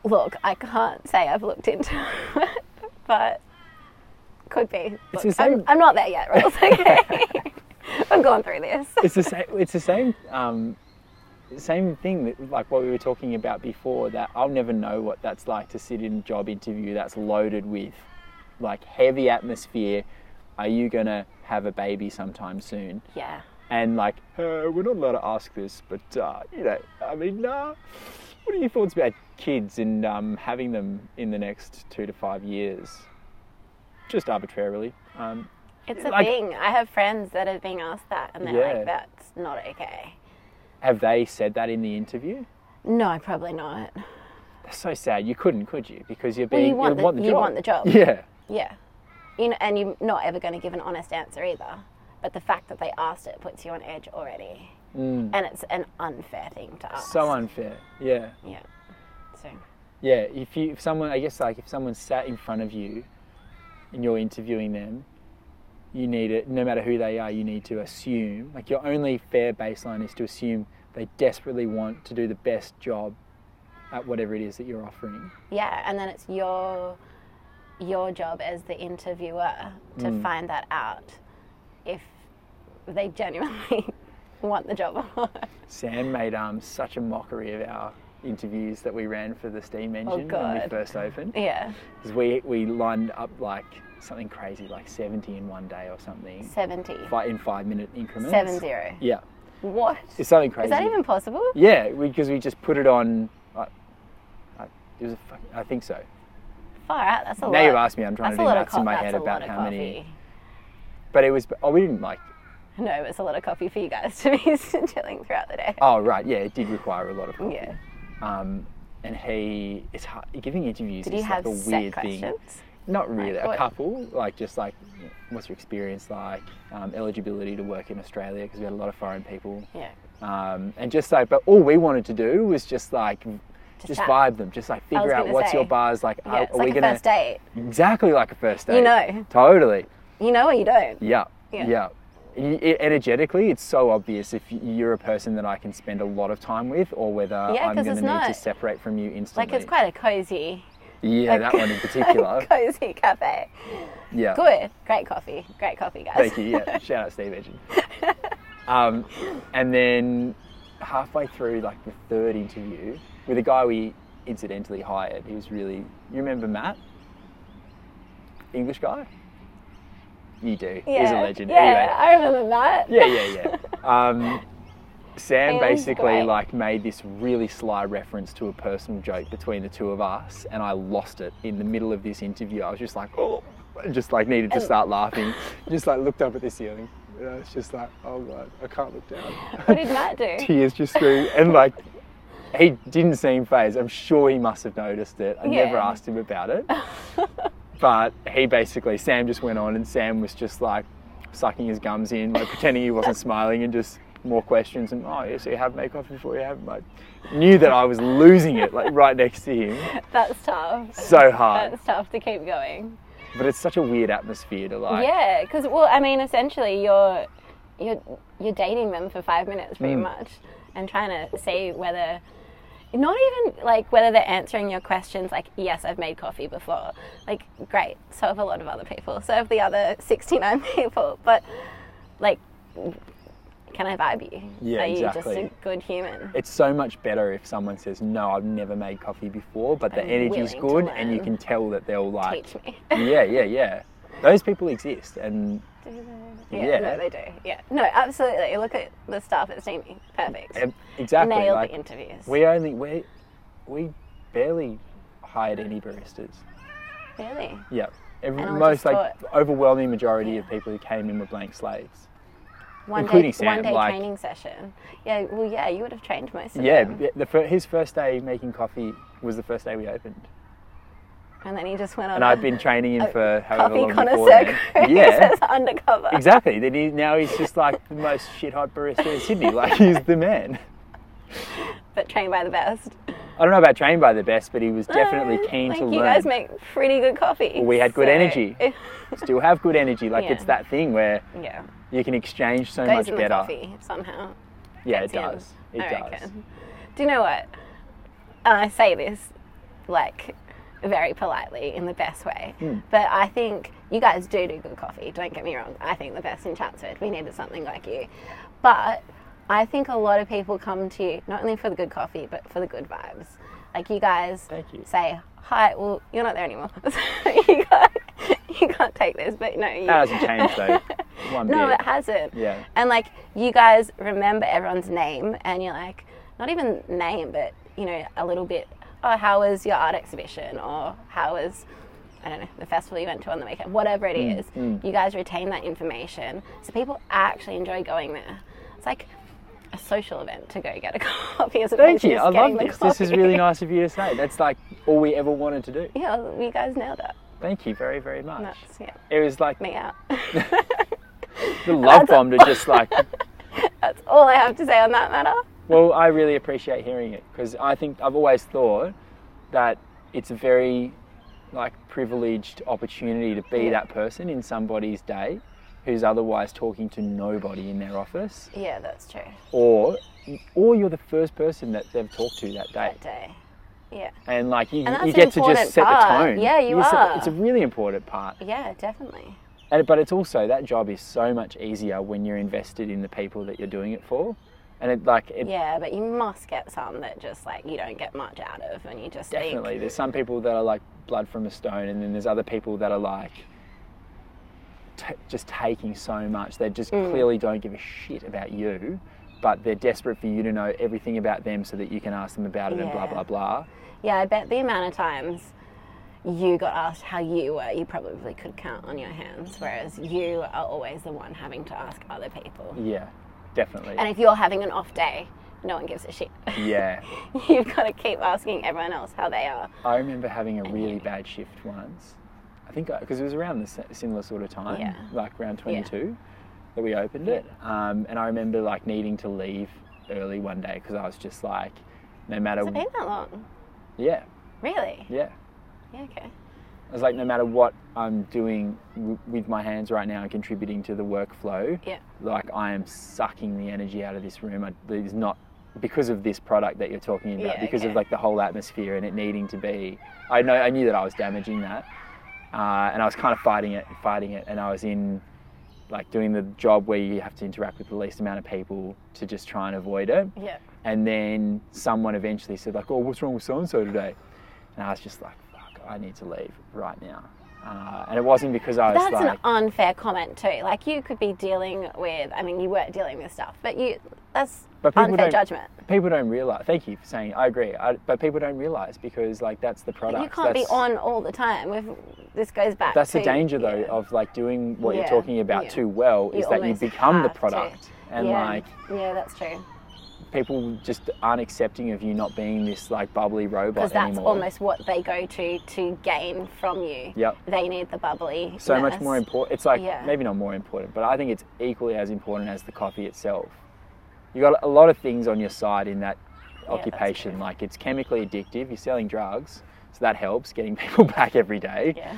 Speaker 3: Look, I can't say I've looked into it, but could be.
Speaker 2: It's
Speaker 3: Look,
Speaker 2: the
Speaker 3: I'm,
Speaker 2: same-
Speaker 3: I'm not there yet, Rules, okay? I'm going through this.
Speaker 2: It's the same. It's the same. Um, same thing that like what we were talking about before. That I'll never know what that's like to sit in a job interview that's loaded with, like heavy atmosphere. Are you gonna have a baby sometime soon?
Speaker 3: Yeah.
Speaker 2: and like uh, we're not allowed to ask this, but uh, you know, I mean, uh, what are your thoughts about kids and um, having them in the next two to five years? Just arbitrarily. Um,
Speaker 3: It's a
Speaker 2: Like-
Speaker 3: thing. I have friends that have been asked that and they're
Speaker 2: Yeah.
Speaker 3: like, that's not okay.
Speaker 2: have they said that in the interview?
Speaker 3: No, probably not.
Speaker 2: That's so sad. You couldn't, could you? Because you're
Speaker 3: Well,
Speaker 2: being
Speaker 3: you want the- you
Speaker 2: job.
Speaker 3: want the job.
Speaker 2: Yeah.
Speaker 3: Yeah. You know, and you're not ever going to give an honest answer either. But the fact that they asked it puts you on edge already. And it's an unfair thing to ask.
Speaker 2: Mm. So unfair. Yeah.
Speaker 3: Yeah. So,
Speaker 2: Yeah. If you, if someone, I guess, like if someone sat in front of you, and you're interviewing them. You need it, no matter who they are, you need to assume. Like, your only fair baseline is to assume they desperately want to do the best job at whatever it is that you're offering.
Speaker 3: yeah and then it's your your job as the interviewer to
Speaker 2: Mm.
Speaker 3: find that out if they genuinely want the job or not.
Speaker 2: Sam made um, such a mockery of our interviews that we ran for the steam engine when we
Speaker 3: Oh, God.
Speaker 2: first opened.
Speaker 3: yeah
Speaker 2: 'Cause we, we lined up like something crazy, like 70 in one day or something,
Speaker 3: 70
Speaker 2: fi- in five minute increments.
Speaker 3: 70
Speaker 2: Yeah,
Speaker 3: what
Speaker 2: it's something crazy.
Speaker 3: is that even possible
Speaker 2: Yeah, because we, just put it on. I, I, it was a fuck, I think so.
Speaker 3: far out that's a lot
Speaker 2: now you've asked me, I'm trying
Speaker 3: that's
Speaker 2: to
Speaker 3: a
Speaker 2: do
Speaker 3: lot of
Speaker 2: maths
Speaker 3: co-
Speaker 2: in my
Speaker 3: that's
Speaker 2: head
Speaker 3: a lot
Speaker 2: about
Speaker 3: of
Speaker 2: how
Speaker 3: coffee
Speaker 2: many. But it was. Oh, we didn't like.
Speaker 3: no it's a lot of coffee for you guys to be chilling throughout the day
Speaker 2: Oh, right. Yeah, it did require a lot of.
Speaker 3: yeah
Speaker 2: Um, and he, it's hard, giving interviews
Speaker 3: did you
Speaker 2: is
Speaker 3: have
Speaker 2: like a
Speaker 3: set
Speaker 2: weird thing.
Speaker 3: questions
Speaker 2: Not really.
Speaker 3: Like
Speaker 2: a
Speaker 3: what?
Speaker 2: couple, like just like, what's your experience like? Um, eligibility to work in Australia because we had a lot of foreign people.
Speaker 3: yeah
Speaker 2: um, and just like but all we wanted to do was just like just,
Speaker 3: chat.
Speaker 2: vibe them just like figure
Speaker 3: was
Speaker 2: out
Speaker 3: gonna
Speaker 2: what's your
Speaker 3: say.
Speaker 2: bars like
Speaker 3: yeah
Speaker 2: are,
Speaker 3: it's
Speaker 2: are
Speaker 3: like
Speaker 2: we
Speaker 3: a
Speaker 2: gonna
Speaker 3: first date
Speaker 2: exactly like a first date
Speaker 3: know.
Speaker 2: totally
Speaker 3: you know or you don't
Speaker 2: yeah yeah,
Speaker 3: Yeah.
Speaker 2: Y- it- energetically it's so obvious if y- you're a person that i can spend a lot of time with or whether
Speaker 3: Yeah,
Speaker 2: i'm
Speaker 3: 'cause
Speaker 2: gonna
Speaker 3: it's
Speaker 2: need to
Speaker 3: not-
Speaker 2: separate from you instantly
Speaker 3: like it's quite a cozy
Speaker 2: yeah that one in particular
Speaker 3: cozy cafe
Speaker 2: yeah
Speaker 3: Good. Great coffee. Great coffee, guys.
Speaker 2: Thank you. Yeah. Shout out Steve Edgin. Um, and then halfway through, like the third interview with a guy we incidentally hired. He was really. You remember Matt? English guy. You do. He's a legend.
Speaker 3: Yeah,
Speaker 2: Anyway.
Speaker 3: I remember that.
Speaker 2: Yeah, yeah, yeah. Um, Sam
Speaker 3: He was
Speaker 2: basically
Speaker 3: great.
Speaker 2: like made this really sly reference to a personal joke between the two of us, and I lost it in the middle of this interview. I was just like, oh, and just like needed to start laughing. Just like looked up at the ceiling. And I was just like, oh god, I can't look down.
Speaker 3: What did Matt do?
Speaker 2: Tears just streamed, and like. He didn't seem phased. I'm sure he must have noticed it. I never
Speaker 3: Yeah.
Speaker 2: asked him about it. But he basically, Sam just went on, and Sam was just like sucking his gums in, like pretending he wasn't smiling, and just more questions. And oh, yeah, so you have makeup before you have like knew that I was losing it, like right next to him,
Speaker 3: That's tough.
Speaker 2: so hard.
Speaker 3: That's tough to keep going.
Speaker 2: But it's such a weird atmosphere to like.
Speaker 3: Yeah, because well, I mean, essentially, you're you're you're dating them for five minutes,
Speaker 2: Hmm.
Speaker 3: pretty much, and trying to see whether. Not even like whether they're answering your questions, like, yes, I've made coffee before. Like, great, so have a lot of other people, so have the other 69 people. But, like, can I vibe you?
Speaker 2: Yeah,
Speaker 3: Are you just
Speaker 2: exactly.
Speaker 3: a good human?
Speaker 2: It's so much better if someone says, "No, I've never made coffee before," but the
Speaker 3: I'm
Speaker 2: energy's
Speaker 3: willing to
Speaker 2: good, and you
Speaker 3: learn.
Speaker 2: can tell that they'll like.
Speaker 3: Teach me.
Speaker 2: Yeah, yeah, yeah. Those people exist, and
Speaker 3: Do
Speaker 2: Yeah.
Speaker 3: they? Yeah, no, they do. Yeah, no, absolutely. Look at the staff at Steamy. Perfect.
Speaker 2: and exactly
Speaker 3: Nailed
Speaker 2: like
Speaker 3: the interviews.
Speaker 2: we only we we barely hired any baristas.
Speaker 3: really?
Speaker 2: Yeah, Every,
Speaker 3: And I
Speaker 2: most
Speaker 3: just
Speaker 2: like overwhelming majority of people who came in were blank slates.
Speaker 3: One
Speaker 2: Including
Speaker 3: day,
Speaker 2: Sam,
Speaker 3: one day
Speaker 2: like-
Speaker 3: training session. Yeah, well, yeah, you would have trained most of
Speaker 2: Yeah,
Speaker 3: them.
Speaker 2: b- the, fir- his first day making coffee was the first day we opened,
Speaker 3: And then he just went on.
Speaker 2: and
Speaker 3: a
Speaker 2: I've been training him
Speaker 3: a
Speaker 2: for however
Speaker 3: Oh, coffee
Speaker 2: long before
Speaker 3: connoisseur
Speaker 2: then.
Speaker 3: cruise
Speaker 2: Yeah,
Speaker 3: as undercover.
Speaker 2: exactly. Then he, now he's just like the most shit hot barista in Sydney. Like he's the man.
Speaker 3: But trained by the best.
Speaker 2: I don't know about trained by the best, but he was definitely
Speaker 3: Uh,
Speaker 2: keen
Speaker 3: like
Speaker 2: to
Speaker 3: you
Speaker 2: learn.
Speaker 3: guys make pretty good coffee.
Speaker 2: we had good
Speaker 3: so-
Speaker 2: energy. Still have good energy. Like
Speaker 3: Yeah.
Speaker 2: it's that thing where
Speaker 3: yeah.
Speaker 2: you can exchange so
Speaker 3: Goes
Speaker 2: much
Speaker 3: in the
Speaker 2: better.
Speaker 3: coffee somehow.
Speaker 2: Yeah, it
Speaker 3: It's in.
Speaker 2: does. It
Speaker 3: I
Speaker 2: does.
Speaker 3: reckon. Do you know what? And I say this like very politely in the best way,
Speaker 2: Hmm.
Speaker 3: but I think you guys do do good coffee. Don't get me wrong. I think the best in Chatswood. We needed something like you, but I think a lot of people come to you not only for the good coffee but for the good vibes. Like you guys
Speaker 2: Thank you.
Speaker 3: say hi. Well, you're not there anymore. So you can't you can't take this, but no, you,
Speaker 2: That hasn't changed though. One
Speaker 3: no,
Speaker 2: bit.
Speaker 3: it hasn't.
Speaker 2: Yeah.
Speaker 3: And like you guys remember everyone's name, and you're like, not even name, but you know, a little bit. Oh, how was your art exhibition? Or how was, I don't know, the festival you went to on the weekend? Whatever it
Speaker 2: Mm,
Speaker 3: is, you guys retain that information, so people actually enjoy going there. It's like a social event to go get a coffee. As
Speaker 2: Thank
Speaker 3: opposed to
Speaker 2: you.
Speaker 3: just
Speaker 2: I
Speaker 3: getting
Speaker 2: love
Speaker 3: the
Speaker 2: this. This is
Speaker 3: coffee.
Speaker 2: really nice of you to say. That's like all we ever wanted to do.
Speaker 3: Yeah, you guys nailed it.
Speaker 2: Thank you very, very much.
Speaker 3: That's yeah,
Speaker 2: It was like
Speaker 3: me out.
Speaker 2: the love bomb to just like,
Speaker 3: That's all I have to say on that matter.
Speaker 2: well, I really appreciate hearing it because I think I've always thought that it's a very like privileged opportunity to be
Speaker 3: Yeah.
Speaker 2: that person in somebody's day who's otherwise talking to nobody in their office
Speaker 3: Yeah, that's true.
Speaker 2: or or you're the first person that they've talked to that day
Speaker 3: That day. Yeah.
Speaker 2: and like you,
Speaker 3: that's
Speaker 2: you
Speaker 3: an
Speaker 2: get to just
Speaker 3: important
Speaker 2: set
Speaker 3: part.
Speaker 2: the tone
Speaker 3: Yeah, you
Speaker 2: It's a-
Speaker 3: are.
Speaker 2: it's a really important part
Speaker 3: Yeah, definitely.
Speaker 2: and, but it's also that job is so much easier when you're invested in the people that you're doing it for and it like it
Speaker 3: Yeah, but you must get some that just like you don't get much out of, and you just
Speaker 2: definitely there's some people that are like blood from a stone and then there's other people that are like t- just taking so much they just
Speaker 3: Mm.
Speaker 2: clearly don't give a shit about you but they're desperate for you to know everything about them so that you can ask them about it and blah
Speaker 3: Yeah.
Speaker 2: blah blah
Speaker 3: think. Yeah, I bet the amount of times you got asked how you were, you probably could count on your hands, whereas you are always the one having to ask other people.
Speaker 2: yeah definitely
Speaker 3: And if you're having an off day, no one gives a shit.
Speaker 2: yeah
Speaker 3: You've got to keep asking everyone else how they are.
Speaker 2: I remember having a really bad shift once. I think because it was around the si- similar sort of time,
Speaker 3: Yeah.
Speaker 2: like around 22, that we opened it. Um, and I remember like needing to leave early one day because I was just like, no matter,
Speaker 3: Has it been that long?
Speaker 2: yeah,
Speaker 3: Really?
Speaker 2: yeah.
Speaker 3: Yeah, okay.
Speaker 2: I was like, no matter what I'm doing w- with my hands right now and contributing to the workflow,
Speaker 3: Yeah.
Speaker 2: like I am sucking the energy out of this room. I, there's not because of this product that you're talking about,
Speaker 3: Yeah,
Speaker 2: because of
Speaker 3: okay.
Speaker 2: like the whole atmosphere and it needing to be. I know I knew that I was damaging that, uh, and I was kind of fighting it, fighting it, and I was in like doing the job where you have to interact with the least amount of people to just try and avoid it.
Speaker 3: Yeah.
Speaker 2: And then someone eventually said like, "Oh, what's wrong with so and so today?" And I was just like, "Fuck, I need to leave right now." Uh, and it wasn't because I was
Speaker 3: That's
Speaker 2: like,
Speaker 3: an unfair comment too. Like you could be dealing with, I mean, you weren't dealing with stuff, but you that's
Speaker 2: But people
Speaker 3: unfair
Speaker 2: don't-
Speaker 3: judgment.
Speaker 2: people don't realize. Thank you for saying. I agree, I, but people don't realize because like that's the product.
Speaker 3: You can't be
Speaker 2: That's-
Speaker 3: on all the time. We've, this goes back.
Speaker 2: That's the
Speaker 3: to-
Speaker 2: danger though
Speaker 3: yeah.
Speaker 2: of like doing what you're
Speaker 3: Yeah,
Speaker 2: talking about
Speaker 3: yeah.
Speaker 2: too well is that you
Speaker 3: almost
Speaker 2: become the
Speaker 3: have to.
Speaker 2: product, and
Speaker 3: Yeah.
Speaker 2: like
Speaker 3: yeah, that's true.
Speaker 2: people just aren't accepting of you not being this like bubbly robot
Speaker 3: Because that's
Speaker 2: anymore.
Speaker 3: almost what they go to to gain from you.
Speaker 2: Yep.
Speaker 3: They need the bubbly.
Speaker 2: so much more important. It's like
Speaker 3: Yeah.
Speaker 2: maybe not more important, but I think it's equally as important as the coffee itself. You got a lot of things on your side in that
Speaker 3: that's
Speaker 2: occupation.
Speaker 3: true.
Speaker 2: Like it's chemically addictive. You're selling drugs, so that helps getting people back every day.
Speaker 3: Yeah.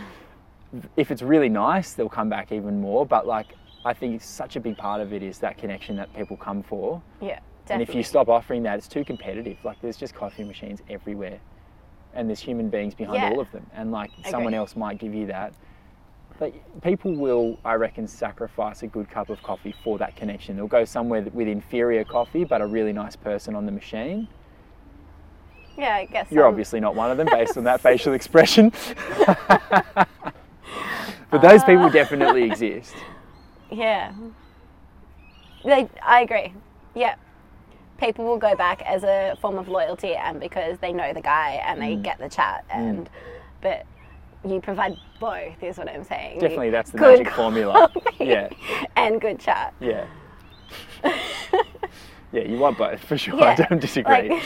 Speaker 2: if it's really nice, they'll come back even more. But like, I think such a big part of it is that connection that people come for.
Speaker 3: Yeah. Definitely.
Speaker 2: And if you stop offering that, it's too competitive. Like, there's just coffee machines everywhere, and there's human beings behind
Speaker 3: Yeah.
Speaker 2: all of them. And like, someone
Speaker 3: Agree.
Speaker 2: else might give you that. But people will, I reckon, sacrifice a good cup of coffee for that connection. They'll go somewhere with inferior coffee, but a really nice person on the machine.
Speaker 3: yeah, I guess
Speaker 2: You're
Speaker 3: some-
Speaker 2: obviously not one of them based on that facial expression. But those
Speaker 3: Ah.
Speaker 2: people definitely exist.
Speaker 3: Yeah. They, I agree. Yeah. People will go back as a form of loyalty and because they know the guy
Speaker 2: Mm.
Speaker 3: and they get the chat and but you provide both is what I'm saying. You-
Speaker 2: Definitely, that's the
Speaker 3: good
Speaker 2: magic formula.
Speaker 3: coffee
Speaker 2: Yeah,
Speaker 3: And good chat.
Speaker 2: yeah. Yeah, you want both for sure. Oh, I
Speaker 3: Yeah,
Speaker 2: don't disagree.
Speaker 3: like-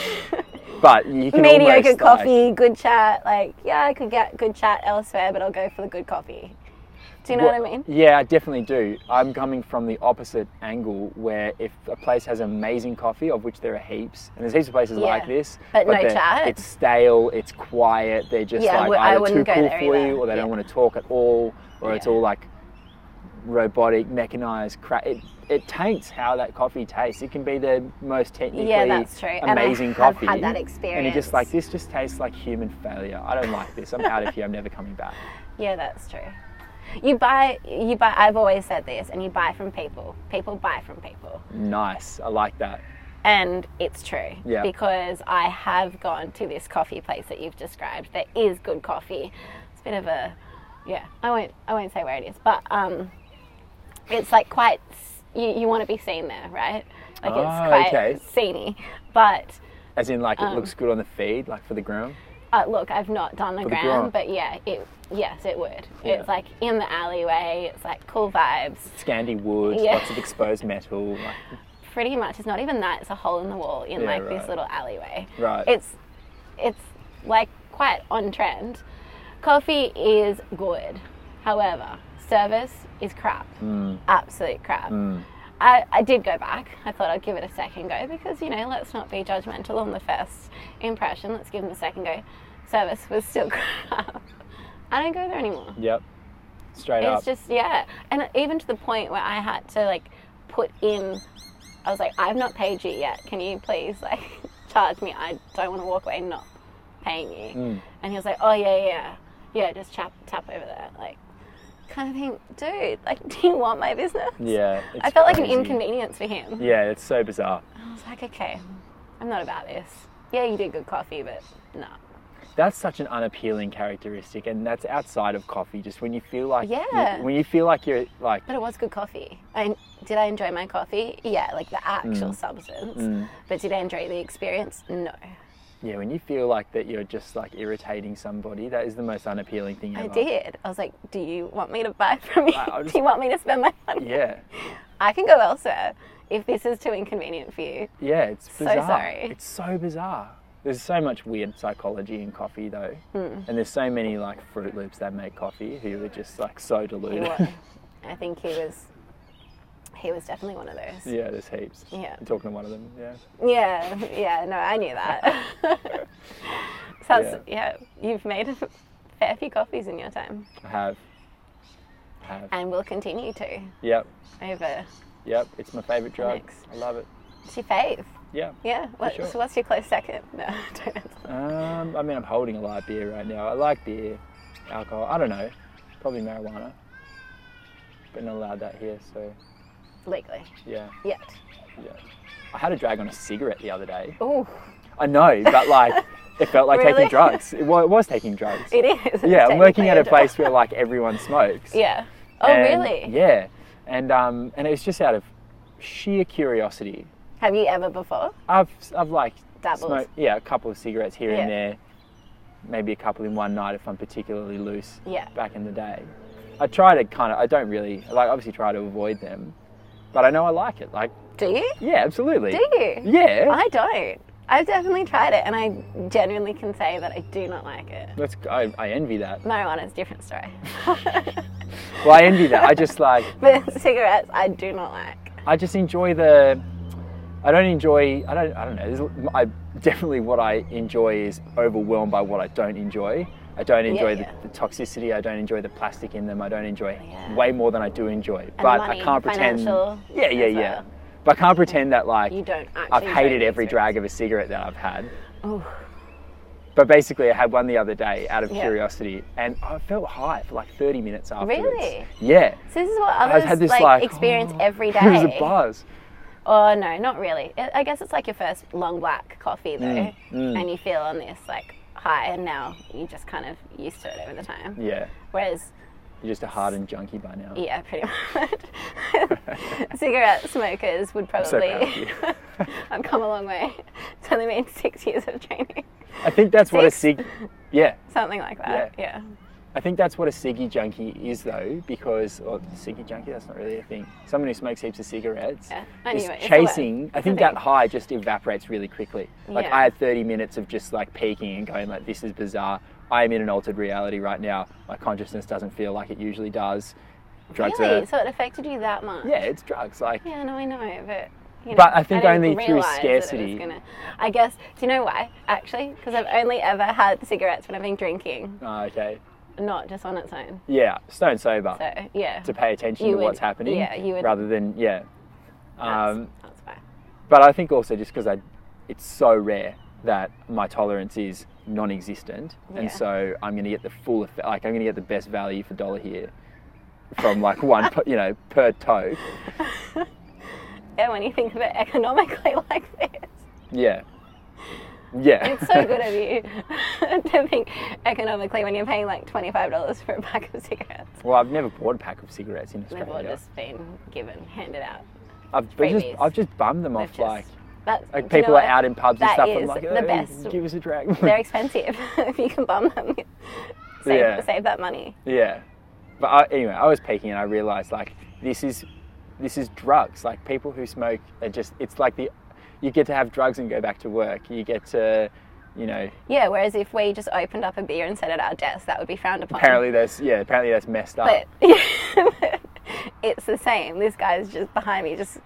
Speaker 2: but you can
Speaker 3: Mediocre
Speaker 2: almost, like-
Speaker 3: coffee, good chat, like yeah, I could get good chat elsewhere, but I'll go for the good coffee. Do you know what I mean?
Speaker 2: Yeah, I definitely do. I'm coming from the opposite angle where if a place has amazing coffee, of which there are heaps, and there's heaps of places
Speaker 3: Yeah,
Speaker 2: like this,
Speaker 3: but no
Speaker 2: they're-
Speaker 3: chat.
Speaker 2: It's stale, it's quiet, they're just
Speaker 3: Yeah, I
Speaker 2: like
Speaker 3: wou- I
Speaker 2: either too
Speaker 3: wouldn't go
Speaker 2: cool
Speaker 3: there
Speaker 2: for you
Speaker 3: either.
Speaker 2: or they don't
Speaker 3: Yeah.
Speaker 2: want to talk at all, or it's
Speaker 3: Yeah.
Speaker 2: all like robotic, mechanized crap. It, it taints how that coffee tastes. It can be the most technically
Speaker 3: that's true. And I
Speaker 2: amazing
Speaker 3: have
Speaker 2: coffee.
Speaker 3: had that
Speaker 2: And you're just
Speaker 3: experience.
Speaker 2: like, this just tastes like human failure. I don't like this. I'm out of here. I'm never coming back.
Speaker 3: Yeah, that's true. You buy you buy I've always said this and you buy from people. People buy from people.
Speaker 2: Nice. I like that.
Speaker 3: And it's true
Speaker 2: Yeah.
Speaker 3: because I have gone to this coffee place that you've described. There is good coffee. It's a bit of a, yeah. I won't. I won't say where it is, but um, it's like quite. s- You, you want to be seen there, right? Like
Speaker 2: Ah,
Speaker 3: it's quite
Speaker 2: okay.
Speaker 3: sceney. But
Speaker 2: As in, like, it
Speaker 3: Um.
Speaker 2: looks good on the feed, like for the groom.
Speaker 3: uh, look, I've not done the
Speaker 2: the
Speaker 3: gram,
Speaker 2: gram.
Speaker 3: but yeah, it yes, it would.
Speaker 2: Yeah.
Speaker 3: It's like in the alleyway. It's like cool vibes.
Speaker 2: Scandi wood,
Speaker 3: Yeah.
Speaker 2: lots of exposed metal. Like,
Speaker 3: pretty much it's not even that it's a hole in the wall in
Speaker 2: Yeah,
Speaker 3: like
Speaker 2: right.
Speaker 3: this little alleyway
Speaker 2: Right.
Speaker 3: it's it's like quite on trend coffee is good however service is crap
Speaker 2: Hmm.
Speaker 3: absolute crap
Speaker 2: mm,
Speaker 3: I, I did go back i thought i'd give it a second go because you know let's not be judgmental on the first impression let's give them a second go service was still crap i don't go there anymore
Speaker 2: yep, straight up.
Speaker 3: it's just yeah, and even to the point where I had to like put in. I was like, I've not paid you yet. Can you please like charge me? I don't want to walk away not paying you.
Speaker 2: Mm.
Speaker 3: And he was like, Oh yeah, yeah, yeah. yeah. Just tap tap over there, like kind of thing, dude. Like, do you want my business?
Speaker 2: yeah,
Speaker 3: I
Speaker 2: it's
Speaker 3: felt like
Speaker 2: crazy.
Speaker 3: an inconvenience for him.
Speaker 2: Yeah, it's so bizarre.
Speaker 3: I was like, Okay, I'm not about this. Yeah, you did good coffee, but no.
Speaker 2: That's such an unappealing characteristic, and that's outside of coffee. Just when you feel like, you-
Speaker 3: Yeah.
Speaker 2: when you feel like you're like,
Speaker 3: But it was good coffee. I did I enjoy my coffee? Yeah, like the actual
Speaker 2: Mm.
Speaker 3: substance. But did I enjoy the experience? No.
Speaker 2: yeah, when you feel like that you're just like irritating somebody, that is the most unappealing thing
Speaker 3: I
Speaker 2: ever.
Speaker 3: did. I was like, do you want me to buy from you?
Speaker 2: I- I just-
Speaker 3: do you want me to spend my money?
Speaker 2: Yeah,
Speaker 3: I can go elsewhere if this is too inconvenient for you.
Speaker 2: yeah, it's bizarre.
Speaker 3: sorry.
Speaker 2: It's so bizarre. There's so much weird psychology in coffee, though,
Speaker 3: Hmm.
Speaker 2: and there's so many like Fruit Loops that make coffee who are just like so
Speaker 3: He
Speaker 2: deluded.
Speaker 3: was. I think he was he was definitely one of those.
Speaker 2: Yeah, there's heaps.
Speaker 3: Yeah.
Speaker 2: You're talking to one of them, yeah.
Speaker 3: Yeah, yeah, no, I knew that. so that's, yeah, you've made a fair few coffees in your time
Speaker 2: I have. I have.
Speaker 3: and will continue to
Speaker 2: Yep,
Speaker 3: over
Speaker 2: yep. It's my favourite drug.
Speaker 3: Next.
Speaker 2: I love it.
Speaker 3: to your fave.
Speaker 2: Yeah.
Speaker 3: Yeah. What,
Speaker 2: sure.
Speaker 3: So what's your close second? No, don't answer.
Speaker 2: Um, I mean, I'm holding a light beer right now. I like beer, alcohol. I don't know. Probably marijuana. But not allowed that here, so
Speaker 3: legally
Speaker 2: yeah,
Speaker 3: yet.
Speaker 2: yeah. I had a drag on a cigarette the other day.
Speaker 3: Ooh,
Speaker 2: I know, but like, it felt like
Speaker 3: Really?
Speaker 2: taking drugs. It was, it was taking drugs.
Speaker 3: it is.
Speaker 2: yeah, I'm working at a
Speaker 3: technically
Speaker 2: place where like everyone smokes.
Speaker 3: Yeah. Oh,
Speaker 2: And-
Speaker 3: really?
Speaker 2: Yeah, and um, and it was just out of sheer curiosity.
Speaker 3: Have you ever before?
Speaker 2: I've I've like
Speaker 3: Dabbled.
Speaker 2: smoked, yeah, a couple of cigarettes here
Speaker 3: Yeah.
Speaker 2: and there, maybe a couple in one night if I'm particularly loose.
Speaker 3: Yeah.
Speaker 2: Back in the day, I try to kind of I don't really like obviously try to avoid them, but I know I like it. Like
Speaker 3: Do you?
Speaker 2: yeah, absolutely.
Speaker 3: Do you?
Speaker 2: Yeah.
Speaker 3: I don't. I've definitely tried it, and I genuinely can say that I do not like it.
Speaker 2: That's I, I envy that.
Speaker 3: Marijuana is a different story,
Speaker 2: Well, I envy that. I just like
Speaker 3: but cigarettes I do not like.
Speaker 2: I just enjoy the. I don't enjoy. I don't. I don't know. There's, I definitely what I enjoy is overwhelmed by what I don't enjoy. I don't enjoy
Speaker 3: yeah. Oh,
Speaker 2: The, the toxicity. I don't enjoy the plastic in them. I don't enjoy
Speaker 3: Yeah.
Speaker 2: way more than I do enjoy. but
Speaker 3: money,
Speaker 2: I can't pretend.
Speaker 3: financial
Speaker 2: yeah, yeah,
Speaker 3: as
Speaker 2: yeah.
Speaker 3: well.
Speaker 2: But I can't pretend that like
Speaker 3: You don't actually.
Speaker 2: I've
Speaker 3: enjoy
Speaker 2: hated
Speaker 3: the
Speaker 2: every
Speaker 3: experience.
Speaker 2: drag of a cigarette that I've had.
Speaker 3: Oof.
Speaker 2: But basically, I had one the other day out of
Speaker 3: Yeah.
Speaker 2: curiosity, and I felt high for like 30 minutes afterwards.
Speaker 3: Really?
Speaker 2: Yeah.
Speaker 3: So this is what others
Speaker 2: had this,
Speaker 3: like,
Speaker 2: like,
Speaker 3: experience every day.
Speaker 2: It was a buzz.
Speaker 3: Oh no, not really. I I guess it's like your first long black coffee
Speaker 2: Mm,
Speaker 3: though, and you feel on this like high, and now you just kind of used to it over the time.
Speaker 2: Yeah.
Speaker 3: Whereas
Speaker 2: You're just a hardened junkie by now.
Speaker 3: Yeah, pretty much. Cigarette smokers would
Speaker 2: I'm so
Speaker 3: probably.
Speaker 2: proud of you.
Speaker 3: I've come a long way. It's only been six years of training,
Speaker 2: I think that's what a
Speaker 3: Six.
Speaker 2: sig. Yeah,
Speaker 3: something like that. Yeah.
Speaker 2: I think that's what a ciggy junkie is though, because or ciggy junkie. That's not really a thing. Someone who smokes heaps of cigarettes
Speaker 3: Yeah. Anyway,
Speaker 2: is
Speaker 3: it's the word.
Speaker 2: chasing. I
Speaker 3: It's
Speaker 2: think
Speaker 3: the
Speaker 2: that
Speaker 3: thing.
Speaker 2: high just evaporates really quickly. Like
Speaker 3: Yeah.
Speaker 2: I had 30 minutes of just like peaking and going like, this is bizarre. I am in an altered reality right now. My consciousness doesn't feel like it usually does. Drugs
Speaker 3: Really?
Speaker 2: are.
Speaker 3: So it affected you that much?
Speaker 2: uh, yeah, it's drugs. Like
Speaker 3: Yeah, no, I know, but. You know,
Speaker 2: But I think
Speaker 3: didn't
Speaker 2: only through
Speaker 3: realise that it was
Speaker 2: scarcity.
Speaker 3: Gonna, I guess. Do you know why? Actually, because I've only ever had cigarettes when I've been drinking,
Speaker 2: oh, okay.
Speaker 3: not just on its own.
Speaker 2: Yeah, stone sober
Speaker 3: So yeah,
Speaker 2: to pay attention
Speaker 3: You
Speaker 2: to
Speaker 3: would-
Speaker 2: what's happening.
Speaker 3: yeah, you would-
Speaker 2: rather than yeah.
Speaker 3: that's,
Speaker 2: Um,
Speaker 3: that's why.
Speaker 2: but I think also just because I, it's so rare that my tolerance is non-existent,
Speaker 3: Yeah.
Speaker 2: and so I'm going to get the full effect. Like I'm going to get the best value for dollar here, from like one, per- you know, per toke.
Speaker 3: Yeah, when you think of it economically like this,
Speaker 2: Yeah, yeah.
Speaker 3: it's so good of you to think economically when you're paying like twenty-five dollars for a pack of cigarettes.
Speaker 2: well, I've never bought a pack of cigarettes in
Speaker 3: They've all
Speaker 2: Australia.
Speaker 3: just been given, handed out.
Speaker 2: I've but just,
Speaker 3: freebies.
Speaker 2: I've just bummed them off.
Speaker 3: They've
Speaker 2: Like,
Speaker 3: just- that's,
Speaker 2: like
Speaker 3: do you
Speaker 2: people
Speaker 3: know
Speaker 2: are
Speaker 3: what?
Speaker 2: out in pubs and
Speaker 3: That
Speaker 2: stuff. I'm
Speaker 3: is
Speaker 2: like,
Speaker 3: the
Speaker 2: "Oh,
Speaker 3: best.
Speaker 2: give us a drag.
Speaker 3: They're expensive. if you can bum them, save,
Speaker 2: Yeah.
Speaker 3: save that money.
Speaker 2: Yeah, but I, anyway, I was peeking and I realized like this is this is drugs. Like people who smoke are just it's like the you get to have drugs and go back to work. You get to you know
Speaker 3: Yeah. Whereas if we just opened up a beer and set it at our desk, that would be frowned upon.
Speaker 2: apparently that's yeah apparently that's messed up.
Speaker 3: But it's the same. This guy's just behind me, just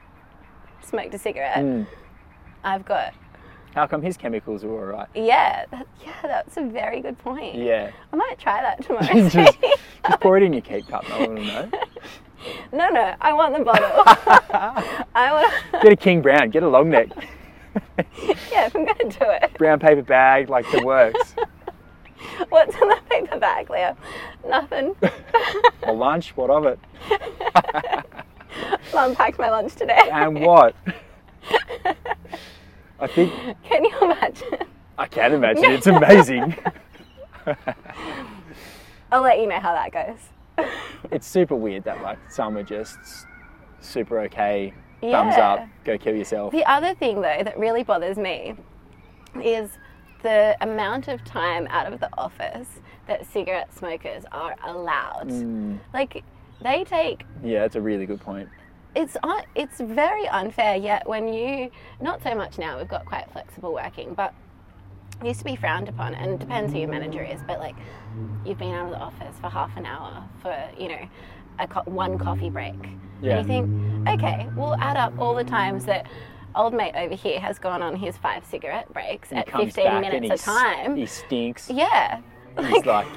Speaker 3: smoked a cigarette.
Speaker 2: Mm.
Speaker 3: I've got
Speaker 2: How come his chemicals are all right?
Speaker 3: yeah, that, yeah. That's a very good point.
Speaker 2: Yeah,
Speaker 3: I might try that tomorrow.
Speaker 2: just, just pour it in your cake cup. No one will know.
Speaker 3: no, no, I want the bottle. I want.
Speaker 2: Get a king brown. Get a long neck
Speaker 3: Yeah, if I'm gonna do it,
Speaker 2: brown paper bag like the works.
Speaker 3: what's in the paper bag, Leo? Nothing.
Speaker 2: Or lunch. What of it?
Speaker 3: Mum packed my lunch today.
Speaker 2: And what? I think
Speaker 3: Can you imagine?
Speaker 2: I can imagine. It's amazing.
Speaker 3: I'll let you know how that goes.
Speaker 2: it's super weird that like some are just s- super okay, thumbs
Speaker 3: Yeah.
Speaker 2: up, go kill yourself.
Speaker 3: The other thing, though, that really bothers me is the amount of time out of the office that cigarette smokers are allowed. Like, they take
Speaker 2: Yeah, that's a really good point.
Speaker 3: it's un- it's very unfair yet when you not so much now we've got quite flexible working but it used to be frowned upon and it depends who your manager is but like you've been out of the office for half an hour for you know a co- one coffee break
Speaker 2: Yeah.
Speaker 3: and you think okay we'll add up all the times that old mate over here has gone on his five cigarette breaks
Speaker 2: He
Speaker 3: at
Speaker 2: comes
Speaker 3: 15
Speaker 2: back and he,
Speaker 3: minutes a
Speaker 2: s-
Speaker 3: time
Speaker 2: He stinks.
Speaker 3: yeah
Speaker 2: He's like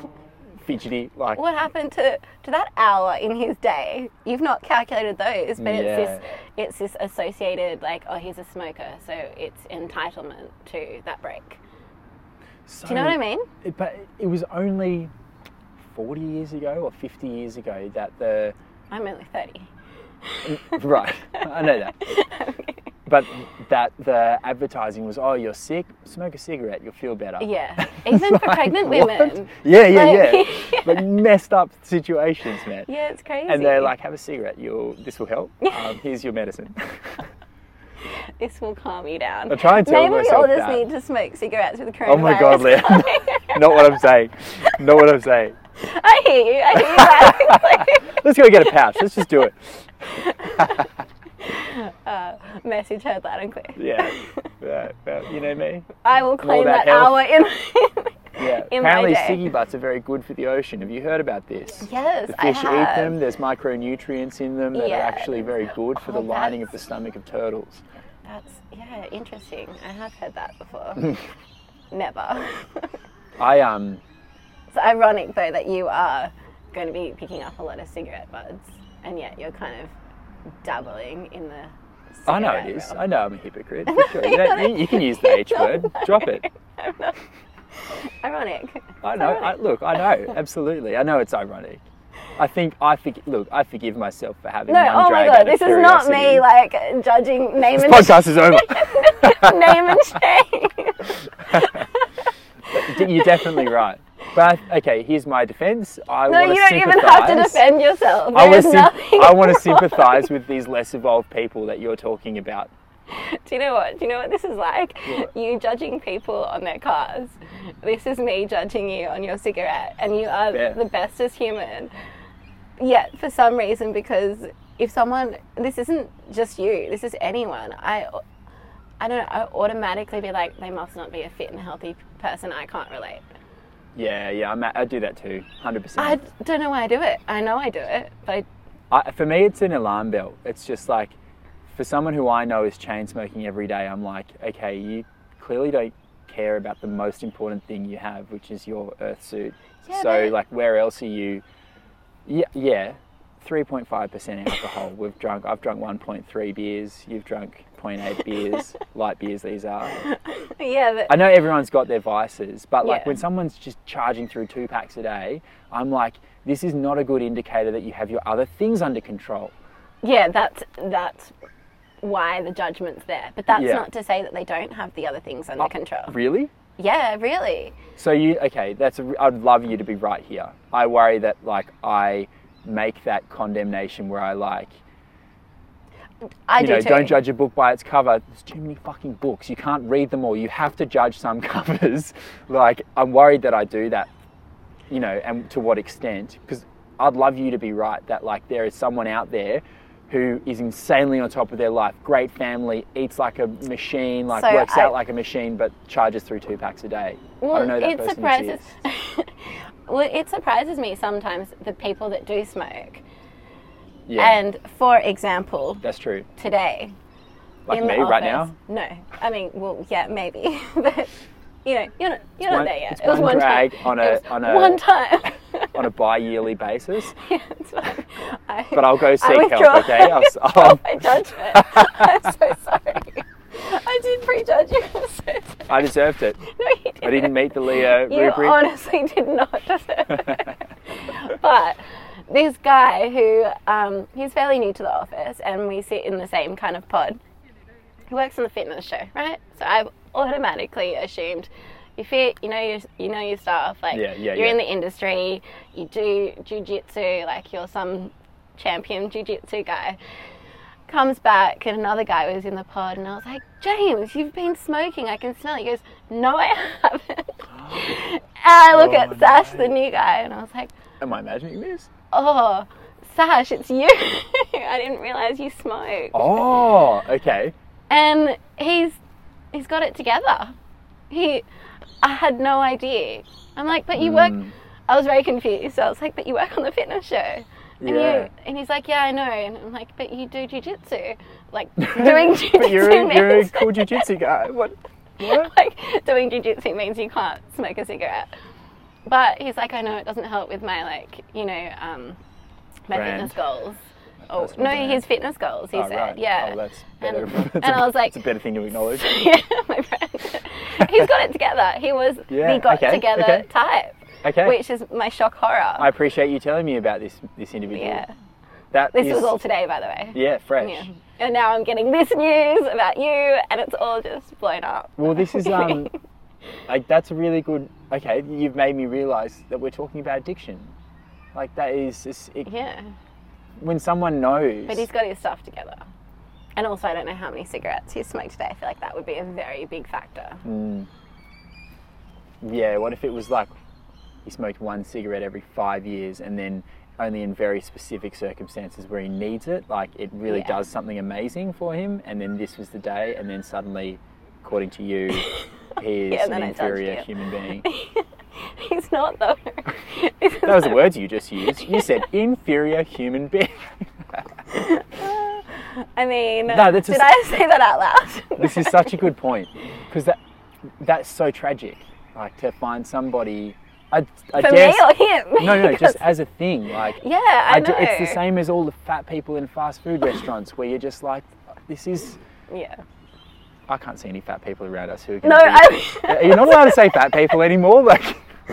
Speaker 2: fidgety. Like
Speaker 3: what happened to, to that hour in his day? You've not calculated those, but it's this
Speaker 2: Yeah.
Speaker 3: it's this associated like oh he's a smoker, so it's entitlement to that break.
Speaker 2: so-
Speaker 3: Do you know what I
Speaker 2: Mm.
Speaker 3: mean?
Speaker 2: It, but it was only forty years ago or fifty years ago that the
Speaker 3: I'm only thirty.
Speaker 2: right. I know that. But that the advertising was, oh, you're sick, smoke a cigarette, you'll feel better.
Speaker 3: Yeah, even for
Speaker 2: Like,
Speaker 3: pregnant
Speaker 2: what?
Speaker 3: women.
Speaker 2: Yeah, yeah,
Speaker 3: Like-
Speaker 2: yeah. But messed up situations, man.
Speaker 3: Yeah, it's crazy.
Speaker 2: And they're like, have a cigarette. You'll this will help. Um, here's your medicine.
Speaker 3: this will calm you down.
Speaker 2: I try and tell
Speaker 3: Maybe we
Speaker 2: myself
Speaker 3: all just
Speaker 2: that.
Speaker 3: need to smoke cigarettes with coronavirus.
Speaker 2: oh my god, Leah. Not what I'm saying. Not what I'm saying.
Speaker 3: I hear you. I hear you. laughing.
Speaker 2: Let's go get a pouch. Let's just do it.
Speaker 3: uh, message heard loud and clear.
Speaker 2: Yeah. yeah. well, you know me.
Speaker 3: I will claim
Speaker 2: about
Speaker 3: that,
Speaker 2: health.
Speaker 3: hour in.
Speaker 2: Yeah.
Speaker 3: In my
Speaker 2: Apparently,
Speaker 3: day.
Speaker 2: ciggy butts are very good for the ocean. Have you heard about this?
Speaker 3: yes,
Speaker 2: The
Speaker 3: I
Speaker 2: fish
Speaker 3: have.
Speaker 2: eat them. There's micronutrients in them that
Speaker 3: Yeah.
Speaker 2: are actually very good for the
Speaker 3: Oh,
Speaker 2: lining of the
Speaker 3: that's-
Speaker 2: stomach of turtles.
Speaker 3: That's yeah, interesting. I have heard that
Speaker 2: Hmm.
Speaker 3: before. Never.
Speaker 2: I um
Speaker 3: it's ironic though that you are going to be picking up a lot of cigarette buds, and yet you're kind of dabbling in the.
Speaker 2: I know it
Speaker 3: cigarette
Speaker 2: is.
Speaker 3: realm.
Speaker 2: I know I'm a hypocrite. For sure. you, don't, you, you can use the H word. Drop it.
Speaker 3: I'm not- ironic.
Speaker 2: I know. I, look, I know. Absolutely, I know it's ironic. I think I forg Look, I forgive myself for having
Speaker 3: No,
Speaker 2: one
Speaker 3: oh my
Speaker 2: drag
Speaker 3: god,
Speaker 2: out of
Speaker 3: this is not me
Speaker 2: curiosity.
Speaker 3: like judging name
Speaker 2: This
Speaker 3: and
Speaker 2: podcast is over.
Speaker 3: name and shame.
Speaker 2: You're definitely right. But I- okay, here's my defense. I
Speaker 3: No,
Speaker 2: want
Speaker 3: you
Speaker 2: to
Speaker 3: don't even have to
Speaker 2: sympathise.
Speaker 3: defend yourself.
Speaker 2: I
Speaker 3: There's
Speaker 2: want, to
Speaker 3: nothing.
Speaker 2: I want to
Speaker 3: wrong.
Speaker 2: sympathize with these less evolved people that you're talking about.
Speaker 3: Do you know what? Do you know what this is like? You judging people on their cars. This is me judging you on your cigarette, and you are
Speaker 2: Fair.
Speaker 3: the bestest human. Yet, for some reason, because if someone, this isn't just you. This is anyone. I, I don't know. I automatically be like, they must not be a fit and healthy person. I can't relate.
Speaker 2: Yeah, yeah, I'm, I do that too, 100%.
Speaker 3: I don't know why I do it. I know I do it, but I
Speaker 2: I, for me, it's an alarm bell. It's just like, for someone who I know is chain smoking every day, I'm like, okay, you clearly don't care about the most important thing you have, which is your earth suit.
Speaker 3: Yeah,
Speaker 2: so,
Speaker 3: but-
Speaker 2: like, where else are you? Yeah, yeah, 3.5% alcohol. We've drunk. I've drunk 1.3 beers. You've drunk 0.8 beers. light beers. These are.
Speaker 3: yeah, but
Speaker 2: I know everyone's got their vices, but like
Speaker 3: Yeah.
Speaker 2: when someone's just charging through two packs a day, I'm like, this is not a good indicator that you have your other things under control.
Speaker 3: Yeah, that's that's why the judgment's there. But that's
Speaker 2: Yeah.
Speaker 3: not to say that they don't have the other things under control.
Speaker 2: Really?
Speaker 3: Yeah, really.
Speaker 2: So you okay? That's a, I'd love you to be right here. I worry that like I make that condemnation where I like
Speaker 3: I
Speaker 2: you
Speaker 3: do
Speaker 2: know
Speaker 3: too.
Speaker 2: don't judge a book by its cover. There's too many fucking books. You can't read them all. You have to judge some covers. like I'm worried that I do that. You know, and to what extent? Because I'd love you to be right that like there is someone out there who is insanely on top of their life, great family, eats like a machine, like
Speaker 3: So
Speaker 2: works
Speaker 3: I-
Speaker 2: out like a machine, but charges through two packs a day. I don't know that
Speaker 3: it
Speaker 2: person
Speaker 3: surprises.
Speaker 2: exists.
Speaker 3: well, it surprises me sometimes the people that do smoke.
Speaker 2: Yeah,
Speaker 3: And for example,
Speaker 2: that's true.
Speaker 3: today
Speaker 2: Like
Speaker 3: in
Speaker 2: me
Speaker 3: the office,
Speaker 2: right now.
Speaker 3: No, I mean, well, yeah, maybe, but you know, you're not, you're not
Speaker 2: one-
Speaker 3: there yet.
Speaker 2: it's
Speaker 3: it was
Speaker 2: one
Speaker 3: one
Speaker 2: drag
Speaker 3: time.
Speaker 2: on a-
Speaker 3: It was
Speaker 2: on a-
Speaker 3: one time.
Speaker 2: on a bi-yearly basis.
Speaker 3: yeah, it's fine. I,
Speaker 2: But I'll go seek help.
Speaker 3: withdraw.
Speaker 2: Okay, I'll, s- um,
Speaker 3: Oh,
Speaker 2: I'll,
Speaker 3: my judgment. I'm so sorry. I did prejudge you. I'm so sorry.
Speaker 2: I deserved it.
Speaker 3: No, you didn't.
Speaker 2: I didn't meet the Leo
Speaker 3: You
Speaker 2: rubric.
Speaker 3: honestly did not deserve it. but this guy who um, he's fairly new to the office, and we sit in the same kind of pod. He works on the fitness show, right? So I've automatically assumed you're fit, you know your you know your stuff, like
Speaker 2: Yeah, yeah,
Speaker 3: you're in
Speaker 2: yeah.
Speaker 3: the industry, you do jujitsu, like you're some champion jujitsu guy comes back and another guy was in the pod and I was like, James, you've been smoking. I can smell it. He goes, No, I haven't. and I look
Speaker 2: Oh,
Speaker 3: at Sash, the new guy, and I was like,
Speaker 2: Am I imagining this?
Speaker 3: Oh, Sash, it's you. I didn't realize you smoke.
Speaker 2: Oh, okay.
Speaker 3: And he's he's got it together. He, I had no idea. I'm like, but
Speaker 2: Hmm.
Speaker 3: you work. I was very confused. So I was like, but you work on the fitness show. And,
Speaker 2: Yeah.
Speaker 3: you, and he's like, yeah, I know. And I'm like, but you do jujitsu, like doing jujitsu.
Speaker 2: But you're a, you're a
Speaker 3: means-
Speaker 2: cool jiu-jitsu guy. What? What?
Speaker 3: like doing jujitsu means you can't smoke a cigarette. But he's like, I know it doesn't help with my like, you know, um, my
Speaker 2: Brand.
Speaker 3: fitness goals. Oh
Speaker 2: personal
Speaker 3: no,
Speaker 2: brand.
Speaker 3: his fitness goals. He
Speaker 2: Oh,
Speaker 3: said,
Speaker 2: right.
Speaker 3: yeah.
Speaker 2: Oh, that's
Speaker 3: And-
Speaker 2: better. It's
Speaker 3: and
Speaker 2: a-
Speaker 3: I was like,
Speaker 2: it's a better thing to acknowledge.
Speaker 3: yeah, my friend. He's got it together. He was
Speaker 2: Yeah,
Speaker 3: the got
Speaker 2: okay,
Speaker 3: together
Speaker 2: okay.
Speaker 3: type,
Speaker 2: Okay.
Speaker 3: which is my shock horror.
Speaker 2: I appreciate you telling me about this this individual.
Speaker 3: yeah,
Speaker 2: That
Speaker 3: this
Speaker 2: is-
Speaker 3: was all today, by the way.
Speaker 2: Yeah, fresh.
Speaker 3: Yeah. And now I'm getting this news about you, and it's all just blown up.
Speaker 2: Well, this is um, like that's a really good. Okay, you've made me realise that we're talking about addiction. Like that is it's- it,
Speaker 3: yeah,
Speaker 2: when someone knows.
Speaker 3: but he's got his stuff together. And also, I don't know how many cigarettes he smoked today. I feel like that would be a very big factor.
Speaker 2: Mm. Yeah, what if it was like he smoked one cigarette every five years and then only in very specific circumstances where he needs it? Like it really
Speaker 3: Yeah.
Speaker 2: does something amazing for him, and then this was the day, and then suddenly, according to you, he is
Speaker 3: Yeah, and
Speaker 2: an
Speaker 3: then I judged
Speaker 2: inferior
Speaker 3: you.
Speaker 2: human being.
Speaker 3: He's not though.
Speaker 2: That was the words you just used. You said inferior human being.
Speaker 3: I mean,
Speaker 2: No, that's
Speaker 3: did
Speaker 2: just-
Speaker 3: I say that out loud?
Speaker 2: this is such a good point because that that's so tragic. Like to find somebody, I, I
Speaker 3: For
Speaker 2: dare
Speaker 3: me or him?
Speaker 2: no, no, just
Speaker 3: Because-
Speaker 2: as a thing. Like
Speaker 3: yeah, I,
Speaker 2: I
Speaker 3: know.
Speaker 2: d- it's the same as all the fat people in fast food restaurants where you're just like, this is.
Speaker 3: Yeah.
Speaker 2: I can't see any fat people around us who are
Speaker 3: No,
Speaker 2: gonna be- Uh,
Speaker 3: I.
Speaker 2: You're not allowed to say fat people anymore. Like,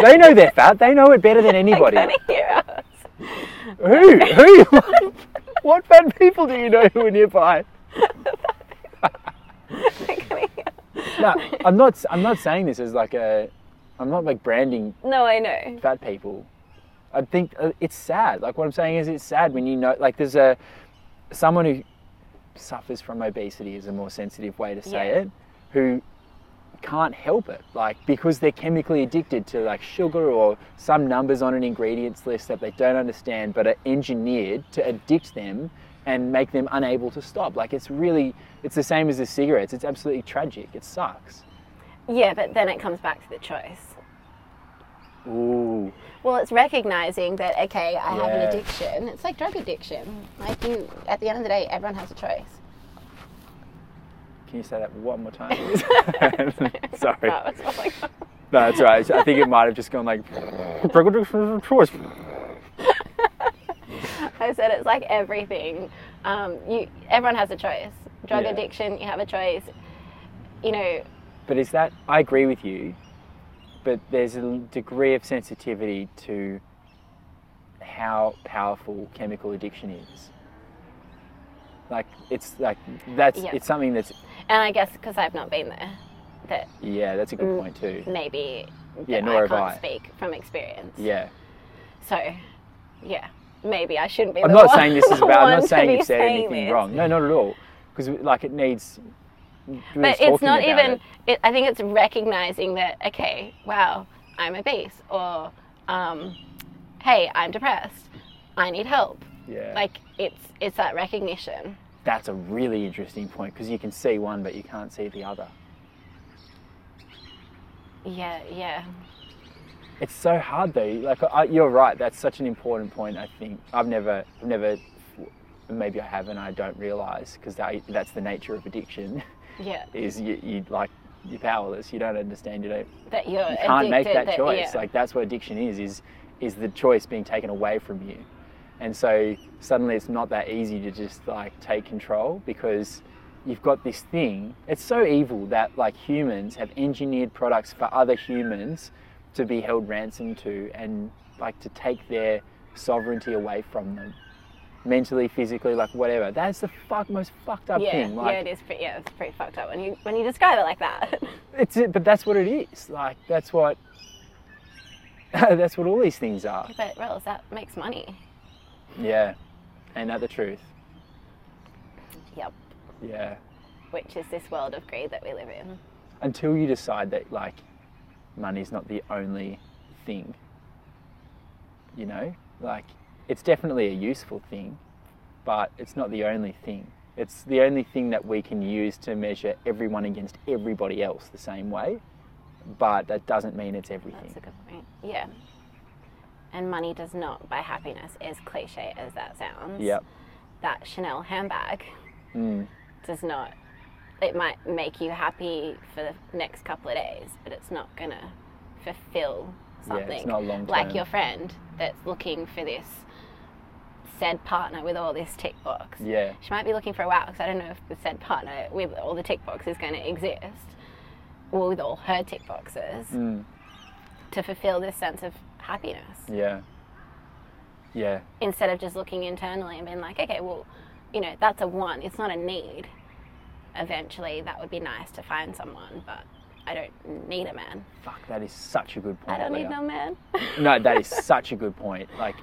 Speaker 2: they know they're fat. They know it better than anybody.
Speaker 3: Can hear us?
Speaker 2: Who? Who? what fat people do you know who are nearby?
Speaker 3: Can hear us?
Speaker 2: No, I'm not. I'm not saying this as like a I'm not like branding
Speaker 3: No, I know.
Speaker 2: fat people. I think uh, it's sad. Like what I'm saying is, it's sad when you know, like there's a someone who suffers from obesity is a more sensitive way to say
Speaker 3: Yeah.
Speaker 2: it, who can't help it, like because they're chemically addicted to like sugar or some numbers on an ingredients list that they don't understand, but are engineered to addict them and make them unable to stop. Like it's really, it's the same as the cigarettes. It's absolutely tragic. It sucks.
Speaker 3: Yeah, but then it comes back to the choice.
Speaker 2: Ooh.
Speaker 3: Well, it's recognizing that okay, I have
Speaker 2: Yeah.
Speaker 3: an addiction. It's like drug addiction. Like you, at the end of the day, everyone has a choice.
Speaker 2: Can you say that one more time? Sorry.
Speaker 3: That was all I got.
Speaker 2: No, that's all right. I think it might have just gone like choice.
Speaker 3: I said it's like everything. Um, you, everyone has a choice. Drug
Speaker 2: Yeah.
Speaker 3: addiction, you have a choice. You know,
Speaker 2: But is that? I agree with you, but there's a l- degree of sensitivity to how powerful chemical addiction is. Like it's like that's
Speaker 3: Yeah.
Speaker 2: it's something that's
Speaker 3: and I guess because I've not been there, that
Speaker 2: yeah that's a
Speaker 3: Mm.
Speaker 2: good point too.
Speaker 3: maybe
Speaker 2: Yeah,
Speaker 3: that
Speaker 2: nor
Speaker 3: I
Speaker 2: have
Speaker 3: can't
Speaker 2: I.
Speaker 3: speak from experience.
Speaker 2: Yeah.
Speaker 3: So, yeah, maybe I shouldn't be.
Speaker 2: I'm
Speaker 3: the
Speaker 2: not
Speaker 3: one-
Speaker 2: saying this is
Speaker 3: the
Speaker 2: bad. I'm
Speaker 3: one to
Speaker 2: not saying
Speaker 3: be
Speaker 2: you've said
Speaker 3: saying
Speaker 2: anything
Speaker 3: this.
Speaker 2: wrong. No, not at all. Because like it needs.
Speaker 3: But it's not even. It. I think it's recognizing that okay, wow, I'm obese, or um, hey, I'm depressed, I need help.
Speaker 2: Yeah.
Speaker 3: Like it's it's that recognition.
Speaker 2: That's a really interesting point because you can see one but you can't see the other.
Speaker 3: Yeah, yeah.
Speaker 2: It's so hard though. Like I, you're right. That's such an important point. I think I've never, I've never, maybe I have and I don't realize because that, that's the nature of addiction.
Speaker 3: Yeah,
Speaker 2: Is you, you like you're powerless. You don't understand. You don't.
Speaker 3: that you're
Speaker 2: You can't make
Speaker 3: addicted,
Speaker 2: that, choice.
Speaker 3: yeah.
Speaker 2: Like that's what addiction is. Is is the choice being taken away from you, and so suddenly it's not that easy to just like take control because you've got this thing. It's so evil that like humans have engineered products for other humans to be held ransom to and like to take their sovereignty away from them, mentally, physically, like whatever. That's the fuck most fucked up
Speaker 3: yeah,
Speaker 2: thing.
Speaker 3: yeah,
Speaker 2: Like
Speaker 3: it is. Pretty, yeah, it's pretty fucked up when you when you describe it like that.
Speaker 2: it's it, but that's what it is. Like that's what. that's what all these things are.
Speaker 3: but Rose, that makes money.
Speaker 2: Yeah, ain't that the truth?
Speaker 3: Yep.
Speaker 2: Yeah.
Speaker 3: Which is this world of greed that we live in.
Speaker 2: Until you decide that like money's not the only thing. You know, like it's definitely a useful thing, but it's not the only thing. It's the only thing that we can use to measure everyone against everybody else the same way, but that doesn't mean it's
Speaker 3: That's
Speaker 2: everything.
Speaker 3: a good point. Yeah. And money does not buy happiness, as cliche as that sounds.
Speaker 2: Yep.
Speaker 3: That Chanel handbag
Speaker 2: Mm.
Speaker 3: does not, it might make you happy for the next couple of days, but it's not going to fulfill
Speaker 2: Yeah, it's
Speaker 3: something.
Speaker 2: not long
Speaker 3: Like
Speaker 2: term.
Speaker 3: your friend that's looking for this said partner with all this tick box.
Speaker 2: Yeah.
Speaker 3: She might be looking for a while because I don't know if the said partner with all the tick boxes is going to exist, or with all her tick boxes,
Speaker 2: Mm.
Speaker 3: to fulfill this sense of happiness.
Speaker 2: Yeah. Yeah.
Speaker 3: Instead of just looking internally and being like, okay, well, you know, that's a want, it's not a need. Eventually, that would be nice to find someone, but I don't need a man.
Speaker 2: Fuck, that is such a good point.
Speaker 3: I don't need
Speaker 2: Leah.
Speaker 3: no man.
Speaker 2: No, that is such a good point. Like,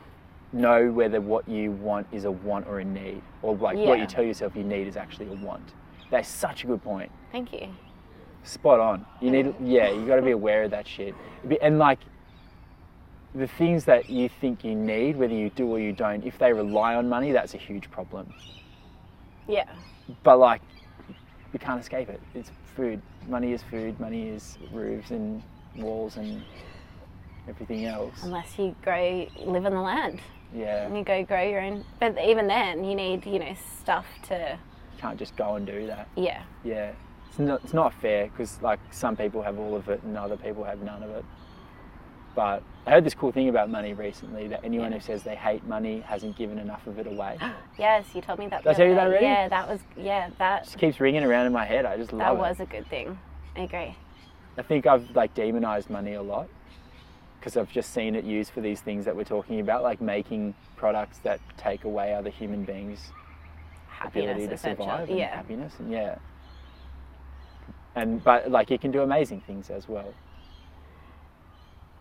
Speaker 2: know whether what you want is a want or a need, or like what
Speaker 3: Yeah.
Speaker 2: you tell yourself you need is actually a want. That's such a good point.
Speaker 3: Thank you.
Speaker 2: Spot on. You need, yeah, you got to be aware of that shit. Be- And like, the things that you think you need, whether you do or you don't, if they rely on money, that's a huge problem.
Speaker 3: Yeah.
Speaker 2: But like, you can't escape it. It's food. Money is food. Money is roofs and walls and everything else.
Speaker 3: Unless you grow, live on the land
Speaker 2: Yeah,
Speaker 3: and
Speaker 2: you
Speaker 3: you go grow your own. But even then, you need, you know, stuff to,
Speaker 2: can't just go and do that.
Speaker 3: yeah.
Speaker 2: Yeah, it's not, it's not fair because like some people have all of it and other people have none of it. But I heard this cool thing about money recently that anyone
Speaker 3: Yeah.
Speaker 2: who says they hate money hasn't given enough of it away.
Speaker 3: Yes, you told me that.
Speaker 2: Did I
Speaker 3: the
Speaker 2: tell you
Speaker 3: other
Speaker 2: that already?
Speaker 3: day. Yeah, that was yeah that
Speaker 2: It keeps ringing around in my head. I just
Speaker 3: that
Speaker 2: love
Speaker 3: was
Speaker 2: it.
Speaker 3: a good thing. I agree.
Speaker 2: I think I've like demonized money a lot because I've just seen it used for these things that we're talking about, like making products that take away other human beings' ability
Speaker 3: Happiness
Speaker 2: to
Speaker 3: essential.
Speaker 2: survive and
Speaker 3: yeah,
Speaker 2: happiness. And yeah. And but like it can do amazing things as well.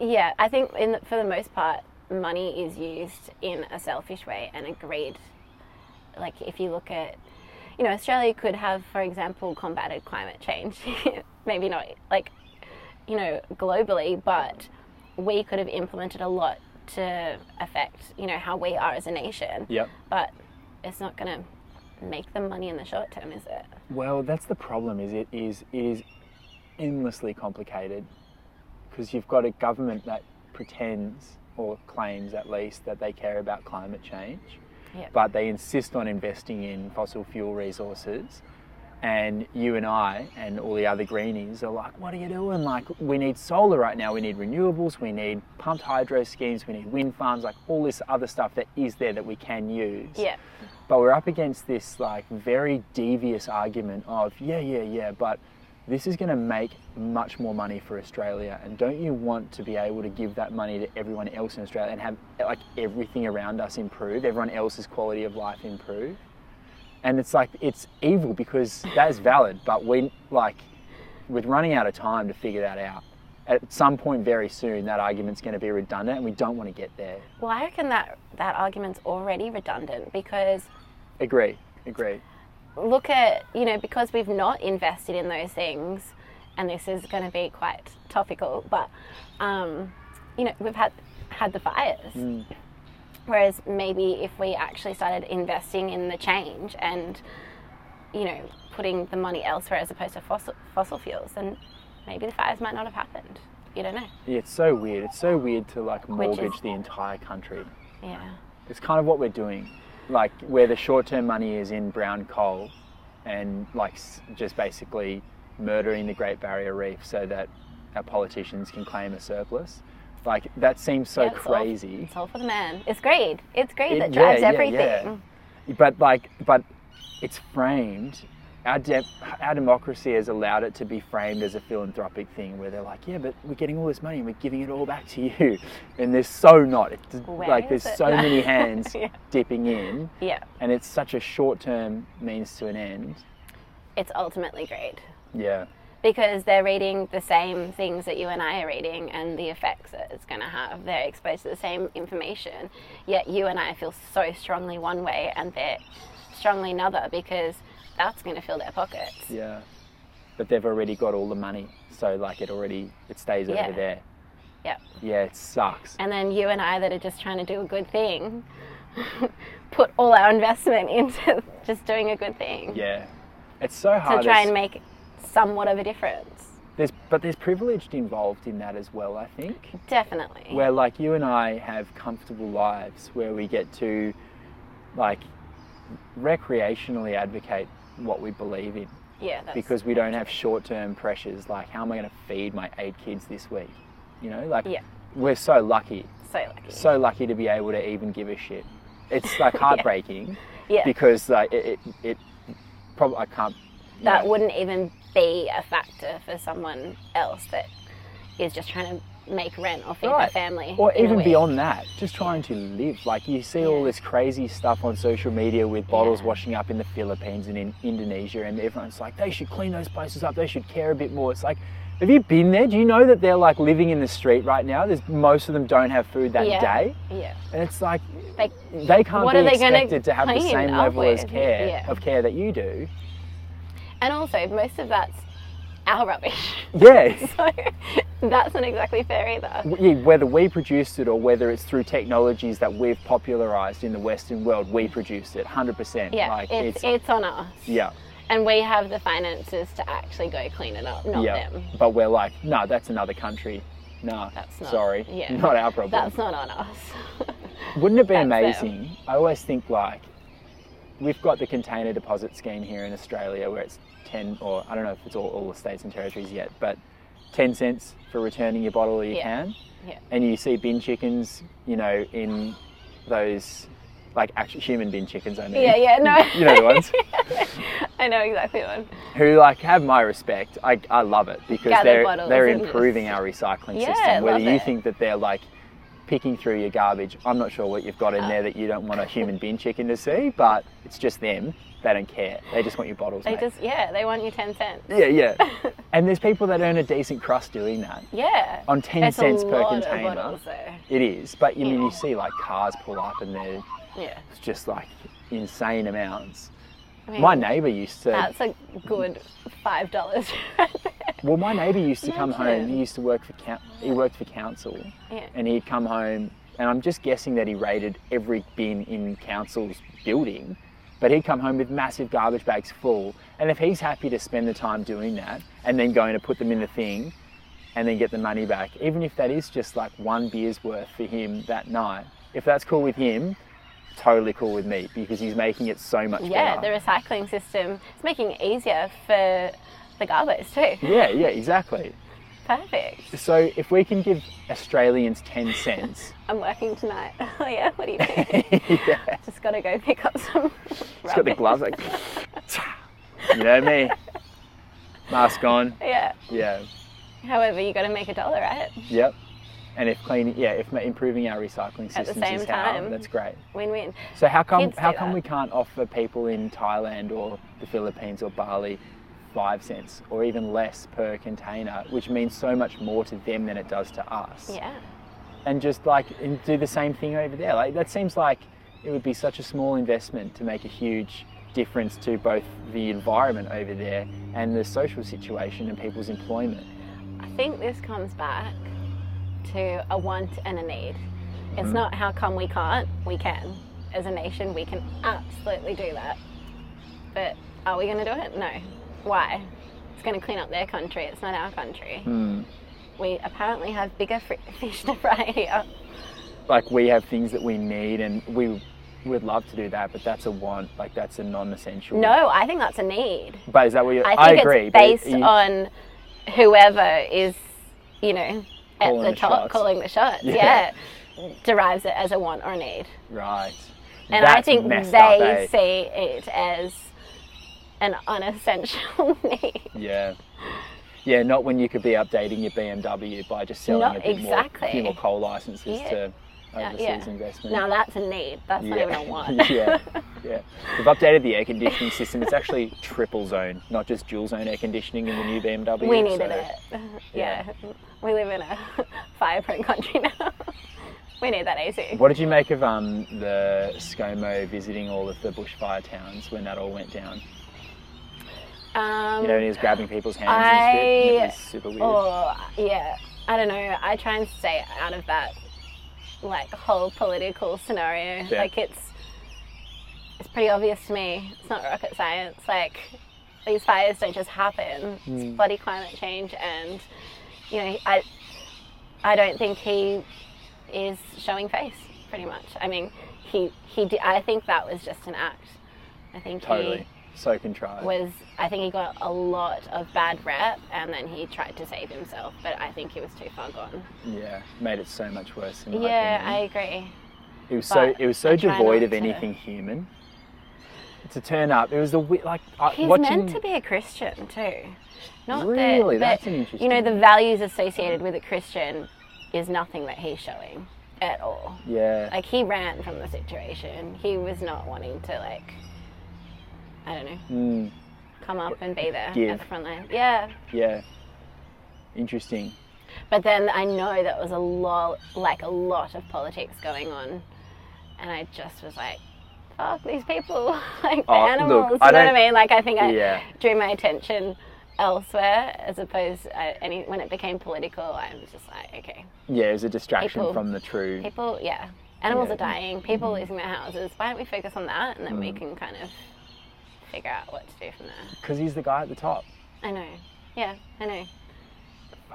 Speaker 3: yeah, I think in the, for the most part, money is used in a selfish way and a greed. Like if you look at, you know, Australia could have, for example, combated climate change. Maybe not like, you know, globally, but we could have implemented a lot to affect, you know, how we are as a nation.
Speaker 2: Yep.
Speaker 3: But it's not going to make them money in the short term, is it?
Speaker 2: Well, that's the problem. Is it is it is endlessly complicated because you've got a government that pretends or claims at least that they care about climate change,
Speaker 3: Yeah.
Speaker 2: but they insist on investing in fossil fuel resources. And you and I and all the other greenies are like, what are you doing? Like, we need solar right now. We need renewables. We need pumped hydro schemes. We need wind farms. Like all this other stuff that is there that we can use
Speaker 3: Yeah.
Speaker 2: but we're up against this like very devious argument of yeah yeah yeah but this is going to make much more money for australia and don't you want to be able to give that money to everyone else in australia and have like everything around us improve everyone else's quality of life improve and it's like it's evil because that is valid but we like with running out of time to figure that out at some point very soon that argument's going to be redundant and we don't want to get there
Speaker 3: Well, I reckon that that argument's already redundant because
Speaker 2: agree agree
Speaker 3: look at you know because we've not invested in those things and this is going to be quite topical but um, you know we've had had the fires
Speaker 2: Hmm.
Speaker 3: whereas maybe if we actually started investing in the change and you know putting the money elsewhere as opposed to fossil, fossil fuels then maybe the fires might not have happened you don't know
Speaker 2: Yeah, it's so weird. It's so weird to like
Speaker 3: Which is-
Speaker 2: mortgage the entire country.
Speaker 3: yeah
Speaker 2: It's kind of what we're doing. Like where the short-term money is in brown coal and like s- just basically murdering the Great Barrier Reef so that our politicians can claim a surplus. Like that seems so
Speaker 3: Yeah, it's all-
Speaker 2: crazy.
Speaker 3: it's all for the man it's greed it's greed that
Speaker 2: It-
Speaker 3: drives
Speaker 2: yeah, yeah,
Speaker 3: everything
Speaker 2: yeah. But like, but it's framed. Our, de- our democracy has allowed it to be framed as a philanthropic thing, where they're like, "Yeah, but we're getting all this money and we're giving it all back to you," and there's so not. It's just-
Speaker 3: Where
Speaker 2: like there's
Speaker 3: is it?
Speaker 2: so many hands
Speaker 3: Yeah.
Speaker 2: dipping in,
Speaker 3: yeah
Speaker 2: and it's such a short-term means to an end.
Speaker 3: it's ultimately greed
Speaker 2: Yeah,
Speaker 3: because they're reading the same things that you and I are reading and the effects that it's going to have. They're exposed to the same information, yet you and I feel so strongly one way and they're strongly another because that's going to fill their pockets.
Speaker 2: yeah. But they've already got all the money, so like it already it stays
Speaker 3: Yeah.
Speaker 2: over there.
Speaker 3: Yeah.
Speaker 2: Yeah, it sucks.
Speaker 3: And then you and I that are just trying to do a good thing put all our investment into just doing a good thing
Speaker 2: Yeah, it's so
Speaker 3: to
Speaker 2: hard.
Speaker 3: try
Speaker 2: as-
Speaker 3: and make somewhat of a difference.
Speaker 2: There's, but there's privileged involved in that as well, I think.
Speaker 3: Mm-hmm. Definitely.
Speaker 2: Where like you and I have comfortable lives where we get to like recreationally advocate what we believe in
Speaker 3: yeah, that's,
Speaker 2: because we don't have short term pressures like how am I going to feed my eight kids this week? You know, like
Speaker 3: Yeah.
Speaker 2: we're so lucky,
Speaker 3: so lucky.
Speaker 2: so lucky to be able to even give a shit. It's like heartbreaking
Speaker 3: yeah.
Speaker 2: because like it, it, it probably I can't. you
Speaker 3: that
Speaker 2: know,
Speaker 3: wouldn't even be a factor for someone else that is just trying to make rent or feed their
Speaker 2: Right.
Speaker 3: family.
Speaker 2: Or
Speaker 3: in a
Speaker 2: even
Speaker 3: week.
Speaker 2: beyond that, just trying to live. Like you see all
Speaker 3: Yeah.
Speaker 2: this crazy stuff on social media with bottles
Speaker 3: Yeah.
Speaker 2: washing up in the Philippines and in Indonesia, and everyone's like, they should clean those places up. They should care a bit more. It's like, have you been there? Do you know that they're like living in the street right now? There's most of them don't have food that
Speaker 3: Yeah.
Speaker 2: day,
Speaker 3: Yeah.
Speaker 2: and it's like
Speaker 3: Like,
Speaker 2: they can't
Speaker 3: What
Speaker 2: be
Speaker 3: are they gonna
Speaker 2: expected to have the
Speaker 3: clean
Speaker 2: same
Speaker 3: up
Speaker 2: level as
Speaker 3: with?
Speaker 2: care
Speaker 3: Yeah.
Speaker 2: of care that you do.
Speaker 3: and also, most of that's our rubbish.
Speaker 2: Yeah.
Speaker 3: so that's not exactly fair either.
Speaker 2: yeah, whether we produced it or whether it's through technologies that we've popularized in the Western world, we produced it 100%.
Speaker 3: Yeah,
Speaker 2: like,
Speaker 3: it's, it's, on us.
Speaker 2: yeah.
Speaker 3: And we have the finances to actually go clean it up, not them.
Speaker 2: But we're like, no, that's another country. No,
Speaker 3: That's not-
Speaker 2: sorry,
Speaker 3: yeah.
Speaker 2: not our problem.
Speaker 3: That's not on us.
Speaker 2: Wouldn't it be
Speaker 3: that's them.
Speaker 2: amazing? I always think like, we've got the container deposit scheme here in Australia where it's 10 or I don't know if it's all, all the states and territories yet, but 10 cents for returning your bottle or your
Speaker 3: Yeah.
Speaker 2: can.
Speaker 3: Yeah.
Speaker 2: And you see bin chickens, you know, in those, like actual human bin chickens, I mean.
Speaker 3: yeah, yeah, no.
Speaker 2: You know the ones
Speaker 3: I know exactly one.
Speaker 2: who like have my respect. I, I love it because
Speaker 3: Gather
Speaker 2: they're
Speaker 3: bottles
Speaker 2: they're
Speaker 3: and
Speaker 2: improving our recycling
Speaker 3: Yeah,
Speaker 2: system. Whether
Speaker 3: love
Speaker 2: you
Speaker 3: it.
Speaker 2: think that they're like picking through your garbage. I'm not sure what you've got
Speaker 3: Uh.
Speaker 2: in there that you don't want a human bin chicken to see, but it's just them. They don't care. They just want your bottles.
Speaker 3: They
Speaker 2: mate.
Speaker 3: just, yeah, they want your 10 cents.
Speaker 2: Yeah, yeah. and there's people that earn a decent crust doing that.
Speaker 3: Yeah.
Speaker 2: On 10
Speaker 3: That's
Speaker 2: cents
Speaker 3: a
Speaker 2: per
Speaker 3: lot of
Speaker 2: container.
Speaker 3: bottles, though.
Speaker 2: It is, but you mean you see like cars pull up and they're
Speaker 3: Yeah.
Speaker 2: it's just like insane amounts.
Speaker 3: I mean,
Speaker 2: My neighbour used to.
Speaker 3: That's a good $5
Speaker 2: Well, my neighbour used to come home.
Speaker 3: Imagine.
Speaker 2: He used to work for coun he worked for council,
Speaker 3: Yeah.
Speaker 2: and he'd come home, and I'm just guessing that he raided every bin in council's building, but he'd come home with massive garbage bags full. And if he's happy to spend the time doing that, and then going to put them in the thing, and then get the money back, even if that is just like one beer's worth for him that night, if that's cool with him, totally cool with me because he's making it so much
Speaker 3: Yeah,
Speaker 2: better.
Speaker 3: the recycling system is making it easier for the garbage too.
Speaker 2: yeah, yeah, exactly.
Speaker 3: Perfect.
Speaker 2: So if we can give Australians 10 cents,
Speaker 3: I'm working tonight. Oh yeah, what do you think?
Speaker 2: yeah.
Speaker 3: Just gotta go pick up some.
Speaker 2: It's got the gloves like, you know me. Mask on.
Speaker 3: Yeah.
Speaker 2: Yeah.
Speaker 3: However, you gotta make a dollar, right?
Speaker 2: Yep. And if cleaning, yeah, if ma- improving our recycling
Speaker 3: At the
Speaker 2: systems
Speaker 3: same
Speaker 2: is how,
Speaker 3: time.
Speaker 2: that's great.
Speaker 3: Win-win.
Speaker 2: So how come
Speaker 3: Kids do
Speaker 2: how come
Speaker 3: that.
Speaker 2: we can't offer people in Thailand or the Philippines or Bali five cents or even less per container, which means so much more to them than it does to us?
Speaker 3: Yeah.
Speaker 2: and just like and do the same thing over there. Like that seems like it would be such a small investment to make a huge difference to both the environment over there and the social situation and people's employment.
Speaker 3: I think this comes back to a want and a need. It's
Speaker 2: Hmm.
Speaker 3: not how come we can't. We can. As a nation, we can absolutely do that. But are we gonna do it? No. Why? It's gonna clean up their country. It's not our country.
Speaker 2: Hmm.
Speaker 3: We apparently have bigger fri- fish to fry here.
Speaker 2: Like we have things that we need and we would love to do that, but that's a want, like that's a non-essential.
Speaker 3: No, I think that's a need.
Speaker 2: But is that what you?
Speaker 3: I think
Speaker 2: agree.
Speaker 3: it's
Speaker 2: but
Speaker 3: based
Speaker 2: you-
Speaker 3: on whoever is, you know, at
Speaker 2: Calling
Speaker 3: the
Speaker 2: the
Speaker 3: top
Speaker 2: shots.
Speaker 3: calling the shots.
Speaker 2: Yeah.
Speaker 3: Yeah. derives it as a want or a need,
Speaker 2: right.
Speaker 3: and I
Speaker 2: That's
Speaker 3: think they
Speaker 2: messed up, eh?
Speaker 3: see it as an unessential need.
Speaker 2: Yeah. Yeah, not when you could be updating your BMW by just selling
Speaker 3: Not
Speaker 2: a bit more, a
Speaker 3: exactly.
Speaker 2: few more coal licenses
Speaker 3: Yeah.
Speaker 2: to
Speaker 3: Uh,
Speaker 2: overseas investment.
Speaker 3: Now that's a need. That's not even a want.
Speaker 2: yeah, yeah. We've updated the air conditioning system. It's actually triple zone, not just dual zone air conditioning in the new BMW.
Speaker 3: We needed
Speaker 2: so-
Speaker 3: it. Yeah. We live in a fire-prone country now. we need that AC.
Speaker 2: What did you make of um, the ScoMo visiting all of the bushfire towns when that all went down?
Speaker 3: Um,
Speaker 2: You know, and he was grabbing people's hands and shit. and
Speaker 3: I-
Speaker 2: It was super weird.
Speaker 3: Oh, yeah. I don't know. I try and stay out of that like whole political scenario.
Speaker 2: Yeah.
Speaker 3: Like it's it's pretty obvious to me. It's not rocket science. Like these fires don't just happen.
Speaker 2: Hmm.
Speaker 3: It's bloody climate change and you know, I I don't think he is showing face pretty much. I mean, he he di- I think that was just an act. I think he
Speaker 2: totally. So contrived.
Speaker 3: was I think he got a lot of bad rep and then he tried to save himself, but I think he was too far gone.
Speaker 2: yeah, made it so much worse. In my
Speaker 3: yeah,
Speaker 2: opinion.
Speaker 3: I agree.
Speaker 2: It was so
Speaker 3: But
Speaker 2: it was
Speaker 3: I
Speaker 2: so
Speaker 3: try
Speaker 2: devoid
Speaker 3: not
Speaker 2: of
Speaker 3: to.
Speaker 2: anything human. To turn up, it was the we- like I
Speaker 3: He's
Speaker 2: watching.
Speaker 3: meant to be a Christian too. Not
Speaker 2: Really?
Speaker 3: that,
Speaker 2: That's
Speaker 3: that
Speaker 2: an
Speaker 3: you know
Speaker 2: interesting-
Speaker 3: the values associated with a Christian is nothing that he's showing at all.
Speaker 2: yeah,
Speaker 3: Like he ran from the situation. He was not wanting to like I don't know
Speaker 2: mm,
Speaker 3: come up and be there at
Speaker 2: Give.
Speaker 3: the front line. Yeah.
Speaker 2: yeah. Interesting.
Speaker 3: But then I know that was a lot, like a lot of politics going on, and I just was like, "Fuck these people, like the
Speaker 2: Oh, look,
Speaker 3: animals."
Speaker 2: I
Speaker 3: you know what
Speaker 2: don't-
Speaker 3: I mean? Like I think I
Speaker 2: Yeah.
Speaker 3: drew my attention elsewhere, as opposed I, any when it became political, I was just like, "Okay,
Speaker 2: Yeah, it was a distraction
Speaker 3: People.
Speaker 2: from the true.
Speaker 3: people, yeah, animals
Speaker 2: Yeah.
Speaker 3: are dying, people are losing their houses. Why don't we focus on that, and then
Speaker 2: Mm.
Speaker 3: we can kind of figure out what to do from there."
Speaker 2: Because he's the guy at the top.
Speaker 3: I know, yeah, I know,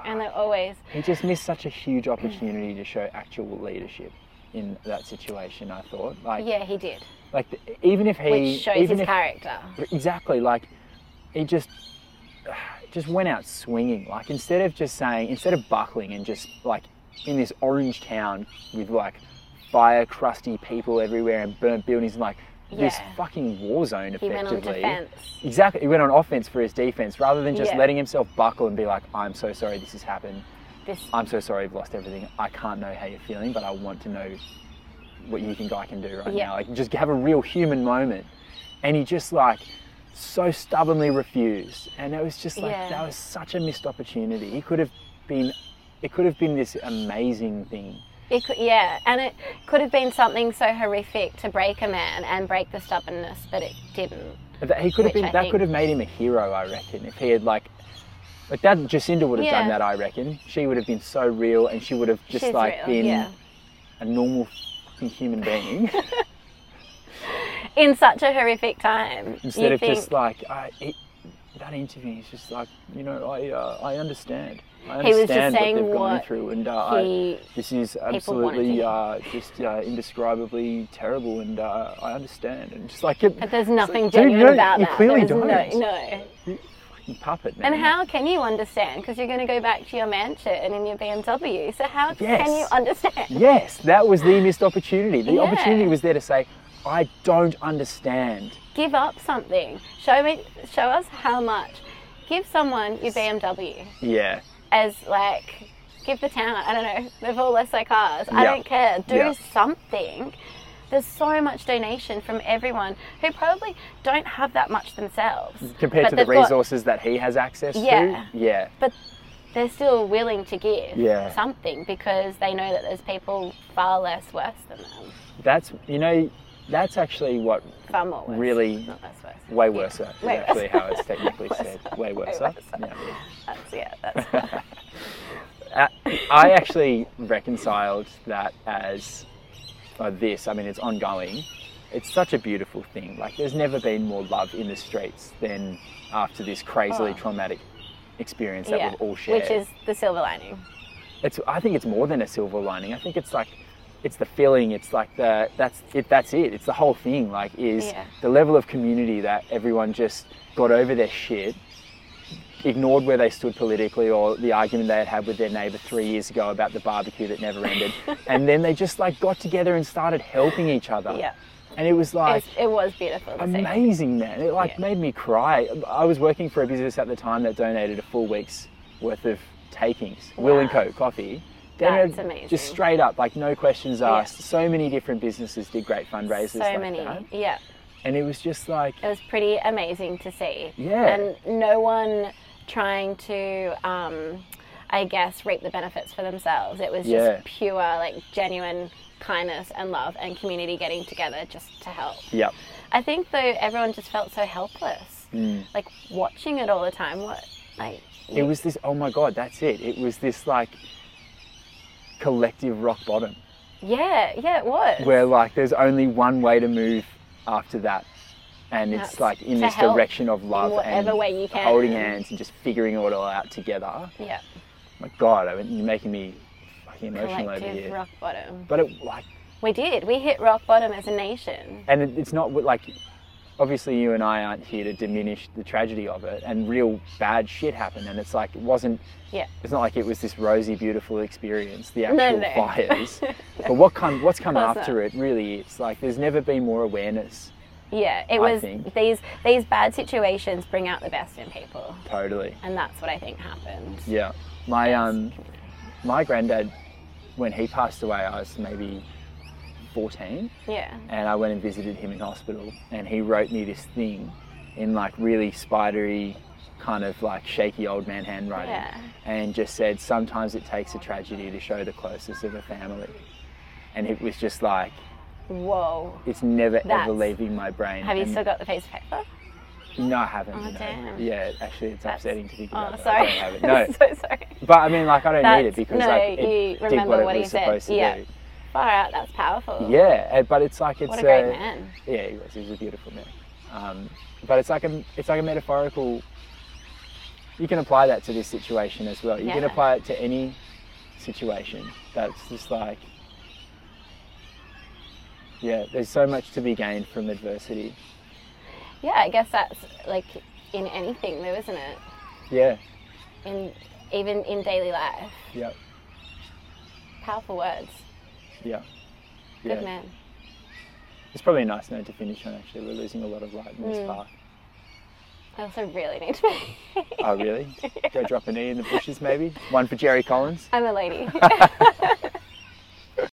Speaker 3: and they're always
Speaker 2: He just missed such a huge opportunity to show actual leadership in that situation. I thought, like,
Speaker 3: yeah, he did,
Speaker 2: like the, even if he,
Speaker 3: which shows
Speaker 2: even
Speaker 3: his
Speaker 2: if,
Speaker 3: character.
Speaker 2: exactly, like, he just, just went out swinging. Like, instead of just saying, instead of buckling and just like in this orange town with like fire crusty people everywhere and burnt buildings and like this
Speaker 3: Yeah.
Speaker 2: fucking war zone
Speaker 3: He
Speaker 2: effectively.
Speaker 3: went on defense.
Speaker 2: Exactly. He went on offense for his defense rather than just
Speaker 3: Yeah.
Speaker 2: letting himself buckle and be like, I'm so sorry this has happened.
Speaker 3: This
Speaker 2: I'm so sorry I've lost everything. I can't know how you're feeling, but I want to know what you think I can do right
Speaker 3: Yeah.
Speaker 2: now. Like just have a real human moment. And he just like so stubbornly refused. And it was just like
Speaker 3: Yeah.
Speaker 2: that was such a missed opportunity. He could have been it could have been this amazing thing.
Speaker 3: It could, yeah, and it could have been something so horrific to break a man and break the stubbornness, but it didn't.
Speaker 2: That he could have
Speaker 3: Which
Speaker 2: been
Speaker 3: I
Speaker 2: that
Speaker 3: think-
Speaker 2: could have made him a hero, I reckon, if he had like like that Jacinda would have done
Speaker 3: Yeah.
Speaker 2: that, I reckon. She would have been so real and she would have just
Speaker 3: She's
Speaker 2: like
Speaker 3: real,
Speaker 2: been
Speaker 3: yeah.
Speaker 2: a normal fucking human being.
Speaker 3: In such a horrific time,
Speaker 2: instead
Speaker 3: you
Speaker 2: of
Speaker 3: think,
Speaker 2: just like I, it, that interview is just like you know I uh, I understand I
Speaker 3: He was just
Speaker 2: understand what
Speaker 3: saying
Speaker 2: they've gone
Speaker 3: what
Speaker 2: through and uh,
Speaker 3: he-
Speaker 2: I, this is
Speaker 3: to
Speaker 2: absolutely
Speaker 3: hear.
Speaker 2: uh, just uh, indescribably terrible and uh, I understand and just like it,
Speaker 3: but there's nothing
Speaker 2: Dude, you
Speaker 3: genuine
Speaker 2: don't-
Speaker 3: about
Speaker 2: you
Speaker 3: that.
Speaker 2: clearly
Speaker 3: There's
Speaker 2: don't.
Speaker 3: No, no.
Speaker 2: you puppet man
Speaker 3: And how can you understand? Because you're going to go back to your mansion in your BMW. So how
Speaker 2: Yes.
Speaker 3: can you understand?
Speaker 2: yes that was the missed opportunity the
Speaker 3: Yeah.
Speaker 2: opportunity was there to say I don't understand
Speaker 3: Give up something. Show me. Show us how much. Give someone your BMW.
Speaker 2: yeah
Speaker 3: as like give the town I don't know they've all left their cars I
Speaker 2: Yeah.
Speaker 3: don't care do
Speaker 2: Yeah.
Speaker 3: something there's so much donation from everyone who probably don't have that much themselves
Speaker 2: compared
Speaker 3: but
Speaker 2: to the
Speaker 3: they've got-
Speaker 2: resources that he has access
Speaker 3: Yeah.
Speaker 2: to yeah
Speaker 3: but they're still willing to give
Speaker 2: Yeah.
Speaker 3: something because they know that there's people far less worse than them
Speaker 2: that's you know that's actually what
Speaker 3: far more worse
Speaker 2: Really
Speaker 3: not less worse
Speaker 2: Way worse uh, is
Speaker 3: Way
Speaker 2: actually
Speaker 3: worse.
Speaker 2: how it's technically said. Way worse.
Speaker 3: worser.
Speaker 2: Yeah.
Speaker 3: that's yeah that's
Speaker 2: Uh, I actually reconciled that as uh, this. I mean, it's ongoing. It's such a beautiful thing. Like, there's never been more love in the streets than after this crazily
Speaker 3: Oh.
Speaker 2: traumatic experience that
Speaker 3: yeah
Speaker 2: we've all shared.
Speaker 3: which is the silver lining
Speaker 2: it's I think it's more than a silver lining. I think it's like it's the feeling. It's like the that's it. That's it. It's the whole thing. Like is
Speaker 3: Yeah.
Speaker 2: the level of community that everyone just got over their shit, ignored where they stood politically or the argument they had had with their neighbour three years ago about the barbecue that never ended, and then they just like got together and started helping each other.
Speaker 3: Yeah.
Speaker 2: And it was like
Speaker 3: It's- it was beautiful to see.
Speaker 2: amazing, man. It like
Speaker 3: Yeah.
Speaker 2: made me cry. I was working for a business at the time that donated a full week's worth of takings. Will and Co. Coffee.
Speaker 3: That's
Speaker 2: Donated
Speaker 3: amazing.
Speaker 2: Just straight up, like no questions
Speaker 3: Yeah.
Speaker 2: asked. So many different businesses did great fundraisers.
Speaker 3: so
Speaker 2: like
Speaker 3: many
Speaker 2: that.
Speaker 3: yeah
Speaker 2: And it was just like,
Speaker 3: it was pretty amazing to see.
Speaker 2: Yeah.
Speaker 3: And no one trying to, um, I guess, reap the benefits for themselves. It was
Speaker 2: Yeah.
Speaker 3: just pure, like, genuine kindness and love and community getting together just to help.
Speaker 2: yep,
Speaker 3: I think, though, everyone just felt so helpless. Like, watching it all the time, what, like,
Speaker 2: Mm. it was this. Oh my god, that's it. It was this like collective rock bottom
Speaker 3: yeah, yeah, it was.
Speaker 2: where like there's only one way to move after that. And it's
Speaker 3: That's
Speaker 2: like in
Speaker 3: to
Speaker 2: this
Speaker 3: help
Speaker 2: direction of love
Speaker 3: whatever
Speaker 2: and
Speaker 3: way you can.
Speaker 2: holding hands and just figuring it all out together.
Speaker 3: yeah,
Speaker 2: My God, I mean, you're making me fucking emotional over
Speaker 3: collective
Speaker 2: here.
Speaker 3: rock bottom.
Speaker 2: But it like,
Speaker 3: We did. We hit rock bottom as a nation.
Speaker 2: and it, it's not what- like, obviously you and I aren't here to diminish the tragedy of it, and real bad shit happened, and it's like it wasn't.
Speaker 3: Yeah.
Speaker 2: It's not like it was this rosy, beautiful experience. The actual
Speaker 3: no.
Speaker 2: fires, but what come what's come
Speaker 3: course
Speaker 2: after it really is like there's never been more awareness.
Speaker 3: Yeah, it was
Speaker 2: think.
Speaker 3: these these bad situations bring out the best in people,
Speaker 2: Totally.
Speaker 3: and that's what I think happened.
Speaker 2: Yeah. My um, my granddad, when he passed away, I was maybe fourteen.
Speaker 3: Yeah,
Speaker 2: and I went and visited him in hospital, and he wrote me this thing in like really spidery, kind of like shaky old man handwriting,
Speaker 3: Yeah.
Speaker 2: and just said, "Sometimes it takes a tragedy to show the closest of a family," and it was just like
Speaker 3: whoa.
Speaker 2: it's never
Speaker 3: That's-
Speaker 2: ever leaving my brain.
Speaker 3: Have you
Speaker 2: and-
Speaker 3: still got the piece of paper?
Speaker 2: No, I haven't.
Speaker 3: Oh,
Speaker 2: no.
Speaker 3: damn.
Speaker 2: Yeah, actually, it's
Speaker 3: That's-
Speaker 2: upsetting to think
Speaker 3: Oh,
Speaker 2: about. that I
Speaker 3: sorry.
Speaker 2: don't have it. No,
Speaker 3: so sorry.
Speaker 2: but I mean, like, I don't need
Speaker 3: That's-
Speaker 2: it because
Speaker 3: no,
Speaker 2: like
Speaker 3: you
Speaker 2: it did
Speaker 3: remember
Speaker 2: what,
Speaker 3: what
Speaker 2: it
Speaker 3: he
Speaker 2: was
Speaker 3: said.
Speaker 2: supposed to
Speaker 3: Yeah.
Speaker 2: do.
Speaker 3: Far out. That's powerful.
Speaker 2: Yeah, eh, but it's like it's
Speaker 3: a great
Speaker 2: uh,
Speaker 3: man.
Speaker 2: Yeah, he was. He was a beautiful man. Um, but it's like a it's like a metaphorical. You can apply that to this situation as well. You can
Speaker 3: Yeah.
Speaker 2: apply it to any situation. That's just like. Yeah, there's so much to be gained from adversity.
Speaker 3: Yeah, I guess that's like in anything, though, isn't it?
Speaker 2: Yeah,
Speaker 3: In even in daily life,
Speaker 2: yeah,
Speaker 3: powerful words.
Speaker 2: yeah. Yeah.
Speaker 3: Good man. Hmm.
Speaker 2: It's probably a nice note to finish on. Actually, we're losing a lot of light in this path.
Speaker 3: I also really need to pee.
Speaker 2: E Oh, really? Go drop a knee in the bushes, maybe? One for Jerry Collins.
Speaker 3: I'm a lady.